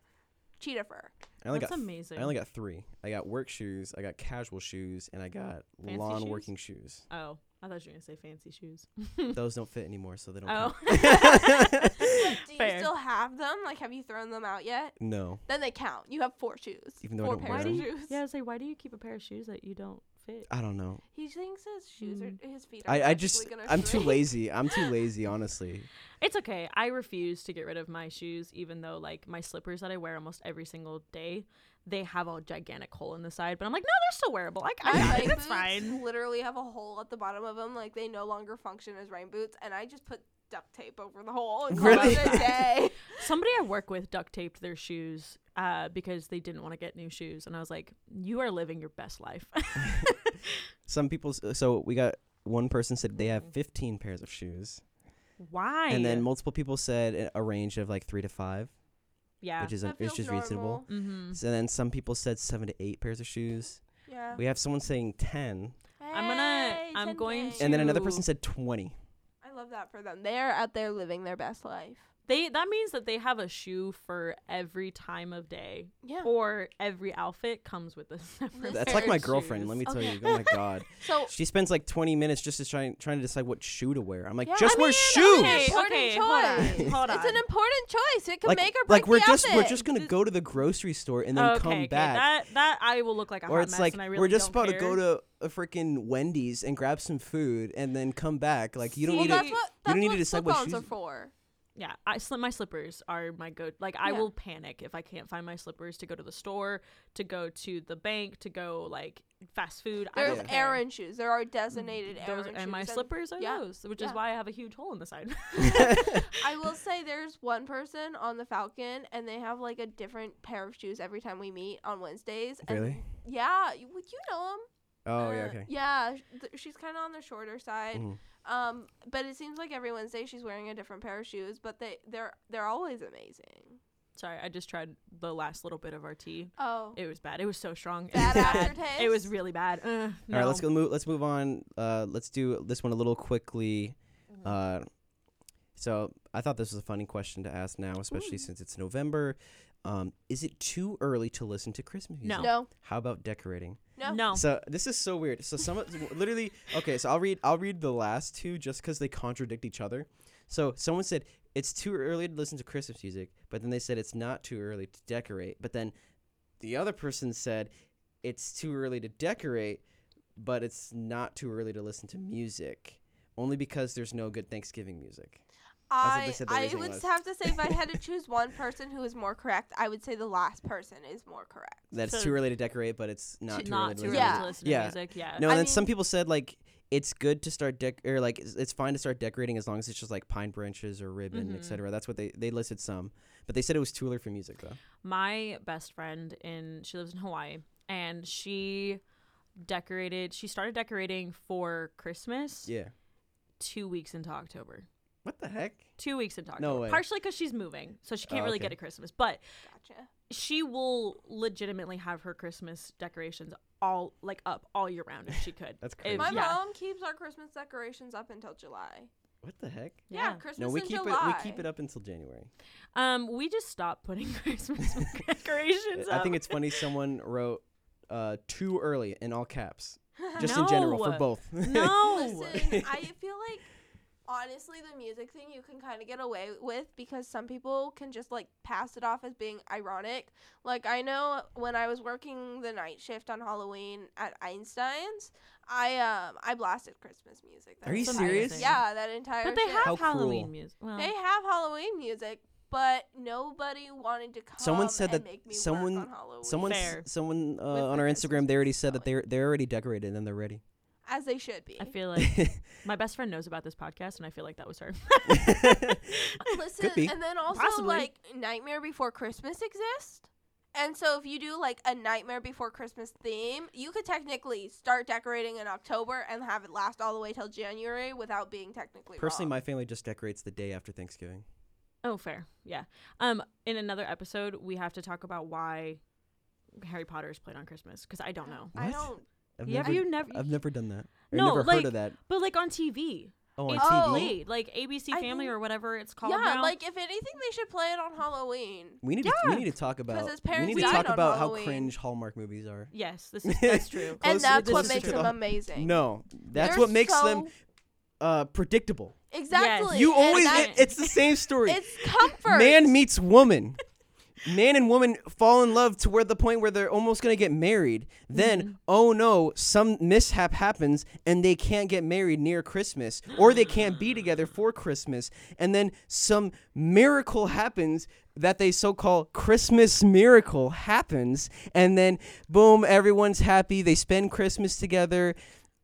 [SPEAKER 3] cheetah fur.
[SPEAKER 2] I only
[SPEAKER 1] That's
[SPEAKER 2] got
[SPEAKER 1] amazing.
[SPEAKER 2] I only got three. I got work shoes, I got casual shoes, and I got
[SPEAKER 1] Fancy
[SPEAKER 2] lawn
[SPEAKER 1] shoes?
[SPEAKER 2] working shoes.
[SPEAKER 1] oh, I thought you were gonna say fancy shoes.
[SPEAKER 2] Those don't fit anymore, so they don't.
[SPEAKER 1] Oh,
[SPEAKER 2] count.
[SPEAKER 3] Do you
[SPEAKER 1] Fair.
[SPEAKER 3] still have them? Like, have you thrown them out yet?
[SPEAKER 2] No,
[SPEAKER 3] Then they count. You have four shoes.
[SPEAKER 2] Even though I
[SPEAKER 3] four
[SPEAKER 2] don't wear
[SPEAKER 3] pairs
[SPEAKER 1] them.
[SPEAKER 3] of shoes.
[SPEAKER 1] yeah. I was like, why do you keep a pair of shoes that you don't fit?
[SPEAKER 2] I don't know.
[SPEAKER 3] He thinks his shoes are his feet. Are
[SPEAKER 2] Mm. I, I
[SPEAKER 3] actually
[SPEAKER 2] just
[SPEAKER 3] gonna
[SPEAKER 2] I'm too
[SPEAKER 3] shrink.
[SPEAKER 2] lazy. I'm too lazy, honestly.
[SPEAKER 1] It's okay. I refuse to get rid of my shoes, even though like my slippers that I wear almost every single day, they have a gigantic hole in the side. But I'm like, no, they're still wearable. Like, I,
[SPEAKER 3] My
[SPEAKER 1] I
[SPEAKER 3] rain
[SPEAKER 1] think that's
[SPEAKER 3] boots
[SPEAKER 1] fine.
[SPEAKER 3] Literally have a hole at the bottom of them, like they no longer function as rain boots, and I just put duct tape over the hole and call
[SPEAKER 2] Really?
[SPEAKER 3] it a day.
[SPEAKER 1] Somebody I work with duct taped their shoes uh, because they didn't want to get new shoes, and I was like, you are living your best life.
[SPEAKER 2] Some people. s- So we got one person said they have
[SPEAKER 3] Mm.
[SPEAKER 2] 15 pairs of shoes,
[SPEAKER 1] Why?
[SPEAKER 2] and then multiple people said a- a range of like three to five,
[SPEAKER 1] yeah.
[SPEAKER 2] which is a,
[SPEAKER 3] That
[SPEAKER 2] which
[SPEAKER 3] feels
[SPEAKER 2] is reasonable.
[SPEAKER 3] normal. Mm.
[SPEAKER 1] mm-hmm.
[SPEAKER 2] So then some people said seven to eight pairs of shoes.
[SPEAKER 3] Yeah.
[SPEAKER 2] We have someone saying 10,
[SPEAKER 1] I'm gonna-
[SPEAKER 3] Hey,
[SPEAKER 1] I'm
[SPEAKER 3] 10
[SPEAKER 1] going
[SPEAKER 3] days.
[SPEAKER 2] and then another
[SPEAKER 1] Two.
[SPEAKER 2] person said 20.
[SPEAKER 3] I love that for them. They are out there living their best life.
[SPEAKER 1] They that means that they have a shoe for every time of day,
[SPEAKER 3] Yeah.
[SPEAKER 1] or every outfit comes with a separate.
[SPEAKER 2] That's
[SPEAKER 1] pair
[SPEAKER 2] like
[SPEAKER 1] of
[SPEAKER 2] my girlfriend.
[SPEAKER 1] shoes.
[SPEAKER 2] Let me tell
[SPEAKER 3] Okay.
[SPEAKER 2] you. Oh my god.
[SPEAKER 3] So
[SPEAKER 2] She spends like 20 minutes just to trying trying to decide what shoe to wear. I'm like,
[SPEAKER 3] Yeah,
[SPEAKER 2] just
[SPEAKER 3] I
[SPEAKER 2] wear
[SPEAKER 3] mean,
[SPEAKER 2] shoes.
[SPEAKER 1] okay,
[SPEAKER 3] It's an important
[SPEAKER 1] okay, hold on,
[SPEAKER 3] choice.
[SPEAKER 1] hold
[SPEAKER 3] It's an
[SPEAKER 1] on.
[SPEAKER 3] important choice. It can
[SPEAKER 2] Like,
[SPEAKER 3] make or break
[SPEAKER 2] like we're
[SPEAKER 3] the
[SPEAKER 2] just we're
[SPEAKER 3] outfit.
[SPEAKER 2] just gonna go to the grocery store and then
[SPEAKER 1] okay,
[SPEAKER 2] come
[SPEAKER 1] okay,
[SPEAKER 2] back,
[SPEAKER 1] That that I will look like a
[SPEAKER 2] or
[SPEAKER 1] hot
[SPEAKER 2] it's
[SPEAKER 1] mess
[SPEAKER 2] like
[SPEAKER 1] and I really
[SPEAKER 2] we're just
[SPEAKER 1] don't
[SPEAKER 2] about to
[SPEAKER 1] care.
[SPEAKER 2] go to a freaking Wendy's and grab some food and then come back. Like you don't
[SPEAKER 1] See,
[SPEAKER 3] Well,
[SPEAKER 2] need
[SPEAKER 1] that-
[SPEAKER 2] to.
[SPEAKER 3] that's what
[SPEAKER 2] don't
[SPEAKER 3] that's
[SPEAKER 2] need to
[SPEAKER 3] what
[SPEAKER 2] decide what
[SPEAKER 3] slip-ons
[SPEAKER 2] shoes-
[SPEAKER 3] are for.
[SPEAKER 1] Yeah, I slip my slippers are my go. Like I
[SPEAKER 3] Yeah.
[SPEAKER 1] will panic if I can't find my slippers to go to the store, to go to the bank, to go like fast food. I
[SPEAKER 3] There's
[SPEAKER 1] don't care.
[SPEAKER 3] errand shoes. There are designated
[SPEAKER 1] Those
[SPEAKER 3] errand shoes.
[SPEAKER 1] and my slippers are
[SPEAKER 3] yeah,
[SPEAKER 1] those, which
[SPEAKER 3] yeah.
[SPEAKER 1] is why I have a huge hole in the side.
[SPEAKER 3] I will say there's one person on the Falcon, and they have like a different pair of shoes every time we meet on Wednesdays. and-
[SPEAKER 2] Really?
[SPEAKER 3] yeah, you, would you know them.
[SPEAKER 2] Oh yeah,
[SPEAKER 3] Uh,
[SPEAKER 2] okay.
[SPEAKER 3] Yeah, sh- th- she's kind of on the shorter side.
[SPEAKER 2] Mhm.
[SPEAKER 3] Um, but it seems like every Wednesday she's wearing a different pair of shoes. But they they're they're always amazing.
[SPEAKER 1] Sorry, I just tried the last little bit of our tea.
[SPEAKER 3] Oh,
[SPEAKER 1] It was bad. It was so strong. It was
[SPEAKER 3] Bad
[SPEAKER 1] bad. It was
[SPEAKER 3] aftertaste?
[SPEAKER 1] really bad. Ugh,
[SPEAKER 2] All right,
[SPEAKER 1] no.
[SPEAKER 2] let's go move. Let's move on. Uh, let's do this one a little quickly.
[SPEAKER 1] Mm-hmm.
[SPEAKER 2] Uh, so I thought this was a funny question to ask now, especially
[SPEAKER 1] Mm.
[SPEAKER 2] since it's November. Um, is it too early to listen to Christmas music?
[SPEAKER 1] No.
[SPEAKER 3] no,
[SPEAKER 2] How about decorating?
[SPEAKER 3] no,
[SPEAKER 1] No.
[SPEAKER 2] So this is so weird. So some literally okay. So I'll read I'll read the last two just because they contradict each other. So someone said it's too early to listen to Christmas music, but then they said it's not too early to decorate. But then the other person said it's too early to decorate, but it's not too early to listen to music. Only because there's no good Thanksgiving music. what they
[SPEAKER 3] I
[SPEAKER 2] said the
[SPEAKER 3] I
[SPEAKER 2] reasoning
[SPEAKER 3] would
[SPEAKER 2] was.
[SPEAKER 3] have to say if I had to choose one person who is more correct, I would say the last person is more correct.
[SPEAKER 2] That's
[SPEAKER 1] So-
[SPEAKER 2] too early to decorate, but it's not too, early
[SPEAKER 1] not
[SPEAKER 2] to
[SPEAKER 1] too early
[SPEAKER 2] listen to
[SPEAKER 3] Yeah.
[SPEAKER 1] to listen to
[SPEAKER 2] Yeah.
[SPEAKER 1] music. Yeah.
[SPEAKER 2] No,
[SPEAKER 3] I
[SPEAKER 2] and then some
[SPEAKER 3] mean-
[SPEAKER 2] people said like it's good to start dec or like it's, it's fine to start decorating as long as it's just like pine branches or ribbon,
[SPEAKER 3] Mm-hmm.
[SPEAKER 2] et
[SPEAKER 1] Mhm.
[SPEAKER 2] etc. That's what they they listed some, but they said it was too early for music though.
[SPEAKER 1] My best friend in she lives in Hawaii and she decorated she started decorating for Christmas
[SPEAKER 2] Yeah.
[SPEAKER 1] two weeks into October.
[SPEAKER 2] What the heck?
[SPEAKER 1] Two weeks into October.
[SPEAKER 2] No way.
[SPEAKER 1] Partially because she's moving, so she can't
[SPEAKER 2] Oh,
[SPEAKER 1] really
[SPEAKER 2] okay.
[SPEAKER 1] get a Christmas. But
[SPEAKER 3] Gotcha.
[SPEAKER 1] she will legitimately have her Christmas decorations all like up all year round if she could.
[SPEAKER 2] That's
[SPEAKER 1] If-
[SPEAKER 2] crazy.
[SPEAKER 3] My
[SPEAKER 1] yeah.
[SPEAKER 3] mom keeps our Christmas decorations up until July.
[SPEAKER 2] What the heck?
[SPEAKER 3] Yeah,
[SPEAKER 1] Yeah.
[SPEAKER 3] Christmas
[SPEAKER 2] No, we
[SPEAKER 3] in
[SPEAKER 2] keep
[SPEAKER 3] July.
[SPEAKER 2] it we keep it up until January.
[SPEAKER 1] Um, we just stopped putting Christmas decorations
[SPEAKER 2] I
[SPEAKER 1] up.
[SPEAKER 2] think it's funny someone wrote uh too early in all caps.
[SPEAKER 3] Uh,
[SPEAKER 2] Just in general for
[SPEAKER 1] No.
[SPEAKER 2] both.
[SPEAKER 1] no.
[SPEAKER 3] Listen, I feel like honestly the music thing you can kind of get away with because some people can just like pass it off as being ironic. Like I know when I was working the night shift on Halloween at Einstein's, I um I blasted Christmas music. that
[SPEAKER 2] Are you
[SPEAKER 3] entire-
[SPEAKER 2] serious?
[SPEAKER 3] Yeah, that entire
[SPEAKER 1] But they
[SPEAKER 3] shift.
[SPEAKER 1] have
[SPEAKER 2] How
[SPEAKER 1] Halloween
[SPEAKER 2] cruel.
[SPEAKER 1] music. Well,
[SPEAKER 3] They have Halloween music, but nobody wanted to come.
[SPEAKER 2] Someone said
[SPEAKER 3] and
[SPEAKER 2] that
[SPEAKER 3] make me
[SPEAKER 2] someone-
[SPEAKER 3] work on Halloween.
[SPEAKER 2] Someone s-
[SPEAKER 1] Fair.
[SPEAKER 2] someone uh,
[SPEAKER 3] With
[SPEAKER 2] on
[SPEAKER 3] the
[SPEAKER 2] our
[SPEAKER 3] Christmas
[SPEAKER 2] Instagram they already
[SPEAKER 3] music
[SPEAKER 2] said that
[SPEAKER 3] going.
[SPEAKER 2] they're they're already decorated and they're ready.
[SPEAKER 3] as they should be.
[SPEAKER 1] I feel like my best friend knows about this podcast, and I feel like that was her.
[SPEAKER 3] Listen,
[SPEAKER 2] be.
[SPEAKER 3] and then also
[SPEAKER 1] Possibly.
[SPEAKER 3] like Nightmare Before Christmas exists. And so if you do like a Nightmare Before Christmas theme, you could technically start decorating in October and have it last all the way till January without being technically
[SPEAKER 2] Personally,
[SPEAKER 3] wrong.
[SPEAKER 2] my family just decorates the day after Thanksgiving.
[SPEAKER 1] Oh, fair. Yeah. Um, in another episode, we have to talk about why Harry Potter is played on Christmas because I don't know.
[SPEAKER 3] I
[SPEAKER 2] What?
[SPEAKER 3] don't.
[SPEAKER 2] I've,
[SPEAKER 1] Yeah,
[SPEAKER 2] never,
[SPEAKER 1] you never.
[SPEAKER 2] I've never done that. I've
[SPEAKER 1] No,
[SPEAKER 2] never
[SPEAKER 1] like-
[SPEAKER 2] heard of that.
[SPEAKER 1] But like on TV,
[SPEAKER 2] Oh, on
[SPEAKER 1] it's
[SPEAKER 3] Oh.
[SPEAKER 2] TV.
[SPEAKER 1] played like ABC
[SPEAKER 3] I
[SPEAKER 1] Family
[SPEAKER 3] think-
[SPEAKER 1] or whatever it's called
[SPEAKER 3] yeah,
[SPEAKER 1] now.
[SPEAKER 3] like if anything, they should play it on Halloween.
[SPEAKER 2] We need to, we need to talk about
[SPEAKER 3] his
[SPEAKER 2] we
[SPEAKER 3] parents
[SPEAKER 2] need to
[SPEAKER 1] died
[SPEAKER 2] talk
[SPEAKER 3] on
[SPEAKER 2] about
[SPEAKER 3] Halloween.
[SPEAKER 2] how cringe Hallmark movies are.
[SPEAKER 1] yes, this is that's true.
[SPEAKER 2] Closer-
[SPEAKER 3] and that's what
[SPEAKER 2] closer
[SPEAKER 3] makes
[SPEAKER 2] to
[SPEAKER 3] them
[SPEAKER 2] the-
[SPEAKER 3] amazing.
[SPEAKER 2] No, that's
[SPEAKER 3] They're
[SPEAKER 2] what makes them
[SPEAKER 3] so-
[SPEAKER 2] uh, predictable.
[SPEAKER 3] exactly.
[SPEAKER 2] You
[SPEAKER 3] and
[SPEAKER 2] always
[SPEAKER 3] that's-
[SPEAKER 2] it, it's the same story.
[SPEAKER 3] it's comfort.
[SPEAKER 2] Man meets woman. Man and woman fall in love to where the point where they're almost gonna get married. Then,
[SPEAKER 3] Mm-hmm.
[SPEAKER 2] oh no, some mishap happens and they can't get married near Christmas, or they can't be together for Christmas. And then some miracle happens that they so-called Christmas miracle happens, and then boom, everyone's happy. They spend Christmas together,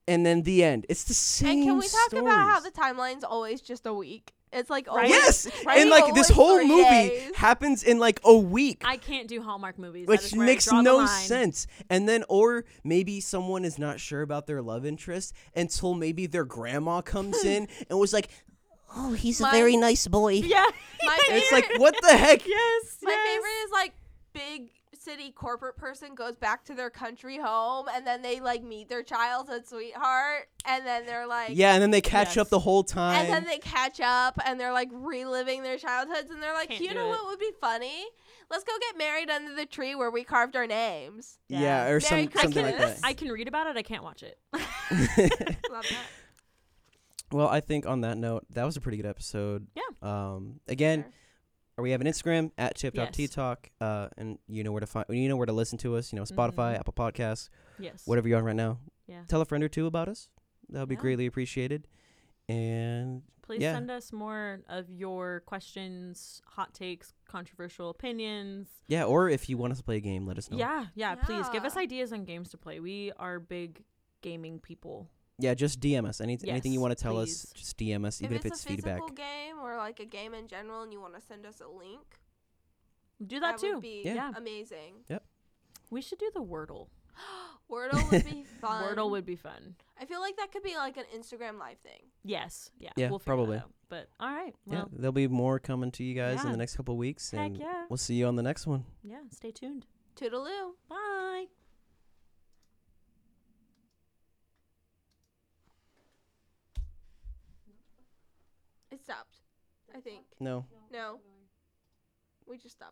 [SPEAKER 2] and then the end. It's the same.
[SPEAKER 3] and can we talk about how
[SPEAKER 2] stories.
[SPEAKER 3] the timeline's always just a week? It's like
[SPEAKER 1] Right?
[SPEAKER 3] always,
[SPEAKER 2] Yes,
[SPEAKER 3] right?
[SPEAKER 2] and like this
[SPEAKER 3] Always
[SPEAKER 2] whole
[SPEAKER 3] three
[SPEAKER 2] movie
[SPEAKER 3] days.
[SPEAKER 2] happens in like a week,
[SPEAKER 1] I can't do Hallmark movies, That
[SPEAKER 2] which
[SPEAKER 1] is where I
[SPEAKER 2] makes
[SPEAKER 1] draw the
[SPEAKER 2] no
[SPEAKER 1] line.
[SPEAKER 2] sense. And then, or maybe someone is not sure about their love interest until maybe their grandma comes in and was like, "Oh, he's
[SPEAKER 3] My-
[SPEAKER 2] a very nice boy."
[SPEAKER 1] Yeah,
[SPEAKER 3] My
[SPEAKER 2] And it's
[SPEAKER 3] favorite-
[SPEAKER 2] like, what the heck?
[SPEAKER 1] yes,
[SPEAKER 3] My
[SPEAKER 1] yes.
[SPEAKER 3] favorite is like big city corporate person goes back to their country home and then they like meet their childhood sweetheart and then they're like
[SPEAKER 2] Yeah, and then they catch
[SPEAKER 1] Yes.
[SPEAKER 2] up the whole time.
[SPEAKER 3] and then they catch up and they're like reliving their childhoods and they're like
[SPEAKER 1] Can't
[SPEAKER 3] you
[SPEAKER 1] do
[SPEAKER 3] know
[SPEAKER 1] it."
[SPEAKER 3] what would be funny let's go get married under the tree where we carved our names
[SPEAKER 2] yeah, or some,
[SPEAKER 3] Merry
[SPEAKER 2] something like that.
[SPEAKER 3] Christmas.
[SPEAKER 1] I can read about it. I can't watch it.
[SPEAKER 3] Love that.
[SPEAKER 2] well, I think on that note, that was a pretty good episode.
[SPEAKER 1] Yeah.
[SPEAKER 2] Um. Again.
[SPEAKER 3] Sure.
[SPEAKER 2] We have an Instagram at Chip Top
[SPEAKER 1] Yes.
[SPEAKER 2] Tea Talk, uh, and you know where to find, you know where to listen to us. You know Spotify,
[SPEAKER 1] Mhm.
[SPEAKER 2] Apple Podcasts,
[SPEAKER 1] yes.
[SPEAKER 2] whatever you're on right now.
[SPEAKER 1] Yeah.
[SPEAKER 2] Tell a friend or two about us. That would be
[SPEAKER 1] Yeah.
[SPEAKER 2] greatly appreciated. And
[SPEAKER 1] Please
[SPEAKER 2] Yeah.
[SPEAKER 1] send us more of your questions, hot takes, controversial opinions.
[SPEAKER 2] yeah, or if you want us to play a game, let us know.
[SPEAKER 1] Yeah, yeah, Please give us
[SPEAKER 3] Yeah.
[SPEAKER 1] ideas on games to play. We are big gaming people.
[SPEAKER 2] Yeah, just DM us. Any, Anything you
[SPEAKER 1] Yes,
[SPEAKER 2] want to tell us,
[SPEAKER 1] please.
[SPEAKER 2] just DM us, even if,
[SPEAKER 3] if it's, a
[SPEAKER 2] feedback.
[SPEAKER 3] physical game or like a game in general and you want to send us a link
[SPEAKER 1] Do that, too.
[SPEAKER 3] would be
[SPEAKER 2] Yeah.
[SPEAKER 1] Yeah.
[SPEAKER 3] amazing
[SPEAKER 1] we should do the Wordle.
[SPEAKER 3] wordle would be fun
[SPEAKER 1] Wordle would be fun.
[SPEAKER 3] i feel like that could be like an instagram live thing
[SPEAKER 1] Yes. Yeah.
[SPEAKER 2] Yeah,
[SPEAKER 1] we'll figure that
[SPEAKER 2] probably.
[SPEAKER 1] out. But all right.
[SPEAKER 2] yeah,
[SPEAKER 1] Well,
[SPEAKER 2] there'll be more coming to you guys in
[SPEAKER 1] Yeah.
[SPEAKER 2] the next couple weeks.
[SPEAKER 1] heck
[SPEAKER 2] and
[SPEAKER 1] yeah.
[SPEAKER 2] We'll see you on the next one.
[SPEAKER 1] Yeah. Stay tuned.
[SPEAKER 3] toodaloo
[SPEAKER 1] Bye.
[SPEAKER 3] it stopped i think
[SPEAKER 2] No.
[SPEAKER 3] no we just stopped